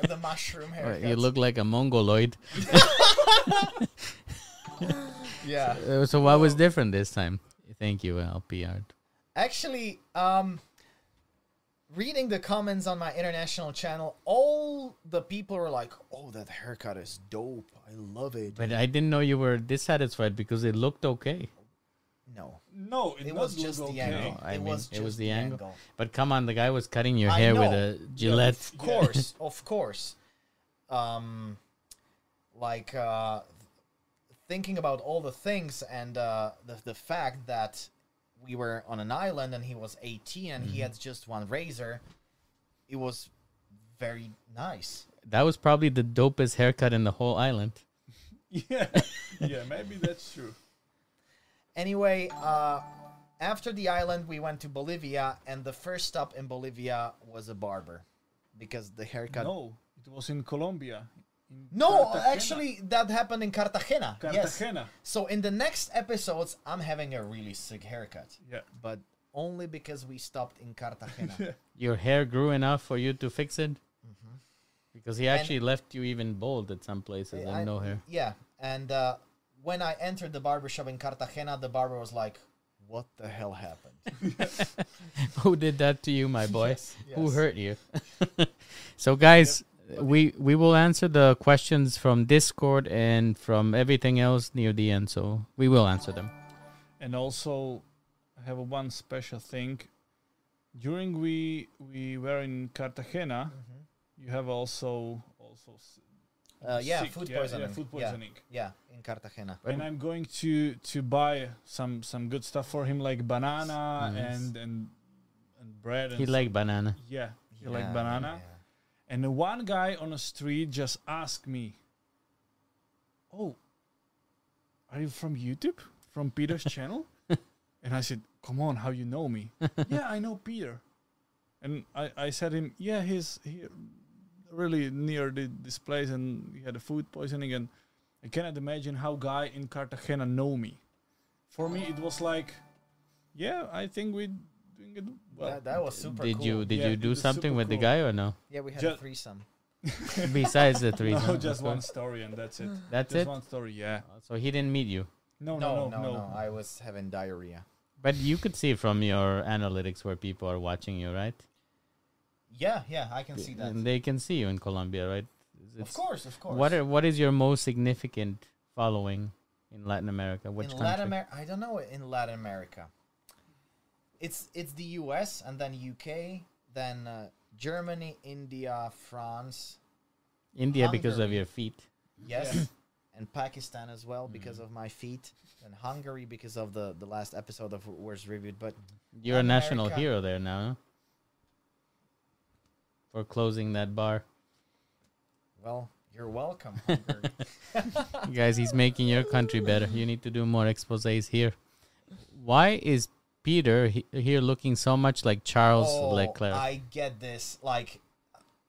B: have the mushroom hair.
A: You look like a mongoloid.
B: Yeah.
A: Uh, so what was different this time? Thank you, LP Art.
B: Actually, um reading the comments on my international channel, all the people were like, "Oh, that haircut is dope. I love it."
A: But I didn't know you were dissatisfied because it looked okay.
B: no.
C: No, it,
B: It
C: was
B: was just the
C: okay.
B: angle.
A: I
B: It
A: mean,
B: was
A: it was
B: just
A: the
B: the
A: angle.
B: angle.
A: But come on, the guy was cutting your
B: I
A: hair with
B: know.
A: a Gillette.
B: Of course, of course. Um, like uh, thinking about all the things and uh, the the fact that we were on an island and he was 18 and he had just one razor. It was very nice.
A: That was probably the dopest haircut in the whole island.
C: Yeah. yeah, maybe that's true.
B: Anyway, uh, after the island, we went to Bolivia, and the first stop in Bolivia was a barber because the haircut. No,
C: No, it was in Colombia. In Cartagena.
B: actually, that happened in Cartagena. Yes.
C: Cartagena.
B: So in the next episodes, I'm having a really sick haircut,
C: Yeah.
B: but only because we stopped in Cartagena.
A: Your hair grew enough for you to fix it?
B: Mm-hmm.
A: Because he actually left you even bald at some places and
B: I-
A: no hair.
B: Yeah, and uh, when I entered the barbershop in Cartagena, the barber was like, "What the hell happened?"
A: Who did that to you, my boy? Who
B: yes.
A: hurt you? so, guys, we we will answer the questions from Discord and from everything else near the end. So we will answer them.
C: and also I have one special thing. During we we were in Cartagena,
B: Mm-hmm.
C: you have also also s-
B: Uh, yeah,
C: sick,
B: food
C: yeah, yeah,
B: poisoning.
C: food poisoning.
B: Yeah, in Cartagena.
C: and I'm going to to buy some some good stuff for him like banana and and and bread.
A: He
C: And stuff.
A: like banana.
C: yeah, he like
B: Yeah,
C: banana.
B: yeah.
C: And the one guy on the street just asked me, "Oh, are you from YouTube? From Peter's channel?" And I said, "Come on, how you know me?" yeah, I know Peter. And I, I said him, "Yeah, he's he really near the, this place, and he had a food poisoning, and I cannot imagine how guy in Cartagena know me. For me, it was like, yeah, I think we doing it well.
B: that, that was super
A: did
B: cool.
A: you did
C: Yeah,
A: you
C: it
A: do
C: was super
A: something with the
C: cool.
A: guy or no?
B: Yeah, we had a
C: Ju-
B: threesome.
A: Besides the three.
C: no, just one story, and that's it.
A: That's it.
C: just one story, yeah.
A: So he didn't meet you.
C: No,
B: No, no, no, I was having diarrhea.
A: But you could see from your analytics where people are watching you, right?
B: Yeah, yeah, I can see that.
A: And they can see you in Colombia, right?
B: Of course, of course.
A: What are, what is your most significant following in Latin America? Which
B: in
A: country?
B: Latin America, I don't know. In Latin America, it's it's the U.S. and then U.K. Then uh, Germany, India, France,
A: India because of your
B: Hungary.
A: feet.
B: yes, and Pakistan as well
A: Mm-hmm.
B: because of my feet, and Hungary because of the the last episode of Worst Reviewed. But
A: You're a
B: Latin
A: national
B: America.
A: hero there now. no? For closing that bar.
B: well, you're welcome. Hungary.
A: Guys, he's making your country better. You need to do more exposés here. Why is Peter he- here looking so much like Charles Leclerc?
B: Oh, I get this. Like,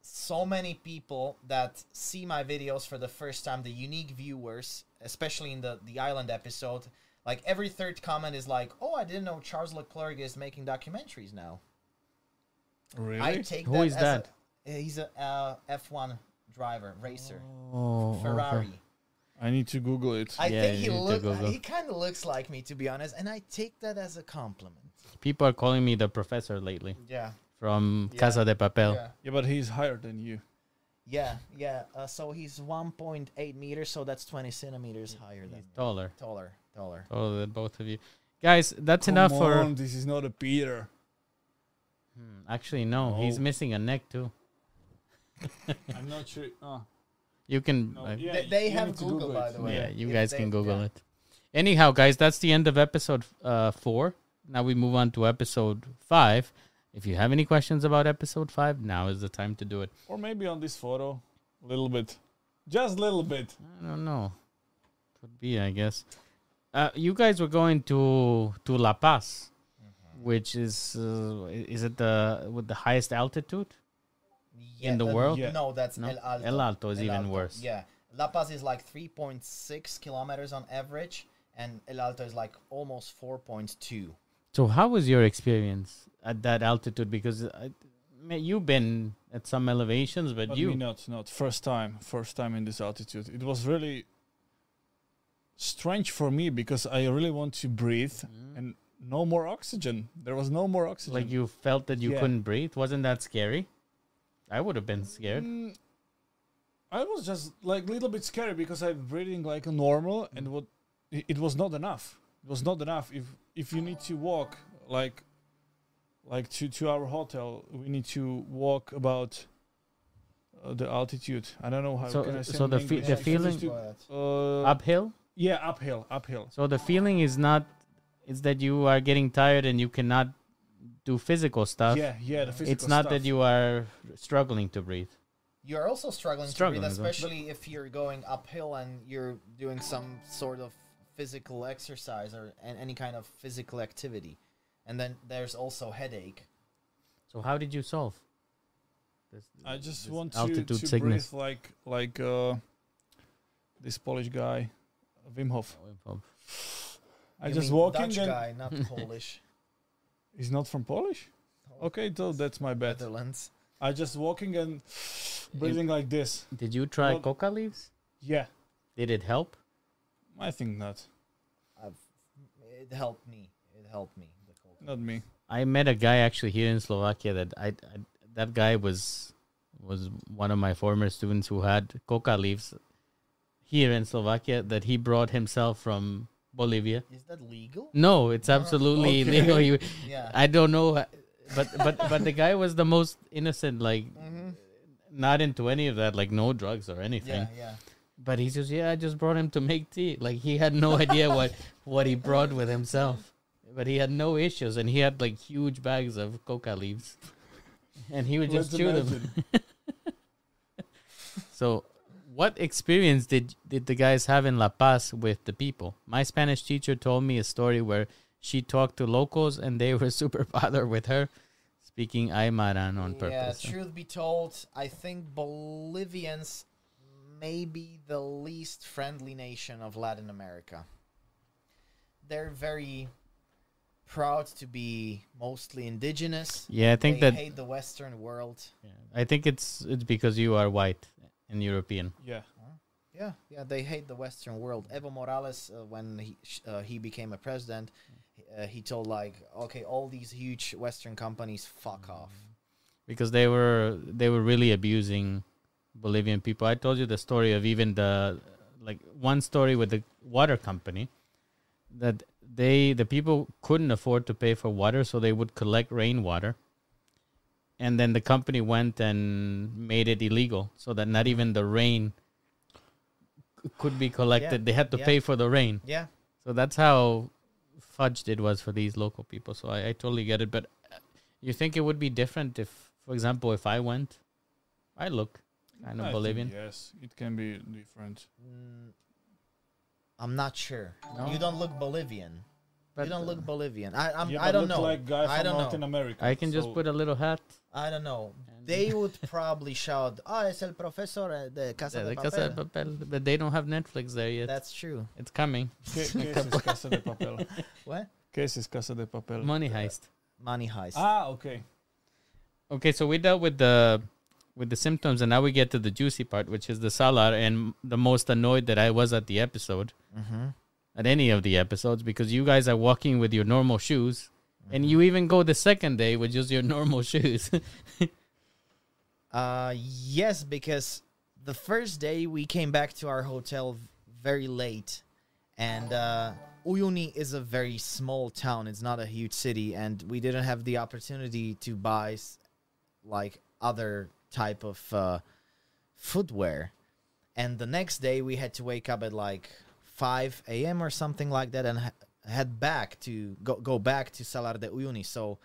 B: so many people that see my videos for the first time, the unique viewers, especially in the the island episode, like every third comment is like, "Oh, I didn't know Charles Leclerc is making documentaries now."
C: Really?
B: I take
A: Who
B: that
A: is
B: as
A: that?
B: A, he's a uh, F1 driver, racer,
A: oh,
B: Ferrari.
C: I need to Google it.
B: I
A: Yeah,
B: think
A: you
B: he
A: need to
B: look
A: Google.
B: he kind of looks like me to be honest, and I take that as a compliment.
A: People are calling me the professor lately
B: Yeah.
A: from
B: Yeah,
A: Casa de Papel.
B: Yeah.
C: yeah, but he's higher than you.
B: Yeah, yeah. Uh, so he's 1.8 meters, so that's 20 centimeters higher than
A: He's
B: me.
A: taller.
B: taller, taller.
A: Taller than both of you. Guys, that's
C: Come
A: enough
C: on,
A: for.
C: this is not a Peter.
A: Hmm, Actually, no, he's
C: No.
A: missing a neck too.
C: I'm not sure.
B: uh,
C: Oh,
A: You can.
C: no.
A: uh,
C: yeah,
B: They- they
C: you
B: have
C: need to
B: Google, by
C: it.
B: the way.
A: Yeah, you
B: If
A: guys
B: they-
A: can Google
B: yeah.
A: it. Anyhow, guys, that's the end of episode uh, four. Now we move on to episode five. If you have any questions about episode five, now is the time to do it.
C: Or maybe on this photo, a little bit. Just a little bit.
A: I don't know. Could be, I guess. Uh, you guys were going to to La Paz,
C: Mm-hmm.
A: which is uh, i- is it the with the highest altitude?
B: Yeah,
A: In the
B: that-
A: world?
C: Yeah.
B: No, that's
A: No,
B: El Alto.
A: El Alto is even worse.
B: Yeah, La Paz is like 3.6 kilometers on average, and El Alto is like almost 4.2.
A: So how was your experience at that altitude? Because I, ma- you've been at some elevations, but,
C: But
A: you
C: me not, not. First time. First time in this altitude. It was really strange for me because I really want to breathe
B: Mm.
C: and no more oxygen. There was no more oxygen.
A: like you felt that you
C: Yeah.
A: couldn't breathe wasn't that scary i would have been scared
C: Mm, I was just like a little bit scary because I'm breathing like a normal,
A: Mm.
C: and what i- it was not enough. It was not enough. If if you need to walk like like to to our hotel, we need to walk about uh, the altitude. I don't know how
A: So-
C: can I say
A: so the
C: in
A: fe-
C: English?
A: the
C: I can just
A: feeling-
C: do,
B: But-
C: uh,
A: uphill
C: yeah uphill uphill.
A: so the feeling is not it's that you are getting tired and you cannot do physical stuff
C: yeah yeah the physical
A: it's not that
C: stuff.
A: you are struggling to breathe
B: You're also struggling,
A: Struggling
B: to
A: as
B: breathe,
A: well.
B: especially if you're going uphill and you're doing some sort of physical exercise or an- any kind of physical activity. And then there's also headache.
A: so how did you solve this,
C: I just
A: this
C: want to, to breathe like like uh, this Polish guy, Wim Hof. I
B: You
C: just
B: mean
C: walking
B: Dutch
C: and
B: guy, not Polish.
C: He's not from Polish?
B: Oh.
C: Okay, so that's my bad.
B: Netherlands.
C: I just walking and breathing like this.
A: did you try
C: Well-
A: coca leaves
C: Yeah,
A: did it help
C: I think not.
B: I've, it helped me. It helped me. The cold.
C: Not me.
A: I met a guy actually here in Slovakia that I, I that guy was was one of my former students who had coca leaves here in Slovakia that he brought himself from Bolivia.
B: Is that legal?
A: No, it's absolutely
C: Okay.
A: illegal. You,
B: Yeah.
A: I don't know, but but but the guy was the most innocent, like not into any of that, like no drugs or anything.
B: yeah, yeah.
A: But he says, "Yeah, I just brought him to make tea." Like he had no idea what what he brought with himself, but he had no issues, and he had like huge bags of coca leaves, and he would just
C: Let's
A: chew them.
C: imagine.
A: So, what experience did did the guys have in La Paz with the people? My Spanish teacher told me a story where she talked to locals, and they were super bothered with her speaking Aymaran on purpose.
B: Yeah, truth be told, I think Bolivians may be the least friendly nation of Latin America. They're very proud to be mostly indigenous.
A: Yeah, I think
B: they
A: that
B: hate the Western world.
A: I think it's it's because you are white and European.
C: Yeah.
B: Yeah, yeah, they hate the Western world. Evo Morales, uh, when he sh- uh, he became a president, uh, he told like, okay, all these huge Western companies, fuck off.
A: Mm. because they were they were really abusing Bolivian people. I told you the story of even the like one story with the water company that they the people couldn't afford to pay for water, so they would collect rainwater. And then the company went and made it illegal, so that not even the rain c- could be collected. they had to
B: yeah.
A: pay for the rain.
B: Yeah.
A: So that's how fudged it was for these local people. So I, I totally get it. But uh, you think it would be different if, for example, if I went, I look kind of
C: I think
A: Bolivian.
C: yes, it can be different.
B: Mm, I'm not sure.
A: No?
B: You don't look Bolivian.
A: But,
B: you don't
A: uh,
B: look Bolivian. I I'm, Um,
C: Yeah,
B: I
C: but
B: don't
C: look
B: know.
C: Like guy
B: I
C: from
B: don't
C: Latin
B: know.
C: America.
A: I can just
C: so-
A: put a little hat.
B: I don't know.
A: And-
B: They would probably shout, "Ah, es el profesor eh, de Casa
A: Yeah,
B: de
A: the
B: Papel."
A: Casa de Papel, but they don't have Netflix there yet.
B: That's true.
A: it's coming.
C: ¿Qué, qué es es Casa de Papel?
B: What?
C: ¿Qué es es Casa de Papel?
A: Money heist.
B: Money heist.
C: Ah, okay.
A: Okay, so we dealt with the with the symptoms, and now we get to the juicy part, which is the salar, and the most annoyed that I was at the episode,
B: Mm-hmm.
A: at any of the episodes, because you guys are walking with your normal shoes, and you even go the second day with just your normal shoes.
B: Uh, yes, because the first day we came back to our hotel v- very late, and uh, Uyuni is a very small town. It's not a huge city, and we didn't have the opportunity to buy s- like other type of uh, footwear. And the next day we had to wake up at like 5 a.m. or something like that, and ha- head back to go go back to Salar de Uyuni. So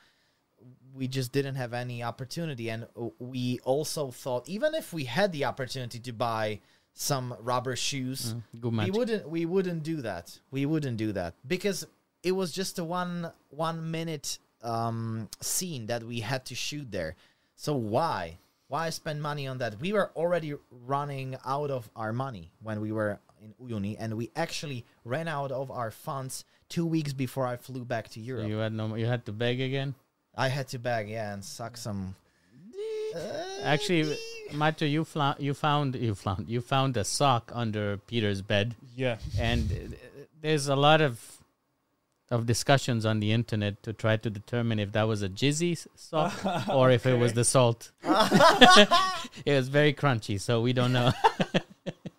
B: we just didn't have any opportunity and uh, we also thought even if we had the opportunity to buy some rubber shoes
A: Good
B: we
A: match.
B: wouldn't we wouldn't do that we wouldn't do that because it was just a one one minute um scene that we had to shoot there so why why spend money on that we were already running out of our money when we were in uyuni and we actually ran out of our funds two weeks before i flew back to europe
A: You had no. You had to beg again.
B: I had to bag, yeah, and suck some. uh,
A: Actually, Macho, you fla- you found you found you found a sock under Peter's bed.
C: Yeah.
A: and uh, there's a lot of of discussions on the internet to try to determine if that was a jizzy s- salt or if it was the salt. it was very crunchy, so we don't know.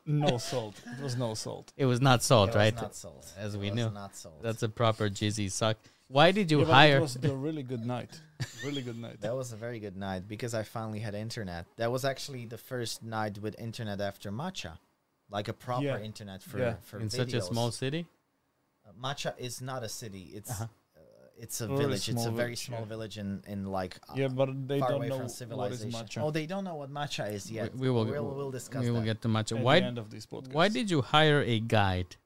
C: No salt. It was no salt.
A: It was not salt,
B: It was
A: right?
B: not sold.
A: As
B: It
A: we
B: was
A: knew.
B: not sold.
A: That's a proper jizzy sock. Why did you
C: Yeah, but It
A: hire?
C: was a really good night. Really good night.
B: that was a very good night because I finally had internet. That was actually the first night with internet after matcha, like a proper
C: Yeah.
B: internet for
C: Yeah.
B: for
A: in such a
B: videos.
A: small Uh-huh. city?
B: Uh, matcha is not a city. It's uh it's a
C: Very
B: village. It's a
C: small
B: very
C: village,
B: small
C: yeah.
B: village in in like uh,
C: Yeah, but they
B: far
C: don't
B: away from
C: know what is
B: civilization.
C: matcha.
B: Oh, they don't know what matcha is yet.
A: we, we will.
B: We'll, we'll discuss.
A: We will
B: that.
A: get to matcha.
C: at the
A: Why?
C: end of this podcast.
A: Why did you hire a guide?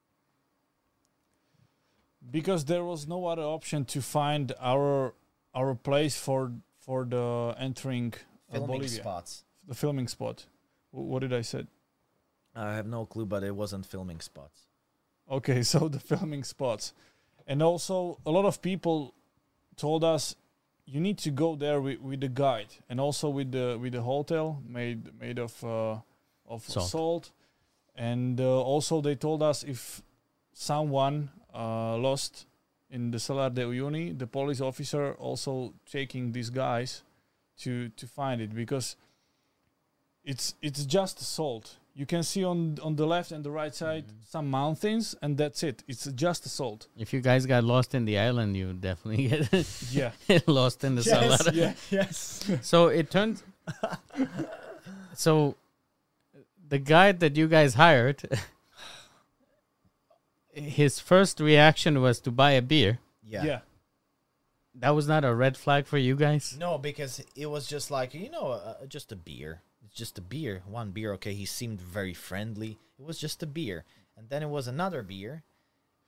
C: because there was no other option to find our our place for for the entering uh,
B: filming
C: Bolivia,
B: spots.
C: the filming spot. W- what did I say?
B: I have no clue, but it wasn't filming spots.
C: Okay, so the filming spots, and also a lot of people told us you need to go there with, with the guide and also with the with the hotel made made of uh, of
A: Salt.
C: salt, and uh, also they told us if someone uh, lost in the Salar de Uyuni, the police officer also taking these guys to to find it because it's it's just salt. You can see on on the left and the right side some mountains, and that's it. It's just salt.
A: If you guys got lost in the island, you definitely get
C: Yeah.
A: lost in the
B: Yes.
A: salad.
C: yeah.
B: Yes.
A: So it turns. so, the guy that you guys hired, his first reaction was to buy a beer.
B: Yeah.
C: Yeah.
A: That was not a red flag for you guys.
B: No, because it was just like you know, uh, just a beer. It's just a beer. One beer. Okay. He seemed very friendly. It was just a beer, and then it was another beer,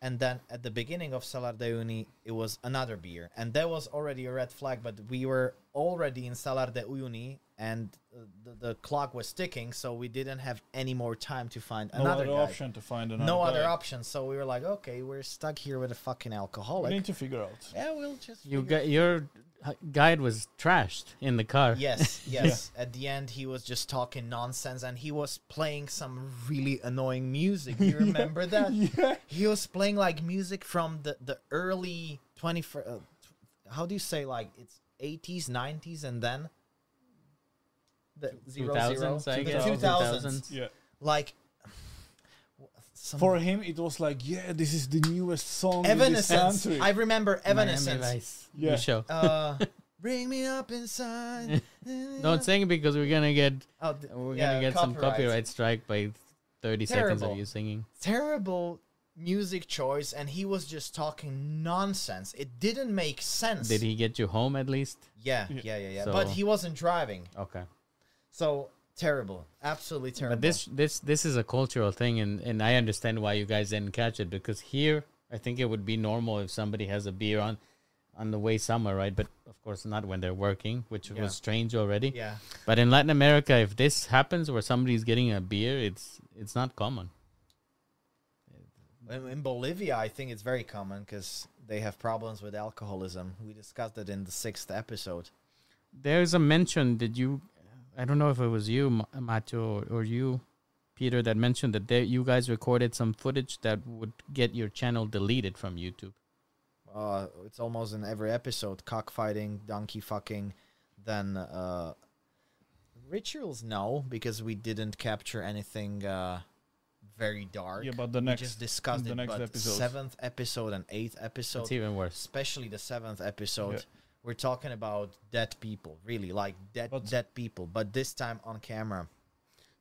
B: and then at the beginning of Salar de Uyuni, it was another beer, and that was already a red flag. But we were already in Salar de Uyuni, and uh, the, the clock was ticking, so we didn't have any more time to find
C: No
B: another
C: other
B: guy.
C: option to find another.
B: No other
C: guide.
B: option. So we were like, okay, we're stuck here with a fucking
C: We
B: alcoholic.
C: need to figure out.
B: Yeah, we'll just.
A: You
B: figure-
A: got your hu- guide was trashed in the car.
B: Yes, yes. At the end, he was just talking nonsense, and he was playing some really annoying music. You remember that?
C: Yeah.
B: He was playing like music from the the early twenty. Uh, tw- how do you say like it's eighties, nineties, and then the zero zero
A: 2000s, I guess.
B: two thousands.
C: Yeah.
B: Like some
C: For him, it was like, yeah, this is the newest song in this
B: Evanescence.
C: country.
B: I remember Evanescence.
C: Yeah.
A: Yeah. Show.
B: Uh, bring me up inside.
A: Don't sing it because we're gonna get
B: Oh, th-
A: we're gonna
B: yeah,
A: get some copyright strike by thirty seconds
B: Terrible.
A: of you singing.
B: Terrible music choice, and he was just talking nonsense. It didn't make sense.
A: Did he get you home at least?
B: Yeah, yeah, yeah, yeah.
A: So-
B: But he wasn't driving,
A: Okay.
B: so terrible, absolutely terrible.
A: But this this this is a cultural thing, and and I understand why you guys didn't catch it because here I think it would be normal if somebody has a beer on on the way somewhere, right? But of course not when they're working, which
B: Yeah.
A: was strange already.
B: yeah,
A: But in Latin America, if this happens where somebody's getting a beer, it's it's not common.
B: in, in Bolivia, I think it's very common because they have problems with alcoholism. We discussed it in the sixth episode.
A: There's a mention that you, I don't know if it was you, Ma- Macho, or, or you, Peter, that mentioned that there, you guys recorded some footage that would get your channel deleted from YouTube.
B: Uh, it's almost in every episode: cockfighting, donkey fucking, then uh, rituals. No, because we didn't capture anything uh, very dark.
C: Yeah, but the
B: we
C: next-
B: just discussed
C: the
B: it.
C: next
B: but
C: episode.
B: seventh episode and eighth episode.
A: It's even worse.
B: especially the seventh episode,
C: Yeah.
B: we're talking about dead people, really, like dead
C: But-
B: dead people, but this time on camera.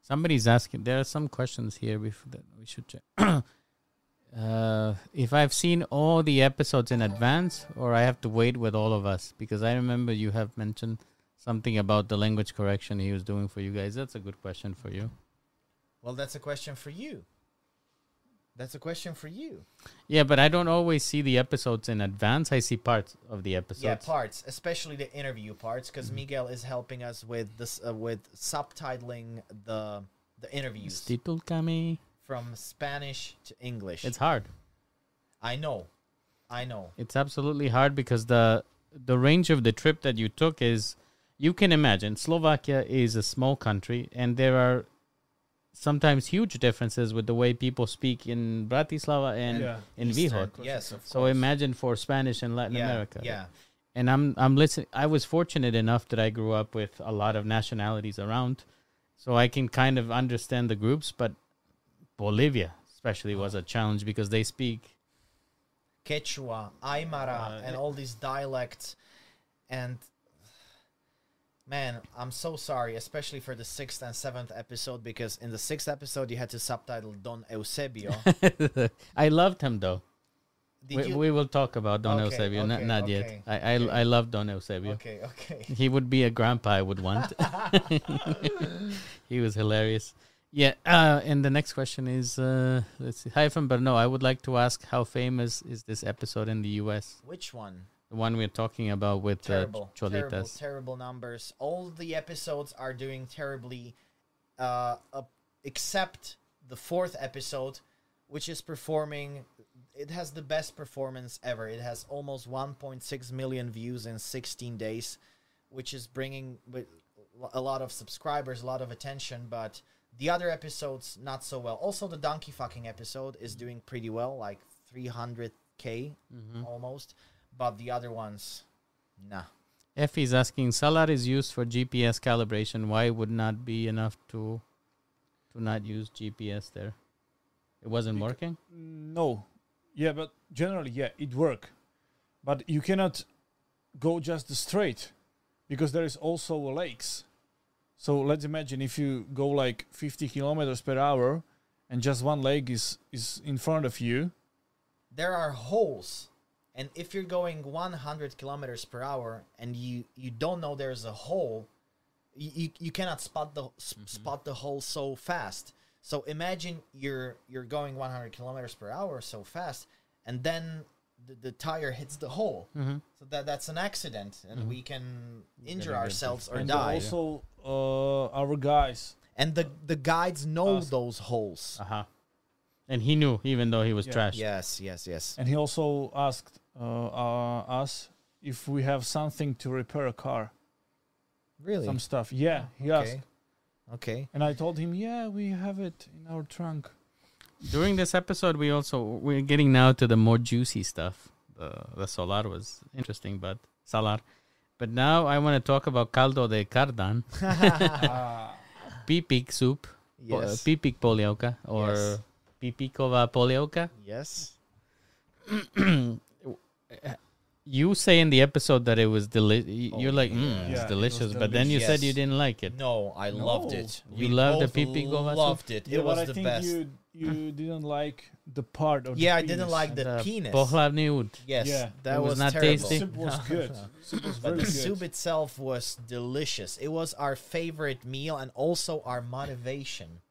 A: Somebody's asking. There are some questions here before that we should check. uh, if I've seen all the episodes in advance, or I have to wait with all of us, because I remember you have mentioned something about the language correction he was doing for you guys. That's a good question for you.
B: Well, that's a question for you. That's a question for you.
A: Yeah, but I don't always see the episodes in advance. I see parts of the episodes.
B: yeah, parts, especially the interview parts, because Miguel is helping us with this uh, with subtitling the the interviews
A: Titul kami.
B: from Spanish to English.
A: It's hard.
B: I know, I know.
A: It's absolutely hard because the the range of the trip that you took is you can imagine Slovakia is a small country and there are sometimes huge differences with the way people speak in Bratislava and
C: Yeah.
A: in
C: Eastern
A: Vihor.
C: coast.
B: Yes, of
A: So
B: course.
A: imagine for Spanish and Latin
B: yeah,
A: America.
B: Yeah,
A: and I'm I'm listening. I was fortunate enough that I grew up with a lot of nationalities around, so I can kind of understand the groups. But Bolivia, especially, was a challenge because they speak.
B: Quechua, Aymara,
A: Uh,
B: and all these dialects. And man, I'm so sorry, especially for the sixth and seventh episode, because in the sixth episode you had to subtitle Don Eusebio.
A: I loved him though.
B: Did
A: We,
B: you?
A: we will talk about Don
B: Okay,
A: Eusebio. not
B: okay,
A: not yet.
B: okay,
A: I, I I love Don Eusebio.
B: okay, okay.
A: He would be a grandpa I would want. he was hilarious. Yeah, uh, and the next question is uh, let's see. Hi from Brno. I would like to ask how famous is this episode in the US?
B: Which one?
A: The one we're talking about with
B: Terrible,
A: the cholitas.
B: terrible, terrible numbers. All the episodes are doing terribly, uh, up, except the fourth episode, which is performing. It has the best performance ever. It has almost 1.6 million views in 16 days, which is bringing wi- a lot of subscribers, a lot of attention. But the other episodes not so well. Also, the donkey fucking episode is doing pretty well, like 300k almost. But the other ones, nah.
A: Effie's asking, Salar is used for GPS calibration. Why would not be enough to to not use GPS there? It wasn't working.
C: No. Yeah, but generally, yeah, it work. But you cannot go just straight because there is also lakes. So let's imagine if you go like 50 kilometers per hour and just one lake is, is in front of you.
B: there are holes and if you're going 100 kilometers per hour and you you don't know there's a hole you, you, you cannot spot the s- spot the hole so fast so imagine you're you're going 100 kilometers per hour so fast and then the, the tire hits the hole so that that's an accident and we can injure
A: get
B: ourselves or
C: and
B: die
C: also uh, our guys.
B: and the the guides know
C: Us.
B: those holes
A: Uh huh. And he knew, even though he was
C: Yeah.
A: trashed.
B: yes yes yes
C: And he also asked uh, uh, us if we have something to repair a car.
B: really
C: Some stuff. Yeah, he
B: okay
C: asked.
B: okay
C: And I told him, yeah, we have it in our trunk.
A: During this episode, we also we're getting now to the more juicy stuff. The the Solar was interesting, but Salar. But now I want to talk about caldo de cardan, pipik soup, po-
B: yes
A: uh, pipik polioka, or
B: Yes.
A: Pipikova Polioka.
B: Yes.
A: You say in the episode that it was delicious.
B: Oh,
A: You're like, mm,
C: Yeah, it
A: it's
C: was
A: delicious, but then you said you
B: delicious.
A: didn't like it.
B: No, I loved it.
A: No. You loved the
B: both
A: pipi gomas?
B: Loved it. it
C: Yeah, but
B: was
C: I
B: the
C: think
B: best.
C: you you didn't like the part of the
B: yeah, I didn't
C: penis.
B: like the
A: Uh,
B: penis.
A: Pohlavniud.
B: Yes,
C: Yeah.
B: that
A: It was
B: was,
A: not
B: terrible.
A: tasty.
C: soup was good. soup was
B: But
C: very
B: the
C: good.
B: soup itself was delicious. It was our favorite meal and also our motivation.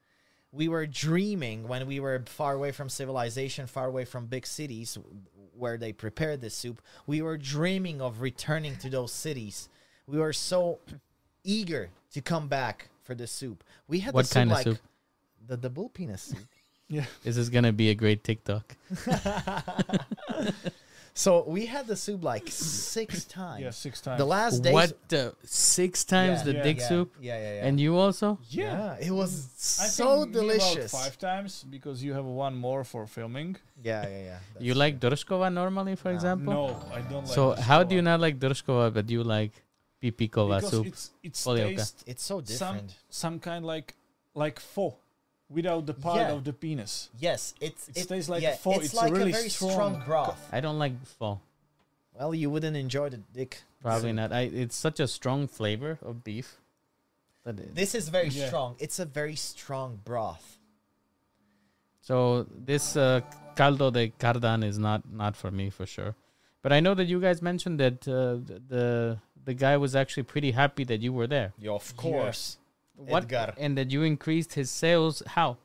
B: We were dreaming when we were far away from civilization, far away from big cities where they prepared this soup. We were dreaming of returning to those cities. We were so eager to come back for the soup. We had
A: What
B: the soup
A: kind of
B: like
A: soup?
B: the the bull penis soup.
C: yeah.
A: This is gonna be a great TikTok.
B: So we had the soup like six times.
C: yeah, six times.
B: The last day.
A: What the six times
B: Yeah.
A: the
C: Yeah,
A: dick
B: yeah,
A: soup?
B: Yeah, yeah, yeah.
A: And you also?
B: yeah, it was
C: I
B: so
C: think me about
B: delicious.
C: five times because you have one more for filming.
B: Yeah, yeah, yeah.
A: You
B: That's-
A: like Dorskova normally, for example?
C: No, I don't like.
A: so
C: the
A: how do you not
C: Slovakia.
A: like Dorskova, but you like Pipikova
C: Because
A: soup?
C: it's it's
A: Polioka.
C: taste
B: It's so
C: some
B: different.
C: some kind like like pho, without the part
B: Yeah.
C: of the penis.
B: yes, it's
C: It tastes like
B: yeah,
C: a fo-
B: It's,
C: it's a
B: like
C: really
B: a very strong,
C: strong co-
B: broth.
A: I don't like pho.
B: Well, you wouldn't enjoy the dick.
A: Probably not. I it's such a strong flavor of beef. That it,
B: This is very
C: Yeah.
B: strong. It's a very strong broth.
A: so this uh, caldo de cardan is not not for me for sure. But I know that you guys mentioned that uh, th- the the guy was actually pretty happy that you were there.
B: Yeah, of
C: course.
A: What
B: Edgar.
A: and that you increased his sales how?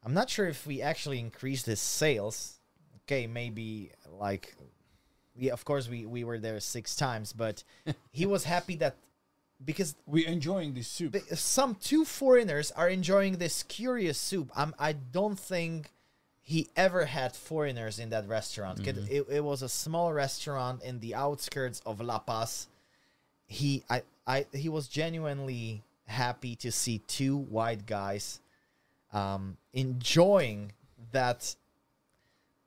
B: I'm not sure if we actually increased his sales. Okay, maybe like, yeah, of course we we were there six times, but he was happy that because
C: We enjoying this soup.
B: But some two foreigners are enjoying this curious soup. I'm, I don't think he ever had foreigners in that restaurant. 'Cause It, it was a small restaurant in the outskirts of La Paz. He I, I he was genuinely happy to see two white guys um, enjoying that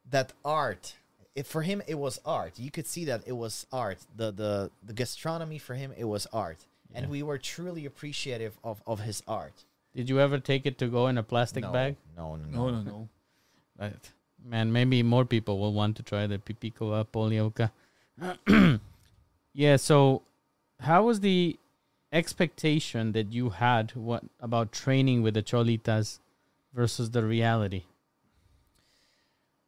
B: that art. It, for him, it was art. You could see that it was art. The the the gastronomy for him, it was art, and we were truly appreciative of of his art.
A: Did you ever take it to go in a plastic
B: no,
A: bag?
B: No, no, no.
C: no, no, no.
A: Right. Man, maybe more people will want to try the Pipikova Polioka. yeah, so how was the expectation that you had what about training with the Cholitas versus the reality?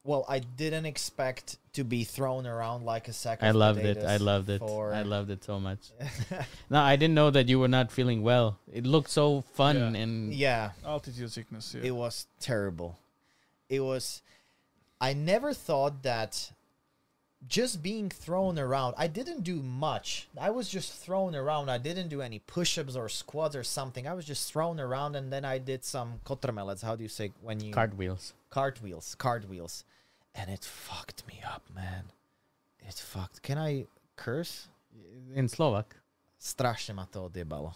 B: Well, I didn't expect to be thrown around like a sack.
A: I
B: of
A: loved it. I
B: potatoes
A: loved it.
B: for-
A: I loved it so much. no, I didn't know that you were not feeling well. It looked so fun
C: Yeah.
A: and
B: Yeah,
C: Altitude sickness. Yeah.
B: it was terrible. It was. I never thought that just being thrown around, I didn't do much. I was just thrown around. I didn't do any push ups or squats or something. I was just thrown around and then I did some kotramelets. How do you say when you.
A: cartwheels.
B: cartwheels, cartwheels. And it fucked me up, man. It fucked. Can I curse?
A: In Slovak.
B: Strasznie ma to odjebało.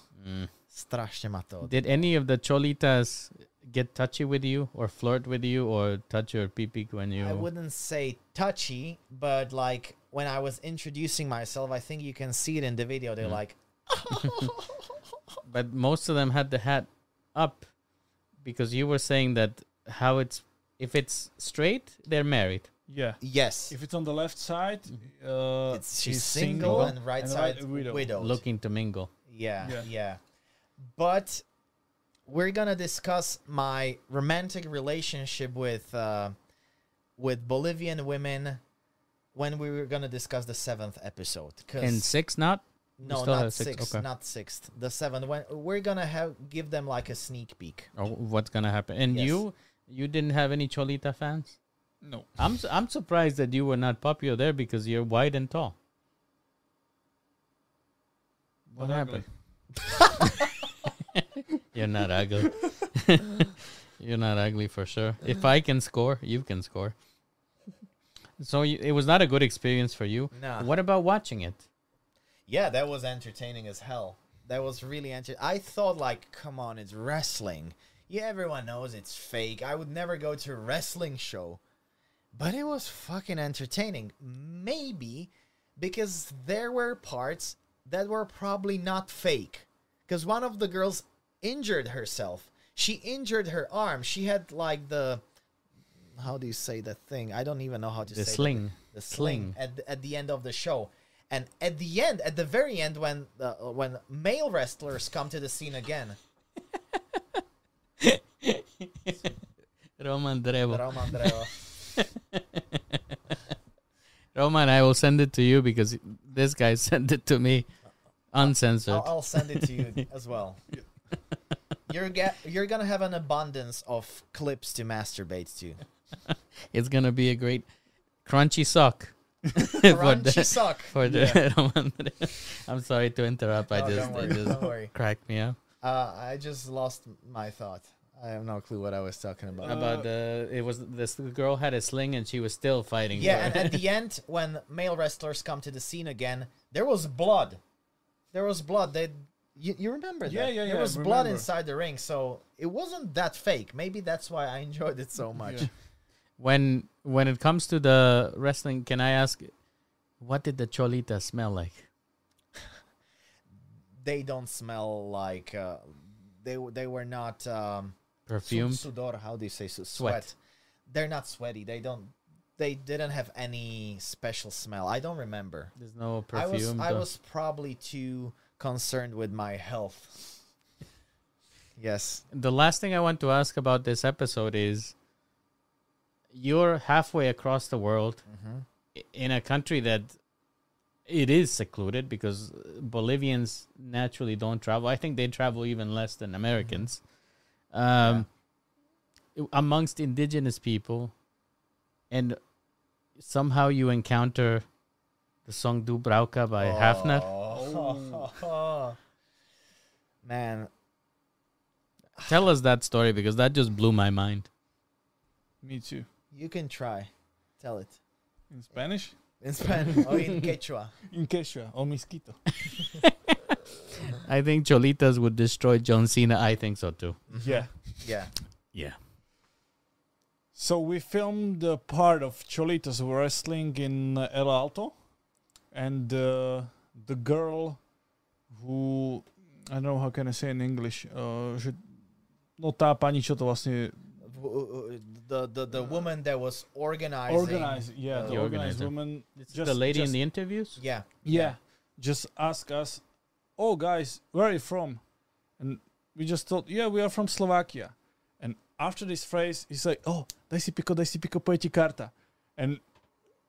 B: Strasznie ma to odjebało.
A: Did any of the Cholitas get touchy with you or flirt with you or touch your pipik when you
B: I wouldn't say touchy, but like when I was introducing myself, I think you can see it in the video. They're like,
A: but most of them had the hat up because you were saying that how it's if it's straight they're married
C: yeah.
B: yes,
C: If it's on the left side, uh,
B: it's, she's
C: he's
B: single, and right side
C: a
B: widowed.
A: looking to mingle
B: Yeah, yeah,
C: Yeah.
B: But we're gonna discuss my romantic relationship with uh, with Bolivian women when we were gonna discuss the seventh episode. 'cause-
A: and six not We
B: no,
A: still
B: not
A: have
B: sixth,
A: six, okay.
B: not sixth, the seventh. When we're gonna have give them like a sneak peek.
A: or Oh, what's gonna happen and
B: Yes.
A: you you didn't have any cholita fans
C: No.
A: i'm su- i'm surprised that you were not popular there because you're wide and tall what
C: But
A: happened
C: ugly.
A: you're not ugly you're not ugly for sure if i can score you can score so you, it was not a good experience for you
B: Nah.
A: what about watching it
B: Yeah, that was entertaining as hell. That was really entertaining. I thought, like, come on, it's wrestling. Yeah, everyone knows it's fake. I would never go to a wrestling show. But it was fucking entertaining. Maybe because there were parts that were probably not fake. Because one of the girls injured herself. She injured her arm. She had, like, the how do you say the thing? I don't even know how to
A: The
B: say
A: sling.
B: The, the
A: Sling.
B: sling at the, at the end of the show. And at the end, at the very end, when the, when male wrestlers come to the scene again,
A: Roman Drevo.
B: Roman Drevo.
A: Roman, I will send it to you because this guy sent it to me uncensored.
B: I'll, I'll send it to you as well. You're ga- you're gonna have an abundance of clips to masturbate to.
A: It's gonna be a great crunchy sock. for
B: Crunchy
A: the,
B: suck.
A: for the Roman Drevo. I'm sorry to interrupt. I
B: No,
A: just,
B: Oh,
A: it
B: don't worry,
A: just
B: don't worry.
A: cracked me up.
B: Uh, I just lost my thought. I have no clue what I was talking about.
A: About the it was this girl had a sling and she was still fighting.
B: yeah,
A: for
B: and
A: it.
B: at the end, when male wrestlers come to the scene again, there was blood. There was blood. They, you, you remember that?
C: Yeah, yeah,
B: There
C: yeah,
B: was blood
C: remember.
B: inside the ring, so it wasn't that fake. Maybe that's why I enjoyed it so much.
A: when when it comes to the wrestling, can I ask what did the cholita smell like?
B: They don't smell like uh, they w- they were not. Um, Su-
A: Perfume?
B: sudor how do you say su- sweat. they're not sweaty they don't they didn't have any special smell i don't remember
A: There's no
B: i was
A: perfume.
B: i
A: though.
B: was probably too concerned with my health yes
A: the last thing I want to ask about this episode is you're halfway across the world i- in a country that it is secluded because Bolivians naturally don't travel. I think they travel even less than Americans. Um, i- Amongst indigenous people, and somehow you encounter the song Du Brauka by Hafner.
B: oh. man
A: Tell us that story because that just blew my mind.
C: Me too.
B: you can try tell it
C: In Spanish?
B: in spanish or in quechua
C: In Quechua or Misquito.
A: I think Cholitas would destroy John Cena. I think so too.
C: Yeah.
B: yeah
A: Yeah.
C: So we filmed the part of Cholitos wrestling in uh, El Alto, and uh, the girl who I don't know how can I say in English, uh, že, no tá pani čo to vlastne
B: W- w- the the, the woman that was organizing
C: organized, yeah, the
A: The
C: organized
A: organizer.
C: woman, Just-
A: the lady
C: just-
A: in the interviews?
B: yeah
C: yeah, just ask us, oh guys, where are you from? And we just thought, yeah, we are from Slovakia. And after this phrase, he's like, oh, daj si piko, daj si piko, poje ti karta. And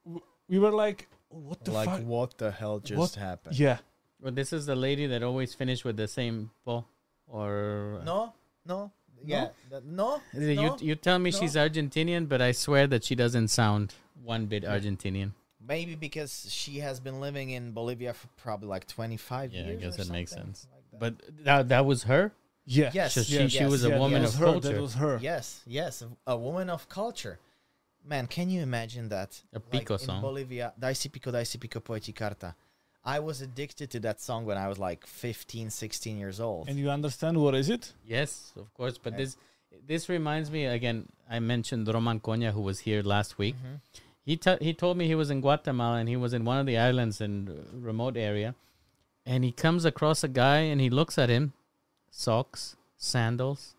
C: w- we were like, what the
B: like
C: fuck?
B: what the hell just
C: What-
B: happened
C: Yeah.
A: Well, this is the lady that always finished with the same po or
B: No, no, yeah, th- no, no.
A: You you tell me
B: No.
A: she's Argentinian, but I swear that she doesn't sound one bit Argentinian.
B: Maybe because she has been living in Bolivia for probably like 25
A: Yeah, I
B: years.
A: guess
B: or
A: that makes
B: something
A: sense.
B: like that.
A: But that that was her.
C: Yeah.
B: yes,
A: So she
B: yes,
A: she was a
B: yes,
A: woman
C: that
A: of
C: was her.
A: culture.
C: That was her.
B: yes, yes, a- a woman of culture. Man, can you imagine that?
A: A Pico
B: in
A: song.
B: Bolivia, Daisy Pico, Daisy Pico Poeti Carta. I was addicted to that song when I was like 15, 16 years old.
C: And you understand what is it?
A: Yes, of course. But this this reminds me again. I mentioned Roman Konya, who was here last week.
B: Mm-hmm.
A: He t- he told me he was in Guatemala and he was in one of the islands in uh, remote area, and he comes across a guy and he looks at him, socks, sandals,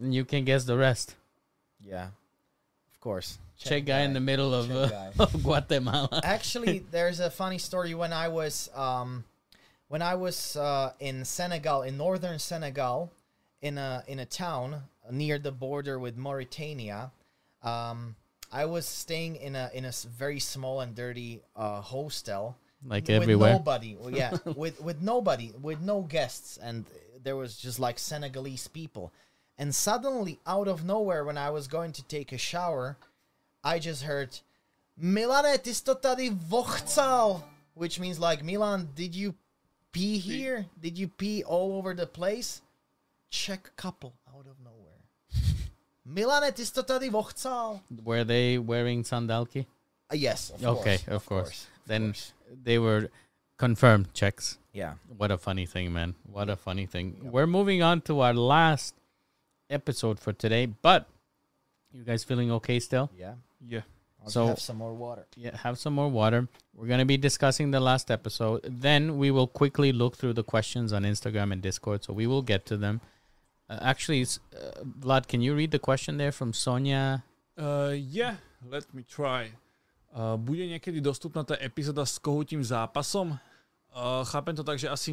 A: and you can guess the rest.
B: yeah, of course.
A: Check, guy, in the middle of,
B: Czech
A: uh,
B: guy.
A: of Guatemala.
B: actually there's a funny story when i was um when i was uh in senegal in northern senegal in a in a town near the border with mauritania um i was staying in a in a s- very small and dirty uh hostel
A: Like
B: with
A: everywhere.
B: nobody Well, yeah with with nobody with no guests and there was just like senegalese people and suddenly out of nowhere when i was going to take a shower i just heard milane ty sto tady vochcal which means like milan did you pee here did you pee all over the place czech couple out of nowhere milane ty sto tady vochcal
A: Were they wearing sandalki?
B: Uh, yes of
A: Okay,
B: course,
A: of, course.
B: of
A: Then
B: course.
A: they were confirmed checks.
B: yeah
A: What a funny thing, man. What a funny thing. We're moving on to our last episode for today, but you guys feeling okay still?
B: yeah
C: Yeah.
B: I'll
A: So-
B: have some more water
A: Yeah, have some more water. We're going to be discussing the last episode. Then we will quickly look through the questions on Instagram and Discord, so we will get to them. Uh, actually, it's, uh, Vlad, can you read the question there from Sonia?
C: Uh, yeah, let me try. Uh, bude niekedy dostupná tá epizóda s kohutím zápasom? Uh, chápem to tak, že asi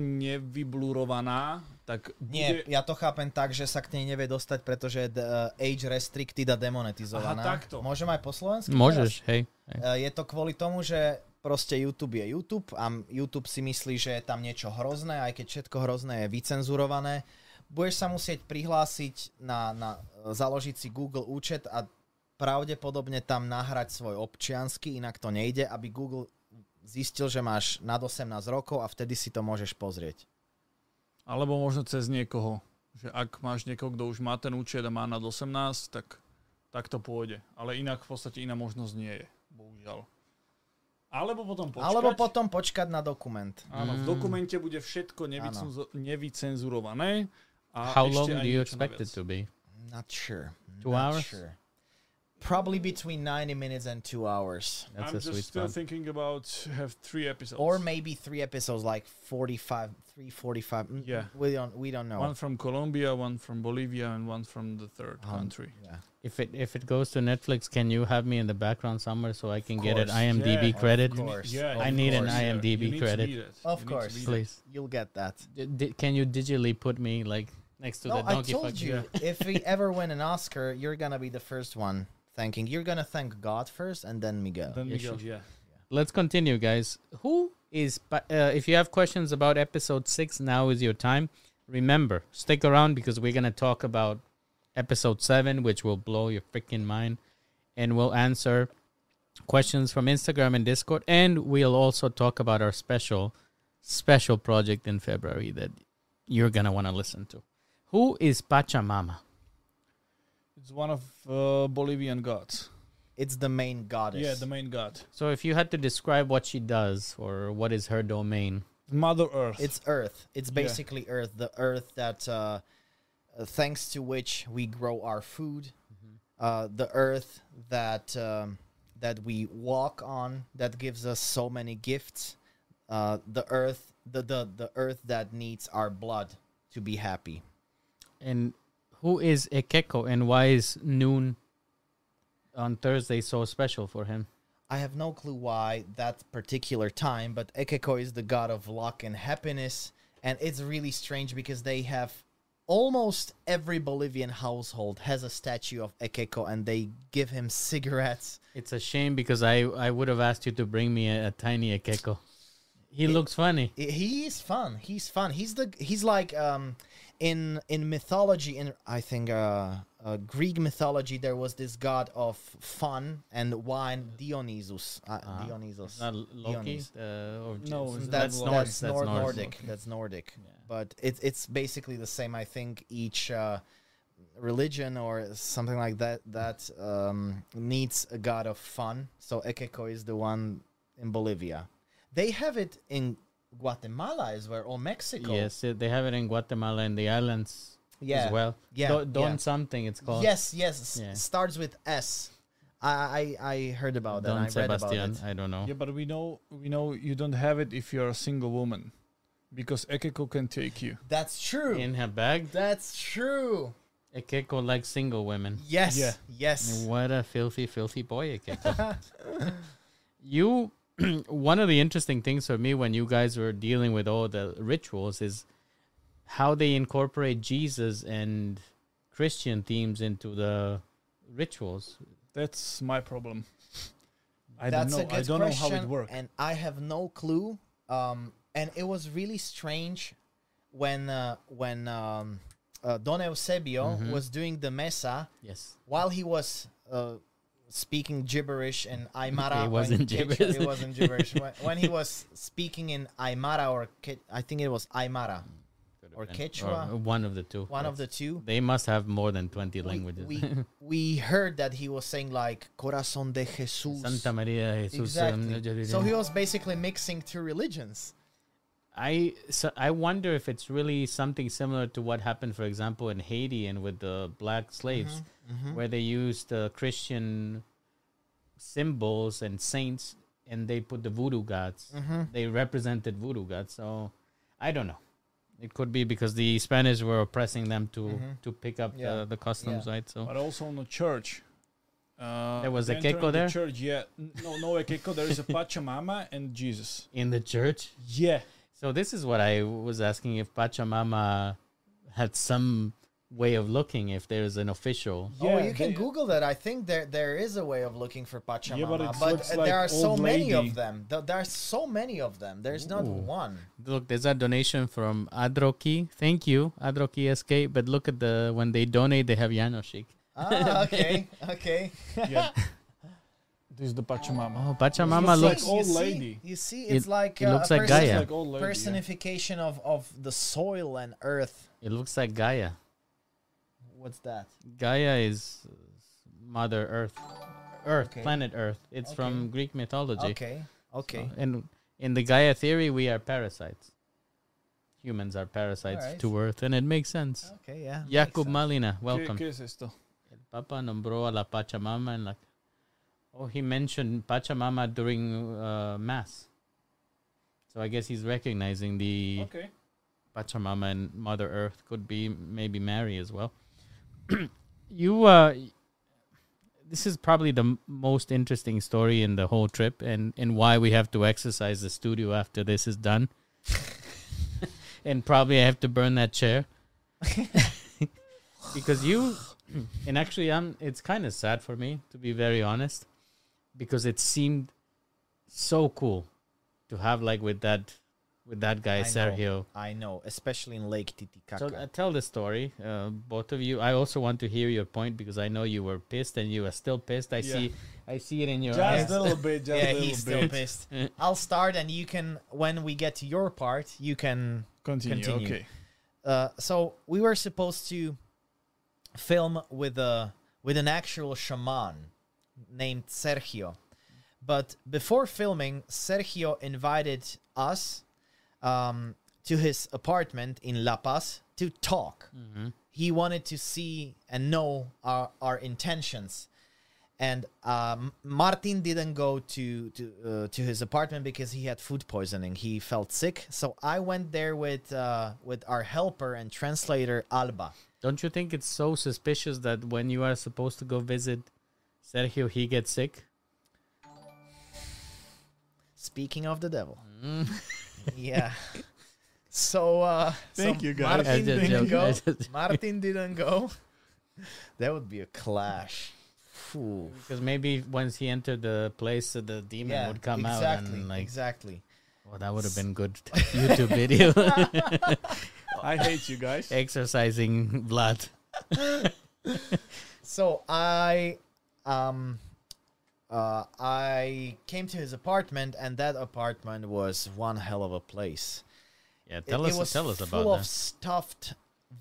C: nevyblurovaná, tak
B: Nie,
C: bude...
B: ja to chápem tak, že sa k nej nevie dostať, pretože je d- eh, age restricted a demonetizovaná.
C: Aha, takto.
B: Môžem aj po slovensky? teraz?
A: Môžeš, hej. hej.
B: E, Je to kvôli tomu, že proste YouTube je YouTube a m- YouTube si myslí, že je tam niečo hrozné, aj keď všetko hrozné je vycenzurované. Budeš sa musieť prihlásiť na, na e, založiť si Google účet a pravdepodobne tam nahrať svoj občiansky, inak to nejde, aby Google zistil, že máš nad 18 rokov a vtedy si to môžeš pozrieť.
C: Alebo možno cez niekoho. Že ak máš niekoho, kto už má ten účet a má nad 18, tak, tak to pôjde. Ale inak v podstate iná možnosť nie je. Bohužiaľ. Alebo potom počkať.
B: Alebo potom počkať na dokument.
A: Mm.
C: Áno, v dokumente bude všetko nevycenzu- nevycenzurované. A
A: How
C: ešte
A: long
C: aj
A: do you
C: niečo
A: expect it
C: naviac.
A: to be?
B: Not sure.
A: Two
B: Not
A: hours?
B: Sure. Probably between 90 minutes and two hours.
A: That's a
C: I'm
A: sweet
C: just still
A: spot.
C: thinking about have three episodes.
B: or maybe three episodes like 45 345 Mm,
C: Yeah.
B: we don't we don't know
C: One from Colombia, one from Bolivia, and one from the third
B: Um,
C: country.
B: yeah.
A: If it if it goes to Netflix, can you have me in the background somewhere so I can get an
B: course.
A: IMDb
C: Yeah, of
A: credit?
B: course.
C: Yeah,
A: I
C: of
A: need an
C: course, yeah.
A: IMDb
C: You need to
A: credit.
C: read it.
B: Of
C: You need to
B: course.
C: read it.
A: Please,
B: you'll get that
A: D- d- can you digitally put me like next to
B: no
A: the
B: i
A: donkey?
B: told
A: fucking-
B: you if we ever win an oscar you're gonna be the first one thanking you're gonna thank god first and then miguel
C: Then
A: Yeah,
C: Miguel, yeah.
A: Let's continue, guys. Who is? pa- Uh, if you have questions about episode six, now is your time. Remember, stick around because we're gonna talk about episode seven, which will blow your freaking mind, and we'll answer questions from Instagram and Discord, and we'll also talk about our special, special project in February that you're gonna want to listen to. Who is Pachamama?
C: It's one of uh, Bolivian gods.
B: it's the main goddess
C: Yeah, the main god.
A: So, if you had to describe what she does or what is her domain,
C: Mother Earth.
B: it's earth it's
C: Yeah.
B: basically earth the earth that uh, uh, thanks to which we grow our food
C: Mm-hmm.
B: uh, the earth that um, that we walk on that gives us so many gifts uh, the earth the, the the earth that needs our blood to be happy
A: And who is Ekeko and why is noon on Thursday so special for him?
B: I have no clue why that particular time, but Ekeko is the god of luck and happiness, and it's really strange because they have almost every Bolivian household has a statue of Ekeko, and they give him cigarettes.
A: It's a shame because I, I would have asked you to bring me a, a tiny Ekeko. He looks funny.
B: I- He is fun. He's fun. He's the he's like um in in mythology in I think uh, uh Greek mythology there was this god of fun and wine Dionysus. Uh, Dionysus.
A: Not Loki.
B: Dionys.
A: Uh, or
C: No,
A: Zeus.
C: it's
B: that's
C: Nor-
B: that's,
A: That's
B: Nor-
A: Norse.
B: Nordic. That's Nordic. But it's it's basically the same. I think each uh, religion or something like that that um, needs a god of fun. So Ekeko is the one in Bolivia. They have it in Guatemala as well or Mexico.
A: Yes, uh, they have it in Guatemala and the islands
B: Yeah.
A: as well. Do-
B: Yeah,
A: Don
B: yeah.
A: something it's called.
B: Yes. Yes.
A: Yeah.
B: S- Starts with S. I I, I heard about that.
A: Don
B: I read
A: Sebastian.
B: about
A: I
B: it.
A: don't know.
C: yeah, but we know we know you don't have it if you're a single woman, because Ekeko can take you.
B: That's true.
A: In her bag,
B: that's true.
A: Ekeko likes single women.
B: Yes.
C: Yeah.
B: Yes.
A: What a filthy, filthy boy, Akiko. you, one of the interesting things for me when you guys were dealing with all the rituals is how they incorporate Jesus and Christian themes into the rituals.
C: That's my problem. I
B: That's
C: don't
B: a
C: know.
B: good
C: I don't know
B: question,
C: how it works.
B: and I have no clue. Um, and it was really strange when uh, when um, uh, Don Eusebio
C: Mm-hmm.
B: was doing the mesa
A: Yes.
B: while he was uh, speaking gibberish in
A: It
B: Aymara. when-
A: wasn't gibberish.
B: It wasn't gibberish. when, when he was speaking in Aymara or Ke- I think it was Aymara, Or
C: Oh,
B: Quechua.
A: uh, one of the two.
B: one of the two.
A: They must have more than 20
B: We,
A: languages.
B: we we heard that he was saying like "Corazón de Jesús."
A: Santa Maria Jesus. um,
B: Exactly. So he was basically mixing two religions.
A: I so I wonder if it's really something similar to what happened, for example, in Haiti and with the black
B: Mm-hmm,
A: slaves, where they used uh, Christian symbols and saints,
B: Mm-hmm.
A: and they put the voodoo gods. They represented voodoo gods. So I don't know. It could be because the Spanish were oppressing them to to pick up
B: Mm-hmm. Yeah.
A: the, the customs,
B: Yeah.
A: right? So
C: but also on the church. Uh,
A: There was a
C: the entering
A: Keiko
C: the
A: there?
C: church, yeah. N- No, no, a Keiko. There is a Pachamama and Jesus.
A: in the church.
C: Yeah,
A: So this is what I was asking if Pachamama had some way of looking if there's an official.
C: yeah.
B: oh, you can
C: they-
B: Google that. I think there there is a way of looking for Pachamama,
C: Yeah, but
B: but,
C: it looks
B: uh,
C: like
B: there are so
C: old
B: many
C: lady.
B: of them. Th- There are so many of them. There's not
A: Ooh.
B: one.
A: Look, there's a donation from Adroki. Thank you, Adroki SK. But look at the when they donate, they have Janoschik.
B: Ah, okay, okay.
C: Yeah. This is the
A: Oh,
C: Pachamama.
A: Pachamama
B: You
A: looks.
B: see-
C: Old
B: you see-
C: lady.
B: you see, it's
A: It-
B: like
A: it
B: uh,
A: looks
B: a
A: like
B: person-
A: Gaia.
C: Like old lady. yeah.
B: personification of of the soil and earth.
A: It looks like Gaia.
B: What's that?
A: Gaia is uh, Mother Earth, Earth,
B: Okay.
A: planet Earth. It's from Greek mythology.
B: Okay, okay.
A: So, and in the Gaia theory, we are parasites. Humans are parasites
B: Alright.
A: to Earth, and it makes sense.
B: Okay, yeah. makes
A: Jakub
B: sense.
A: Malina,
C: ¿Qué,
A: welcome.
C: ¿Qué es esto?
A: El Papa nombró a la Pachamama en la. Oh, he mentioned Pachamama during uh, Mass. So I guess he's recognizing the
C: Okay.
A: Pachamama and Mother Earth could be maybe Mary as well. you, uh, this is probably the m- most interesting story in the whole trip, and and why we have to exercise the studio after this is done. and probably I have to burn that chair because you, and actually, I'm. It's kind of sad for me to be very honest, because it seemed so cool to have like with that with that guy
B: I know.
A: Sergio.
B: I know, especially in Lake Titicaca.
A: So uh, tell the story, uh, both of you. I also want to hear your point because I know you were pissed and you are still pissed. I
C: Yeah.
A: see, I see it in your
C: Just
A: eyes.
C: a little bit. Just
B: yeah,
C: a little
B: he's still
C: bit. Uh,
B: pissed. I'll start, and you can. When we get to your part, you can
C: Continue.
B: Continue.
C: Okay.
B: uh, so we were supposed to film with a with an actual shaman named Sergio, but before filming, Sergio invited us um, to his apartment in La Paz to talk.
C: Mm-hmm.
B: He wanted to see and know our, our intentions. And um, Martin didn't go to to, uh, to his apartment because he had food poisoning. He felt sick, so I went there with uh, with our helper and translator Alba.
A: Don't you think it's so suspicious that when you are supposed to go visit Sergio, he gets sick?
B: Speaking of the devil,
A: Mm.
B: yeah. So uh,
C: Thank
B: so
C: you, guys.
A: I
B: Martin
A: just
B: didn't
A: joke, I
B: go.
A: just-
B: Martin didn't go. That would be a clash. Phew.
A: Because maybe once he entered the place, uh, the demon
B: Yeah,
A: would come
B: exactly,
A: out and like,
B: exactly.
A: well, that would have been good YouTube video
C: I hate you guys.
A: exercising blood.
B: So I, um, uh, I came to his apartment, and that apartment was one hell of a place.
A: Yeah, tell
B: it,
A: us,
B: it was
A: tell us
B: full
A: about
B: of
A: that.
B: stuffed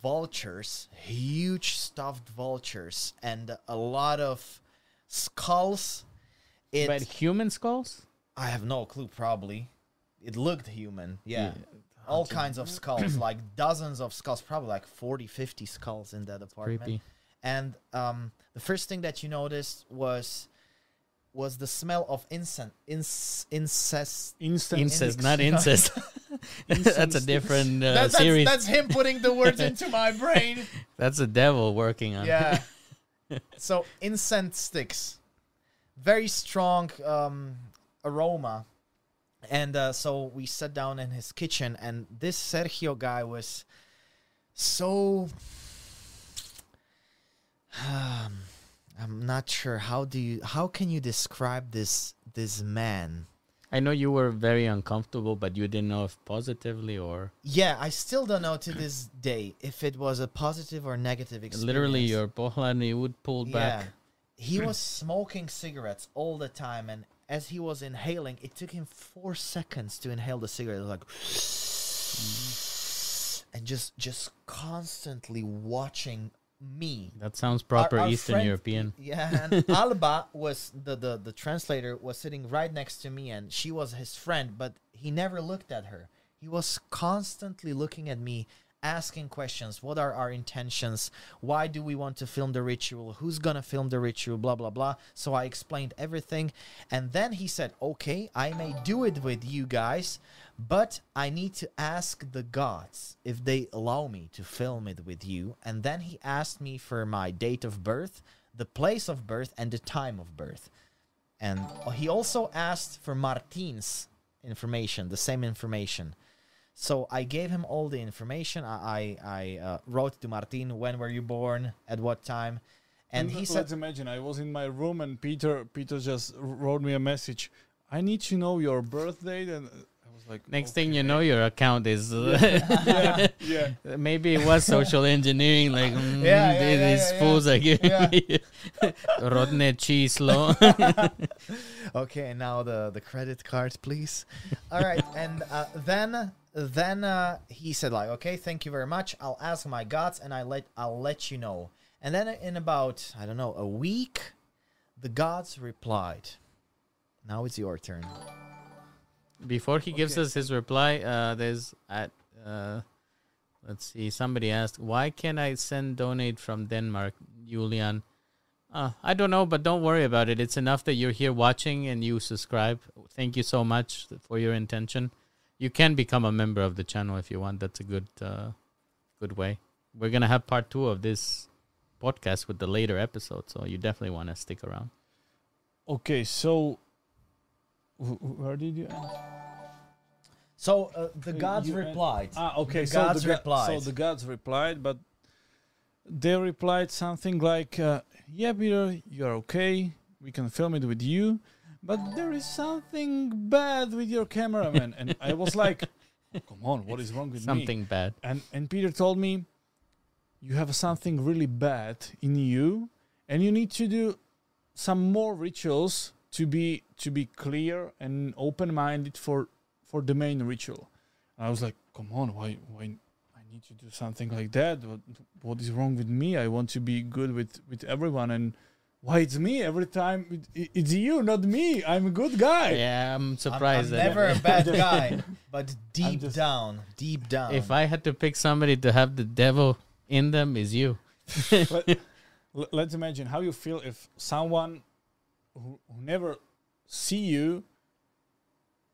B: vultures, huge stuffed vultures, and a lot of skulls. It,
A: But human skulls?
B: I have no clue. Probably, it looked human. Yeah. All kinds of skulls, like dozens of skulls, probably like 40, 50 skulls in that apartment.
A: Creepy.
B: And um, the first thing that you noticed was was the smell of incense, inc- incest.
A: Incest,
C: Instant.
B: Insects.
A: not incest. that's a different uh,
B: That-
A: series.
B: that's, that's him putting the words into my brain.
A: That's the devil working on.
B: Yeah. so incense sticks, very strong um, aroma, and uh, so we sat down in his kitchen, and this Sergio guy was so. Um, I'm not sure how do you how can you describe this this man.
A: I know you were very uncomfortable, but you didn't know if positively or
B: Yeah, I still don't know to this day if it was a positive or negative experience.
A: literally your bohla and you would pull back.
B: He was smoking cigarettes all the time, and as he was inhaling, it took him four seconds to inhale the cigarette. It was Like, and just just constantly watching me.
A: That sounds
B: Our-
A: proper
B: our
A: Eastern
B: friend-
A: European.
B: Yeah, and Alba was the, the the translator was sitting right next to me, and she was his friend, but he never looked at her. He was constantly looking at me asking questions what are our intentions why do we want to film the ritual who's gonna film the ritual blah blah blah so i explained everything and then he said okay i may do it with you guys but i need to ask the gods if they allow me to film it with you and then he asked me for my date of birth the place of birth and the time of birth and he also asked for Martin's information, the same information. So I gave him all the information. I I, I uh, wrote to Martin, when were you born, at what time, and he said,
C: let's imagine I was in my room and Peter Peter just wrote me a message. I need to know your birth date and I was like
A: Next thing you know, your account is.
C: yeah, yeah.
A: Maybe it was social engineering, like mm,
B: Yeah,
A: these,
B: yeah, yeah,
A: these
B: yeah,
A: fools are giving
B: Yeah.
A: me rodne chislo.
B: okay, now the the credit card, please. All right, and uh, then then uh, he said like, okay, thank you very much. I'll ask my gods, and I let I'll let you know. And then in about I don't know a week, the gods replied. Now it's your turn.
A: Before he gives us his reply, uh, there's at uh, let's see, somebody asked, "Why can't I send donate from Denmark, Julian?" Uh, I don't know, but don't worry about it. It's enough that you're here watching and you subscribe. Thank you so much for your intention. You can become a member of the channel if you want. That's a good, uh, good way. We're gonna have part two of this podcast with the later episode, so you definitely want to stick around.
C: Okay, so wh- wh- where did you end?
B: So uh, the
C: Uh,
B: gods
C: you- uh,
B: replied.
C: Ah, okay.
B: The
C: so
B: gods
C: the go-
B: replied.
C: So the gods replied, but they replied something like, uh, "Yeah, Peter, you're okay. We can film it with you, but there is something bad with your cameraman." and I was like, "Come on, what is wrong with me?"
A: Something bad.
C: And and Peter told me, "You have something really bad in you, and you need to do some more rituals to be to be clear and open-minded for for the main ritual." And I was like, "Come on, why why I need to do something like that? What what is wrong with me? I want to be good with with everyone and." Why it's me every time? It, it- it's you, not me. I'm a good guy.
A: Yeah, I'm
B: I'm,
A: surprised.
B: I'm
A: that-
B: never a bad guy, but deep
C: just-
B: down, deep down.
A: If I had to pick somebody to have the devil in them, is you.
C: Let, l- let's imagine how you feel if someone who, who never see you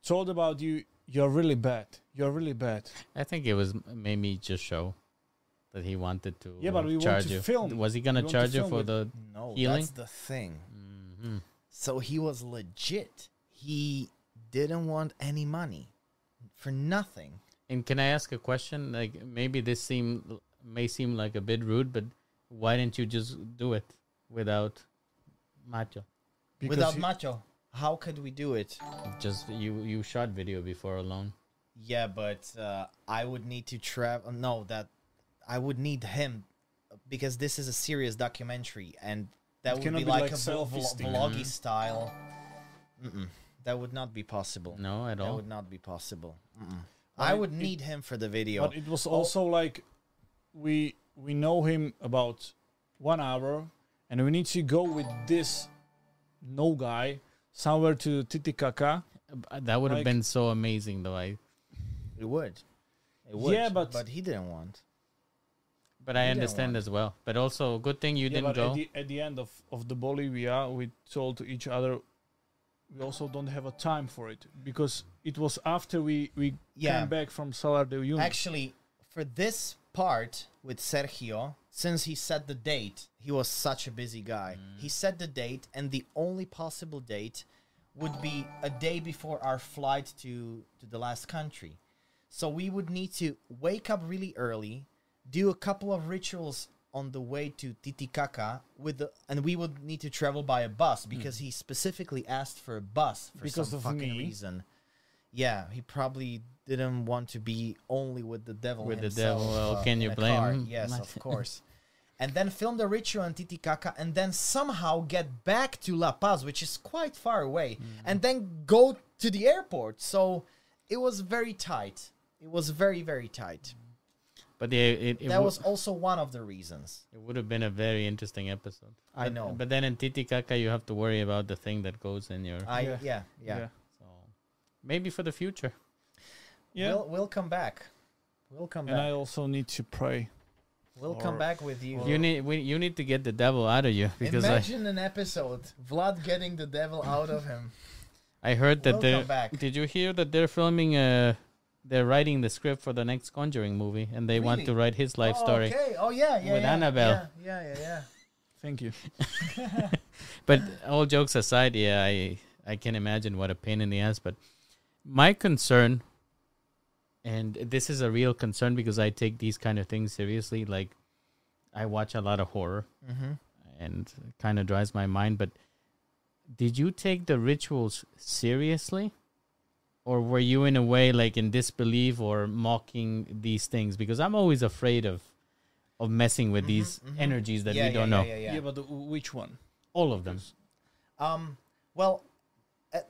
C: told about you you're really bad you're really bad
A: I think it was m- maybe just show that he wanted to.
C: Yeah, but we want
A: charge
C: to
A: you.
C: film.
A: Was he
C: We
A: gonna
C: want to
A: charge you
C: film
A: for
C: it.
A: the?
B: no,
A: healing?
B: that's the thing.
A: Mhm.
B: So he was legit. He didn't want any money for nothing.
A: And can I ask a question? Like maybe this seem may seem like a bit rude, but why didn't you just do it without Macho?
C: because
B: Without
C: he-
B: macho, how could we do it?
A: Just you you shot video before alone.
B: Yeah, but uh, I would need to travel. No, that I would need him because this is a serious documentary, and that would
C: cannot
B: be,
C: be
B: like,
C: like
B: a vlo-
C: selfie
B: vlo-
C: stick.
B: vloggy style. Mm-mm. That would not be possible.
A: No, at
B: That
A: all.
B: would not be possible. I
C: it-
B: would
C: it-
B: need him for the video.
C: but it was also like we we know him about one hour and we need to go with this no guy somewhere to titicaca
A: Uh, That would have
C: like-
A: been so amazing, though. I
B: It would. It would.
C: Yeah, but-
B: he didn't want.
A: but I
B: You don't
A: understand
B: want-
A: as well. But also, good thing you
C: Yeah,
A: didn't
C: but
A: go.
C: At the, at the end of, of the Bolivia, we told to each other, we also don't have a time for it because it was after we, we
B: Yeah.
C: came back from Salar de Uyuni.
B: Actually, for this part with Sergio, since he set the date, he was such a busy guy.
C: Mm.
B: He set the date, and the only possible date would be a day before our flight to to the last country. So we would need to wake up really early, do a couple of rituals on the way to Titicaca with the, and we would need to travel by a bus because he specifically asked for a bus for
C: Hmm. Because
B: some
C: of
B: fucking
C: me.
B: reason. Yeah, he probably didn't want to be only with the devil.
A: With the
B: himself,
A: devil, well,
B: uh,
A: can
B: in
A: you
B: a
A: blame
B: car.
A: him?
B: Yes, of course. And then film the ritual in Titicaca, and then somehow get back to La Paz, which is quite far away,
A: Mm.
B: and then go to the airport. So it was very tight. It was very very tight.
A: But yeah, it, it
B: that
A: wo-
B: was also one of the reasons.
A: It would have been a very interesting episode.
B: I
A: But-
B: know.
A: But then in Titicaca, you have to worry about the thing that goes in your.
B: I
C: Yeah.
B: yeah yeah.
C: yeah.
A: So maybe for the future.
C: Yeah.
B: We'll we'll come back. We'll come
C: And I
B: back.
C: also need to pray.
B: We'll come
C: or-
B: back with you.
A: You need we, you need to get the devil out of you because
D: Imagine an episode Vlad getting the devil out of him.
A: I I heard that
B: We'll
A: they're.
B: come back.
A: Did you hear that they're filming? Uh, they're writing the script for the next Conjuring movie, and they want to
D: Really?
A: write his life story.
D: Okay. Oh yeah, yeah.
A: With
D: yeah,
A: Annabelle.
D: Yeah, yeah, yeah. yeah.
C: Thank you.
A: But all jokes aside, yeah, I I can imagine what a pain in the ass. But my concern, and this is a real concern because I take these kind of things seriously. Like I watch a lot of horror,
B: Mm-hmm.
A: and kind of drives my mind. But did you take the rituals seriously? Or were you in a way like in disbelief or mocking these things? Because I'm always afraid of of messing with these energies that
B: Mm-hmm, yeah,
A: we don't
B: yeah,
A: know.
B: Yeah, yeah,
C: Yeah,
B: yeah.
C: but which one?
A: All of them.
B: Um, well, uh,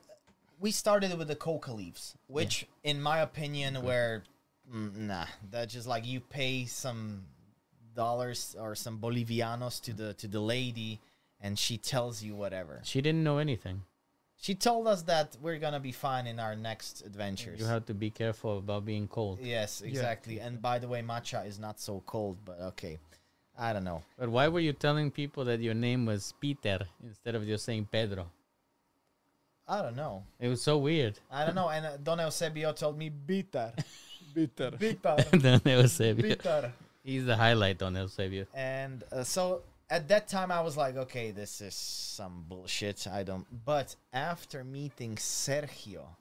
B: we started with the coca leaves, which, in my opinion, were mm, nah. That just like you pay some dollars or some bolivianos to the to the lady, and she tells you whatever.
A: She didn't know anything.
B: She told us that we're gonna be fine in our next adventures.
A: You have to be careful about being cold.
B: yes, exactly. And by the way, matcha is not so cold, but okay. I don't know.
A: But why were you telling people that your name was Peter instead of just saying Pedro?
B: I don't know.
A: It was so weird.
B: I don't know. And uh, Don Eusebio told me bitter,
C: Bitter.
D: Bitter.
A: then Eusebio.
D: Bitter.
A: He's the highlight on Eusebio.
B: and uh, so at that time I was like, okay, this is some bullshit. I don't. But after meeting Sergio,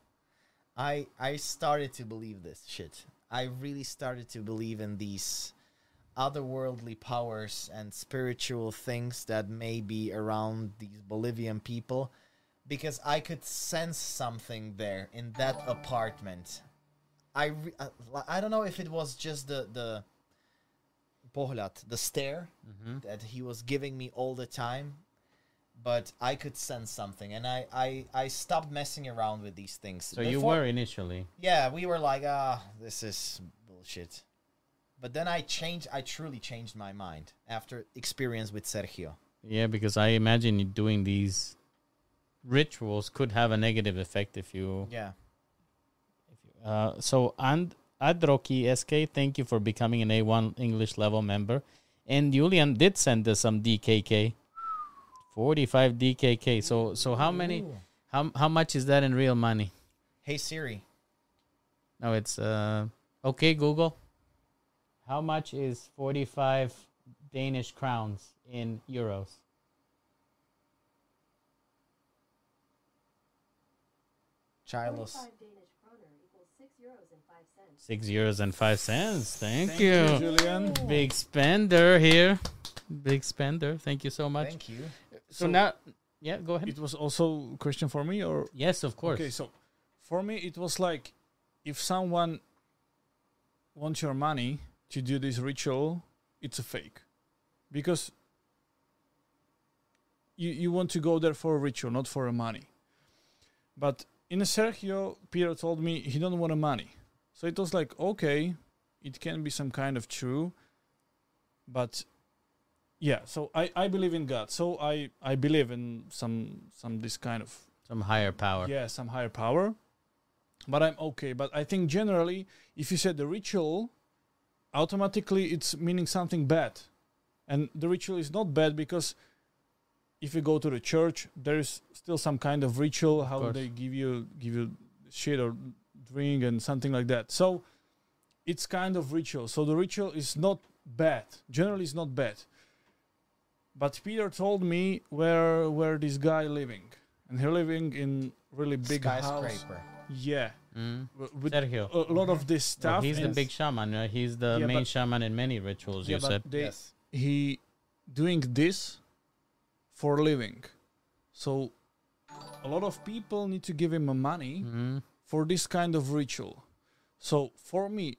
B: I I started to believe this shit. I really started to believe in these otherworldly powers and spiritual things that may be around these Bolivian people because I could sense something there in that apartment. I re- uh, I don't know if it was just the the Pohlat, the stare
A: Mm-hmm.
B: that he was giving me all the time, but I could sense something and I I I stopped messing around with these things.
A: So you were initially.
B: Yeah, we were like, ah, this is bullshit. But then I changed. I truly changed my mind after experience with Sergio.
A: Yeah, because I imagine you doing these rituals could have a negative effect if you.
B: Yeah.
A: Uh, so and Adroki SK, thank you for becoming an A1 English level member. And Julian did send us some DKK. 45 DKK. So so how many how how much is that in real money?
B: Hey Siri.
A: No, it's uh okay Google. How much is 45 Danish crowns in euros?
B: Childless.
E: 45 Danish kroner equals 6 euros and 5 cents.
A: 6 euros and 5 cents. Thank,
C: Thank
A: you.
C: you, Julian.
A: Big spender here. Big spender. Thank you so much.
B: Thank you.
A: so, now yeah, go ahead.
C: It was also a question for me, or
A: Yes, of course.
C: okay. So for me, it was like if someone wants your money to do this ritual, it's a fake, because you you want to go there for a ritual, not for a money. But in Sergio, Peter told me he don't want a money, so it was like okay, it can be some kind of true, but yeah. So I I believe in God, so I I believe in some some this kind of
A: Some higher power.
C: yeah, some higher power. But I'm okay. But I think generally, if you said the ritual, automatically it's meaning something bad. And the ritual is not bad because if you go to the church, there is still some kind of ritual how
A: course.
C: they give you give you shit or drink and something like that. So it's kind of ritual. So the ritual is not bad. Generally, it's not bad. But Peter told me where where this guy living, and he living in really big house.
B: Skyscraper.
C: Yeah,
A: Mm.
C: w- with
A: Sergio.
C: a lot of this
A: Well,
C: stuff.
A: he's the
C: and-
A: big shaman. Right? He's the
C: Yeah,
A: main
C: but-
A: shaman in many rituals.
C: Yeah,
A: you
C: but
A: said
C: they-
B: yes.
C: he doing this for living. So a lot of people need to give him a money
A: Mhm.
C: for this kind of ritual. So for me,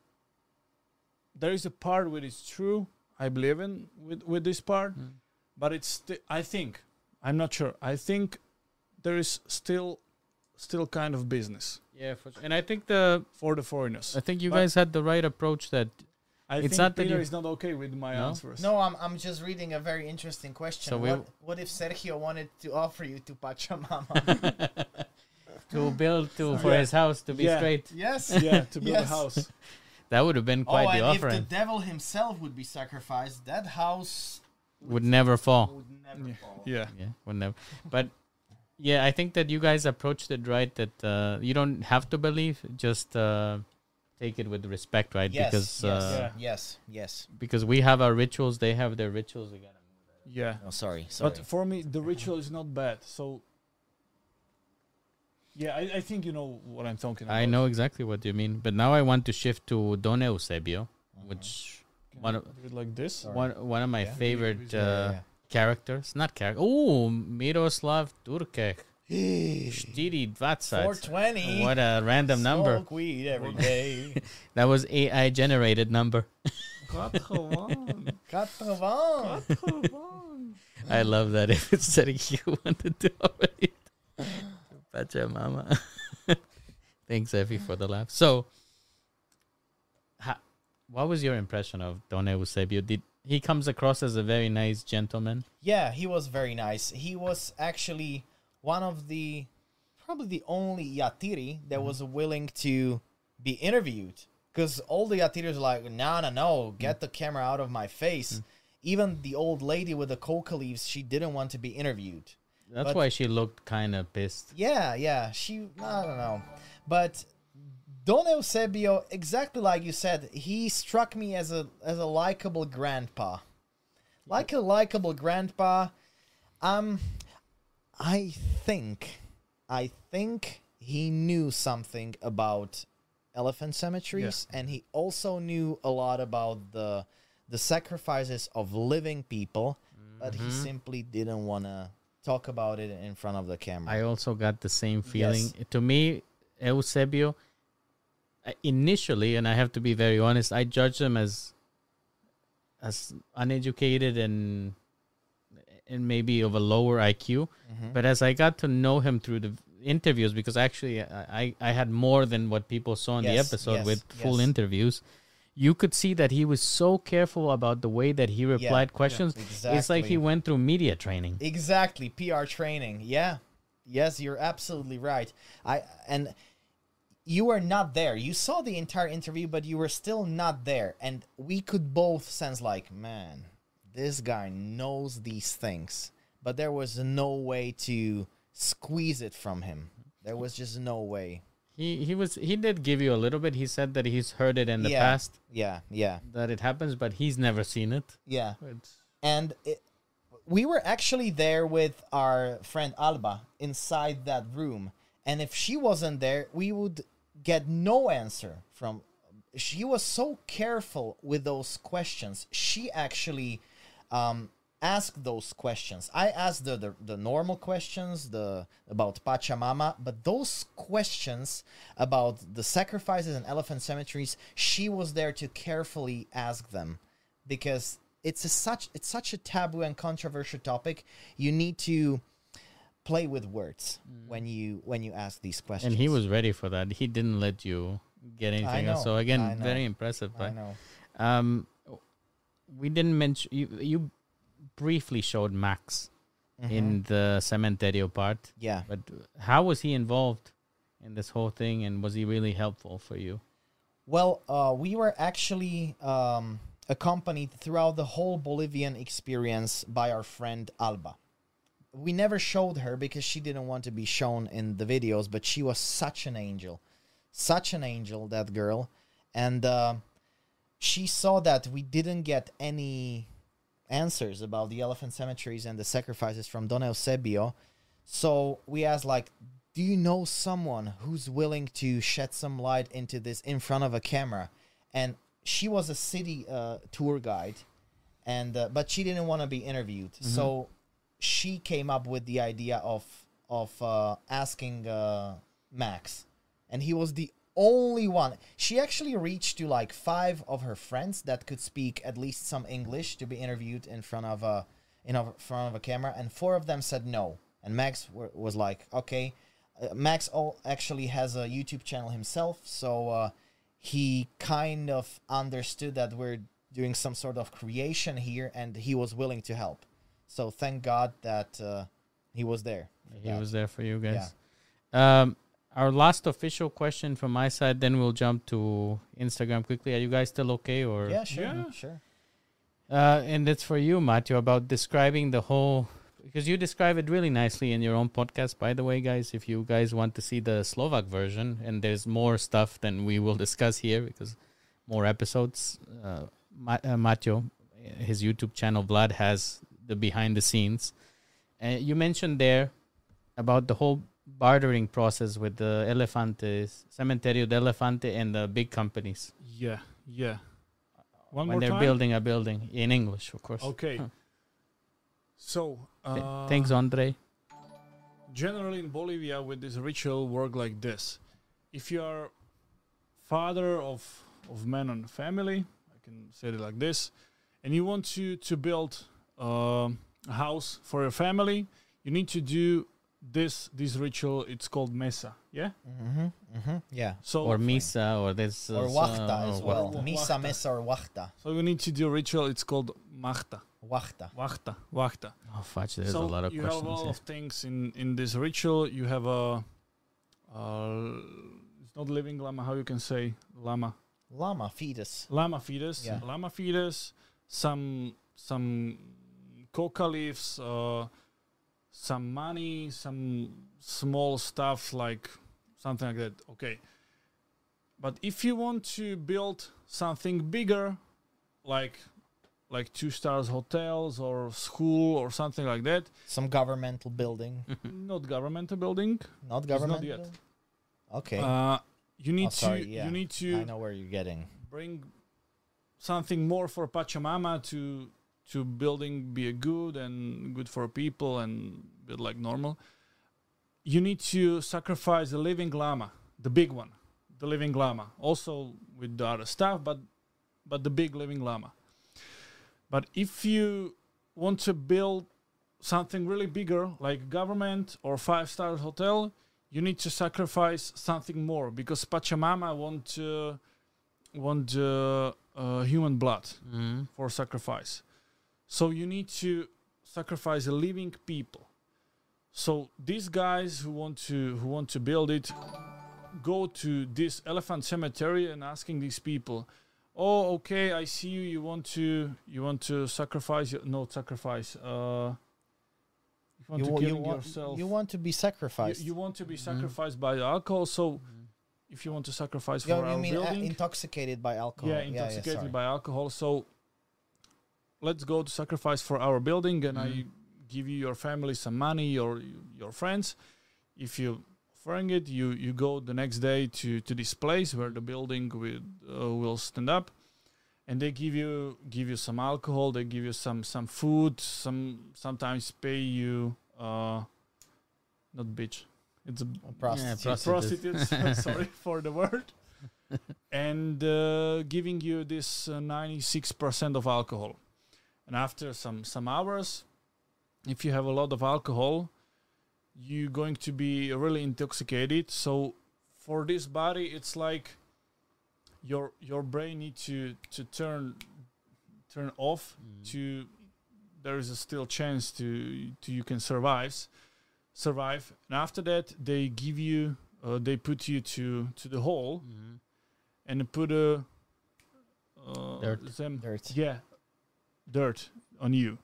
C: there is a part where it's true. I believe in with, with this part,
A: Mm.
C: but it's sti- I think I'm not sure. I think there is still still kind of business
A: yeah, for sure. and I think the
C: for the foreigners.
A: I think you
C: But-
A: guys had the right approach. That
C: I
A: it's
C: think
A: not that
C: Peter
A: you-
C: is not okay with my
A: No?
C: answers.
B: No, I'm, I'm just reading a very interesting question.
A: So we-
B: what, what if Sergio wanted to offer you to Pachamama?
A: to build to for
C: Yeah.
A: his house to be
C: Yeah.
A: straight.
D: Yes.
C: yeah, to build a
B: Yes.
C: house.
A: That would have been
D: Oh,
A: quite the
D: and
A: offering.
D: if the devil himself would be sacrificed, that house
A: would never fall.
D: would never fall.
C: Yeah.
A: Yeah, would never. But yeah, I think that you guys approached it right. That uh, you don't have to believe, just uh, take it with respect, right?
B: Yes,
A: because
B: yes,
A: uh,
B: yes, yes.
A: because we have our rituals, they have their rituals. We gotta
C: Yeah.
B: No, sorry, sorry.
C: But for me, the ritual is not bad. So, yeah, I, I think you know what I'm talking about.
A: I know exactly what you mean, but now I want to shift to Don Eusebio, which
C: Can
A: one of
C: I do it like this.
A: one one of my
C: Yeah.
A: favorite
C: Yeah,
A: uh, characters, not character. Oh, Miroslav Turkek, Stiri Vatsats.
D: 420.
A: What a random number!
D: Smoke weed every day.
A: That was AI generated number.
D: Quatre-vingts.
A: I love that. If it's setting you want to do it, betcha, mama. Thanks, Effie, for the laugh. So, ha, what was your impression of Don Eusebio? Did he comes across as a very nice gentleman?
B: Yeah, he was very nice. He was actually one of the probably the only yatiri that was willing to be interviewed because all the yatiris were like, no, no, no, get the camera out of my face. Even the old lady with the coca leaves, she didn't want to be interviewed.
A: That's
B: But-
A: why she looked kind of pissed.
B: Yeah, yeah. She, I don't know. But Don Eusebio, exactly like you said, he struck me as a as a likable grandpa. Like a likable grandpa. Um I think I think he knew something about elephant cemeteries and he also knew a lot about the the sacrifices of living people, but he simply didn't want to talk about it in front of the camera.
A: I also got the same feeling.
B: Yes.
A: To me, Eusebio, uh, initially, and I have to be very honest, I judged him as as uneducated and and maybe of a lower IQ.
B: Mm-hmm.
A: But as I got to know him through the interviews, because actually uh, I, I I had more than what people saw in the
B: Yes,
A: episode
B: yes,
A: with full
B: yes.
A: interviews. You could see that he was so careful about the way that he replied questions. It's like he
B: exactly.
A: went through media training.
B: Exactly, PR training. Yeah. Yes, you're absolutely right. I and you were not there. You saw the entire interview, but you were still not there. And we could both sense like, man, this guy knows these things. But there was no way to squeeze it from him. There was just no way.
A: He he was he did give you a little bit. He said that he's heard it in the
B: Yeah.
A: past
B: Yeah, yeah,
A: that it happens, but he's never seen it.
B: yeah.
C: It's-
B: and it, we were actually there with our friend Alba inside that room. And if she wasn't there, we would get no answer from. She was so careful with those questions. She actually um, asked those questions. I asked the, the the normal questions, the about Pachamama, but those questions about the sacrifices and elephant cemeteries, she was there to carefully ask them because it's a such it's such a taboo and controversial topic. You need to play with words when you when you ask these
A: And
B: questions.
A: he was ready for that. He didn't let you get anything else. So
B: know,
A: again,
B: I know,
A: very impressive.
B: I
A: But
B: know.
A: um, we didn't mention you. You briefly showed Max in
B: Mm-hmm.
A: the Cementerio part,
B: Yeah.
A: but how was he involved in this whole thing? And was he really helpful for you?
B: Well, uh, we were actually um, accompanied throughout the whole Bolivian experience by our friend Alba. We never showed her because she didn't want to be shown in the videos, but she was such an angel. Such an angel, that girl. And uh, she saw that we didn't get any answers about the elephant cemeteries and the sacrifices from Don Eusebio. So we asked, like, do you know someone who's willing to shed some light into this in front of a camera? And she was a city uh, tour guide, and uh, but she didn't want to be interviewed, so she came up with the idea of of uh, asking uh, Max, and he was the only one. She actually reached to like five of her friends that could speak at least some English to be interviewed in front of a in a- front of a camera, and four of them said no. And Max wa- was like, okay. Uh, Max all actually has a YouTube channel himself, so uh, he kind of understood that we're doing some sort of creation here, and he was willing to help. So thank God that uh, he was there. for
A: He
B: that.
A: was there for you guys. Um, our last official question from my side. Then we'll jump to Instagram quickly. Are you guys still okay? Or
B: Yeah, sure,
C: Yeah.
B: sure.
A: Uh, and it's for you, Matthew, about describing the whole because you describe it really nicely in your own podcast. By the way, guys, if you guys want to see the Slovak version, and there's more stuff than we will discuss here because more episodes. Uh, Ma- uh, Matthew, his YouTube channel Vlad has the behind the scenes. And you mentioned there about the whole bartering process with the Elefantes, Cementerio de Elefante, and the big companies
C: Yeah, yeah.
A: when
C: One more
A: they're
C: time.
A: building a building in English, of course.
C: Okay.
A: Huh.
C: So
A: Th-
C: uh,
A: Thanks, Andre.
C: generally in Bolivia with this ritual work like this. If you are father of of men and family, I can say it like this, and you want to to build um, a house for your family, you need to do this this ritual. It's called mesa. Yeah.
B: Mm-hmm. Mm-hmm. Yeah.
C: So
A: Or Misa, or this. uh,
B: Or wachta
A: uh,
B: as
A: or
B: well.
A: wachta.
B: Misa, mesa, or wachta.
C: so we need to do a ritual. It's called machta,
B: Wachta.
C: wachta, wachta.
A: Oh, fudge, there's
C: so
A: a lot of
C: you
A: questions.
C: have a lot
A: here.
C: of things in in this ritual. You have a, uh it's not living llama. How you can say llama?
B: Llama, fetus.
C: Llama fetus.
B: Yeah.
C: Llama fetus. Some some coca leaves. Uh, some money. Some small stuff like something like that. Okay. But if you want to build something bigger, like like two stars hotels or school or something like that,
B: Some governmental building.
C: not governmental building.
B: Not
C: not
B: governmental.
C: yet.
B: building? Okay.
C: Uh, you
B: Oh,
C: need
B: sorry,
C: to
B: yeah.
C: you need
B: I
C: to
B: know where you're getting.
C: bring something more for Pachamama to to building be a good and good for people and build like normal. You need to sacrifice the living llama, the big one, the living llama. Also with the other stuff, but but the big living llama. But if you want to build something really bigger, like government or five star hotel, you need to sacrifice something more because Pachamama want uh, want uh, uh, human blood
A: Mhm.
C: for sacrifice. So you need to sacrifice a living people. So these guys who want to who want to build it go to this elephant cemetery and asking these people, "Oh, okay, I see you. You want to you want to sacrifice your no sacrifice. Uh, you want
B: You,
C: to
B: wa-
C: kill
B: you, want,
C: yourself.
B: you Mm-hmm. want to be
C: You-
B: sacrificed.
C: you want to be sacrificed by alcohol. So if you want to sacrifice
B: Yeah,
C: for
B: you
C: our
B: mean uh,
C: building,
B: intoxicated by alcohol?
C: yeah, intoxicated
B: sorry.
C: by alcohol. So let's go to sacrifice for our building, and I give you your family some money or y- your friends. If you offering it, you you go the next day to to this place where the building will uh, will stand up, and they give you give you some alcohol, they give you some some food, some sometimes pay you uh, not bitch, it's a
B: A prostitute.
A: prost- Prostitutes.
C: prostitutes. sorry for the word. and uh, giving you this uh, 96% of alcohol. And after some some hours, if you have a lot of alcohol, you're going to be really intoxicated. So for this body, it's like your your brain needs to to turn turn off to there is a still chance to to you can survive survive and after that they give you uh, they put you to to the hole
A: Mm-hmm.
C: and put a uh,
A: Dirt.
C: them
B: Dirt.
C: yeah dirt on you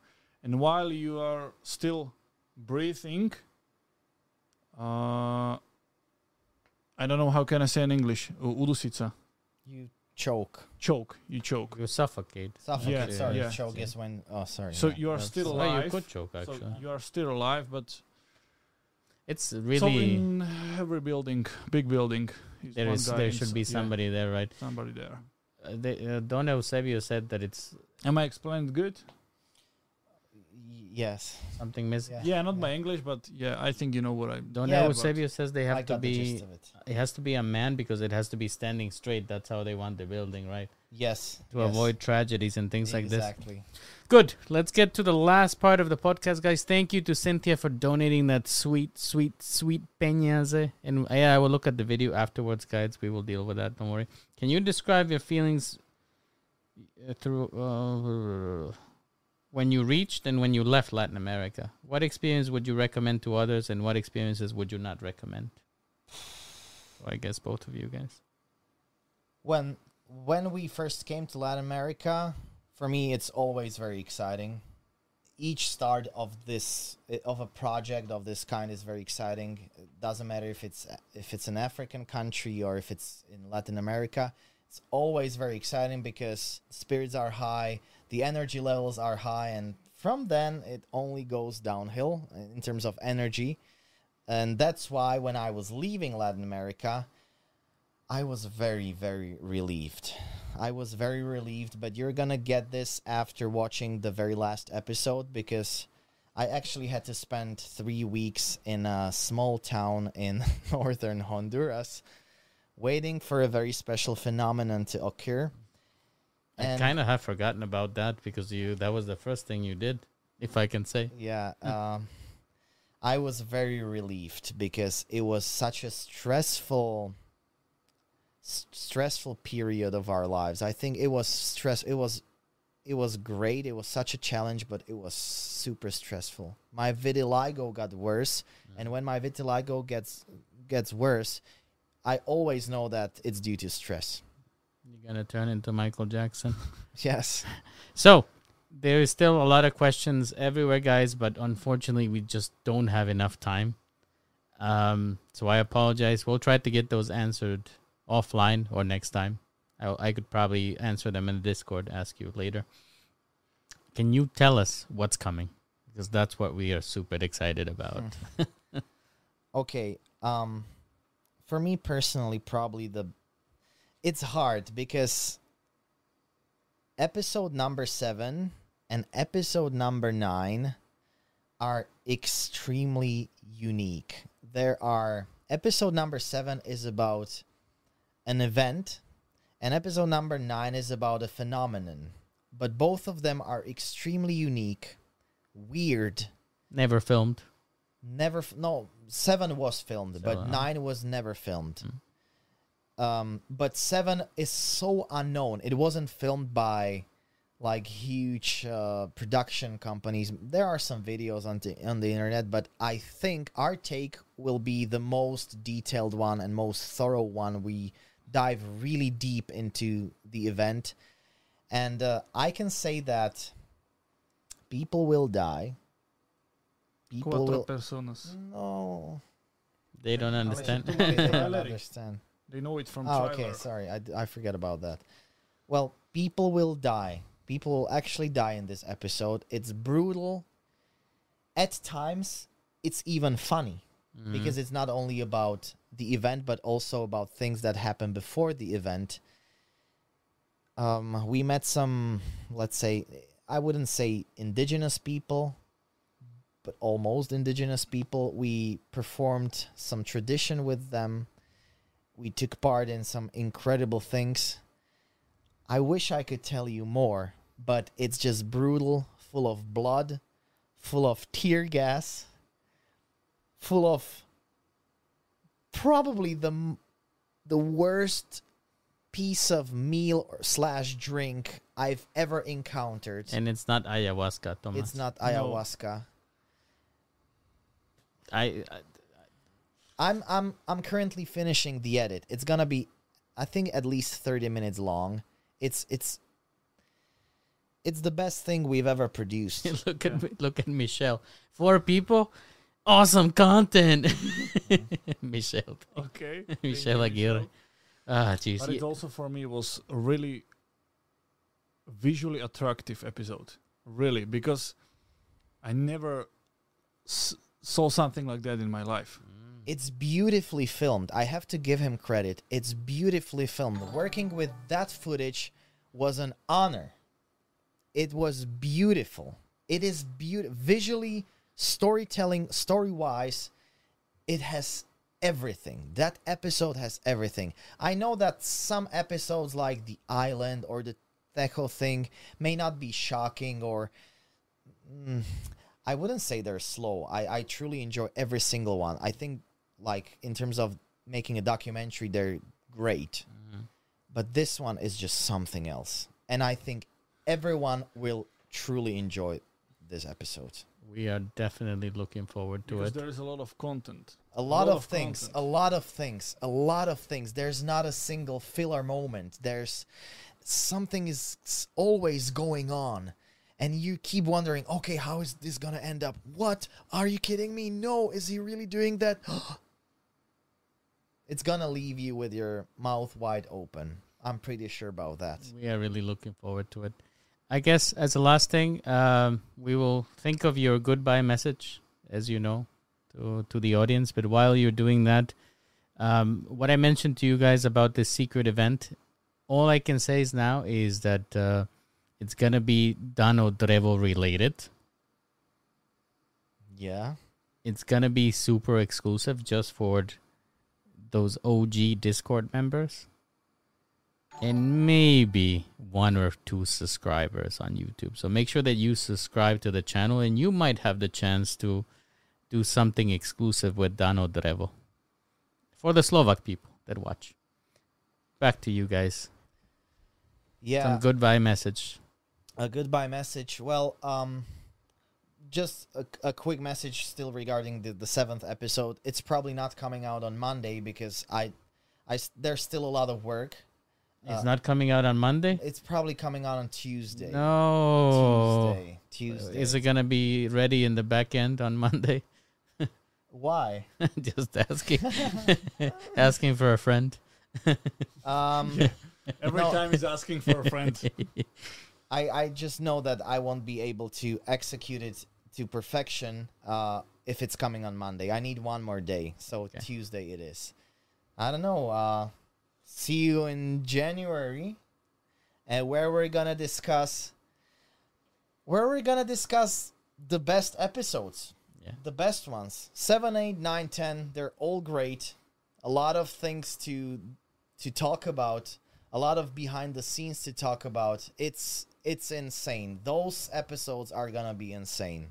C: and while you are still breathing uh i don't know how can i say in english U- udusica
B: You choke.
C: choke you choke
A: You suffocate.
B: Suffocate.
C: Yeah,
B: sorry.
C: yeah.
B: Choke is when. Oh, sorry.
C: so
B: yeah.
C: you are
A: That's-
C: still
A: well,
C: alive
A: you could choke, actually.
C: so you are still alive but
A: it's
C: so
A: really.
C: in every building big building is
A: there
C: one
A: is
C: guy
A: there
C: and
A: should
C: so-
A: be
C: yeah,
A: somebody there, right?
C: somebody there
A: Uh, the, uh, Don Eusebio said that it's
C: am i explained good
B: Y- yes.
A: something missing.
B: Yeah.
C: yeah not by english but yeah i think you know what i
A: Don
B: Yeah, but
A: Eusebio says they
B: I
A: have to
B: got the
A: be.
B: gist of it.
A: It has to be a man because it has to be standing straight. That's how they want the building, right?
B: Yes.
A: To
B: yes,
A: avoid tragedies and things like this.
B: Exactly.
A: Good. Let's get to the last part of the podcast, guys. Thank you to Cynthia for donating that sweet, sweet, sweet peñaze. And yeah, I will look at the video afterwards, guys. We will deal with that. Don't worry. Can you describe your feelings uh, through uh, when you reached and when you left Latin America? What experience would you recommend to others, and what experiences would you not recommend? I guess both of you guys.
B: when when we first came to Latin America, for me it's always very exciting. Each start of this of a project of this kind is very exciting. It doesn't matter if it's if it's an African country or if it's in Latin America. It's always very exciting because spirits are high, the energy levels are high, and from then it only goes downhill in terms of energy. And that's why when I was leaving Latin America, I was very, very relieved. I was very relieved, but you're gonna get this after watching the very last episode because I actually had to spend three weeks in a small town in northern Honduras waiting for a very special phenomenon to occur. Um,
A: I kind of have forgotten about that because you that was the first thing you did, if I can say.
B: Yeah. Um, I was very relieved because it was such a stressful, s- stressful period of our lives. I think it was stress. It was, it was great. It was such a challenge, but it was super stressful. My vitiligo got worse, and when my vitiligo gets gets worse, I always know that it's due to stress.
A: You're gonna turn into Michael Jackson.
B: Yes.
A: So there is still a lot of questions everywhere, guys, but unfortunately we just don't have enough time. Um, so I apologize. We'll try to get those answered offline or next time. I, I could probably answer them in the Discord. Ask you later. Can you tell us what's coming? Because that's what we are super excited about.
B: Hmm. okay um for me personally probably the it's hard because episode number 7 and episode number 9 are extremely unique there are episode number 7 is about an event and episode number 9 is about a phenomenon but both of them are extremely unique weird
A: Never filmed.
B: never f- no seven was filmed
A: Seven,
B: but
A: huh? Hmm.
B: nine was never filmed um but seven is so unknown it wasn't filmed by like huge uh, production companies there are some videos on the on the internet but i think our take will be the most detailed one and most thorough one we dive really deep into the event and uh, i can say that people will die people
C: Cuatro
B: will
C: personas.
B: no.
A: They
B: Oh,
A: don't understand.
B: They don't
C: Valerie.
B: understand.
C: They know it from
B: Oh,
C: trailer.
B: okay. Sorry, I, d- I forget about that. Well, people will die. People will actually die in this episode. It's brutal. At times, it's even funny because it's not only about the event, but also about things that happen before the event. Um, we met some, let's say, I wouldn't say indigenous people, but almost indigenous people. We performed some tradition with them we took part in some incredible things. I wish I could tell you more, but it's just brutal, full of blood, full of tear gas, full of probably the m- the worst piece of meal or slash drink I've ever encountered.
A: and it's not ayahuasca, Thomas.
B: it's not ayahuasca.
A: I, I
B: I'm I'm I'm currently finishing the edit. It's gonna be, I think, at least thirty minutes long. It's it's it's the best thing we've ever produced.
A: look at Mi- look at Michelle. Four people, awesome content. Michelle,
C: Okay. Mm-hmm. thank you,
A: Michelle Aguirre. Ah, jeez.
C: But
A: Yeah.
C: it also for me was a really visually attractive episode. Really, because I never s- saw something like that in my life.
B: It's beautifully filmed. I have to give him credit. It's beautifully filmed. Working with that footage was an honor. It was beautiful. It is beautiful visually, storytelling, story wise. It has everything. That episode has everything. I know that some episodes, like the island or the Techo thing, may not be shocking or I wouldn't say they're slow. I, I truly enjoy every single one. I think, like, in terms of making a documentary, they're great. But this one is just something else. And I think everyone will truly enjoy this episode.
A: we are definitely looking forward to it.
C: because there is a lot of content.
B: A lot, of,
C: of
B: things, a
C: content.
B: lot of things, a lot of things. There's not a single filler moment. There's something is s- always going on. And you keep wondering, okay, how is this going to end up? What? Are you kidding me? No, is he really doing that? it's going to leave you with your mouth wide open. I'm pretty sure about that.
A: We are really looking forward to it. I guess as a last thing, um, we will think of your goodbye message, as you know, to to the audience. But while you're doing that, um, what I mentioned to you guys about this secret event, all I can say is now is that uh, it's gonna be Dano Drevo related.
B: Yeah.
A: It's gonna be super exclusive just for those OG Discord members. And maybe one or two subscribers on YouTube. So make sure that you subscribe to the channel and you might have the chance to do something exclusive with Dano Drevo. For the Slovak people that watch. Back to you guys.
B: Yeah.
A: Some goodbye message.
B: a goodbye message. Well, um, just a, a quick message still regarding the, the seventh episode. It's probably not coming out on Monday because I, I s- there's still a lot of work.
A: it's not coming out on Monday?
B: It's probably coming out on Uh, Tuesday.
A: No.
B: Tuesday. Tuesday.
A: Is it gonna be ready in the back end on Monday?
B: Why?
A: just asking asking for a friend
B: Um,
C: Every
B: No.
C: time he's asking for a friend.
B: I I just know that I won't be able to execute it to perfection. Uh, if it's coming on Monday, I need one more day. So Tuesday it is. I don't know. Uh, see you in January, and where we're gonna discuss where we're gonna discuss the best episodes,
A: Yeah.
B: the best ones. Seven, eight, nine, ten. They're all great. A lot of things to to talk about. A lot of behind the scenes to talk about. It's it's insane. Those episodes are gonna be insane.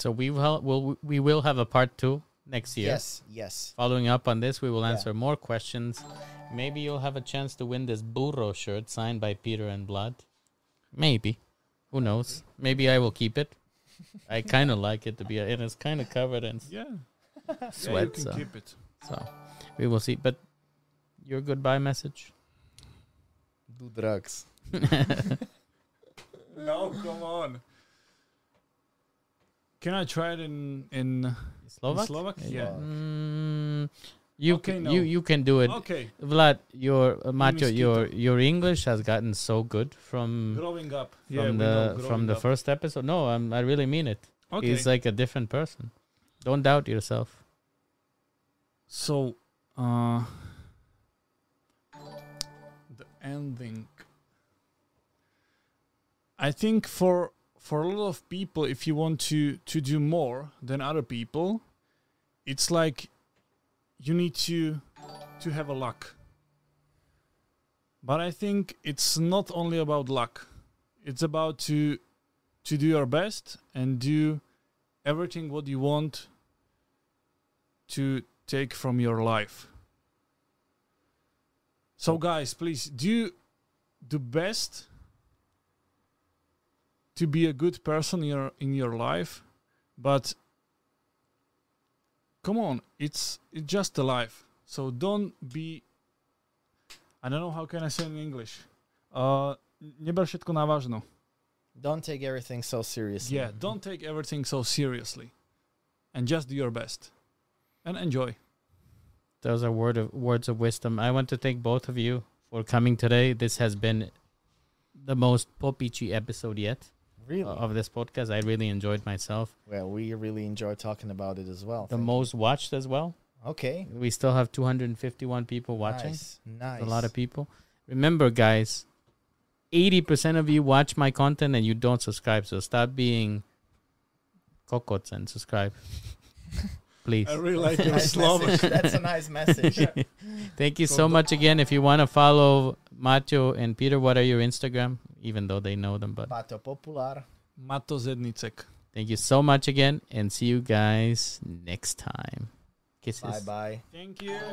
A: so we will will we will have a part two next year
B: Yes, yes.
A: following up on this we will answer more questions maybe you'll have a chance to win this burro shirt signed by peter and blood maybe who knows maybe i will keep it i kind of like it to be it is kind of covered in
C: Yeah. yeah, you
A: sweat
C: can
A: so,
C: keep it.
A: so we will see but your goodbye message
B: Do drugs.
C: No, come on. Can I try it in in
A: slovak,
C: Slovak? Yeah.
A: Mm, you,
C: Okay,
A: can,
C: no.
A: you you can do it
C: Okay,
A: Vlad, your uh, Matteo,
C: mistake.
A: your your English has gotten so good from
C: growing up. yeah,
A: from
C: we know
A: the
C: growing
A: from the
C: up.
A: first episode. No, I'm, I really mean it.
C: Okay.
A: He's like a different person. Don't doubt yourself.
C: So, uh, the ending. I think for for a lot of people, if you want to to do more than other people, it's like you need to to have a luck. But I think it's not only about luck. It's about to to do your best and do everything what you want to take from your life. So, guys, please do the best to be a good person in your in your life, but come on, it's it's just a life. So don't be. I don't know how can I say in English. Uh, neber všetko na vážno.
B: Don't take everything so seriously.
C: Yeah, don't take everything so seriously, and just do your best, and enjoy.
A: Those are word of words of wisdom. I want to thank both of you for coming today. This has been the most popichi episode yet uh,
B: Really?
A: of this podcast. I really enjoyed myself.
B: Uh, well, we really enjoy talking about it as well.
A: The
B: Thank-
A: most watched as well.
B: okay.
A: We still have 251 people watching.
B: Nice. nice.
A: a lot of people. Remember, guys, eighty percent of you watch my content and you don't subscribe. So stop being cocots and subscribe, please.
C: I really like your
B: Nice
C: Slovak.
B: message. That's a nice message.
A: Thank you so much again. If you want to follow Macho and Peter, what are your Instagram? Even though they know them, but
B: Pato Popular.
C: Mato Zednicek.
A: thank you so much again, and see you guys next time. Kisses.
B: Bye bye.
C: Thank you.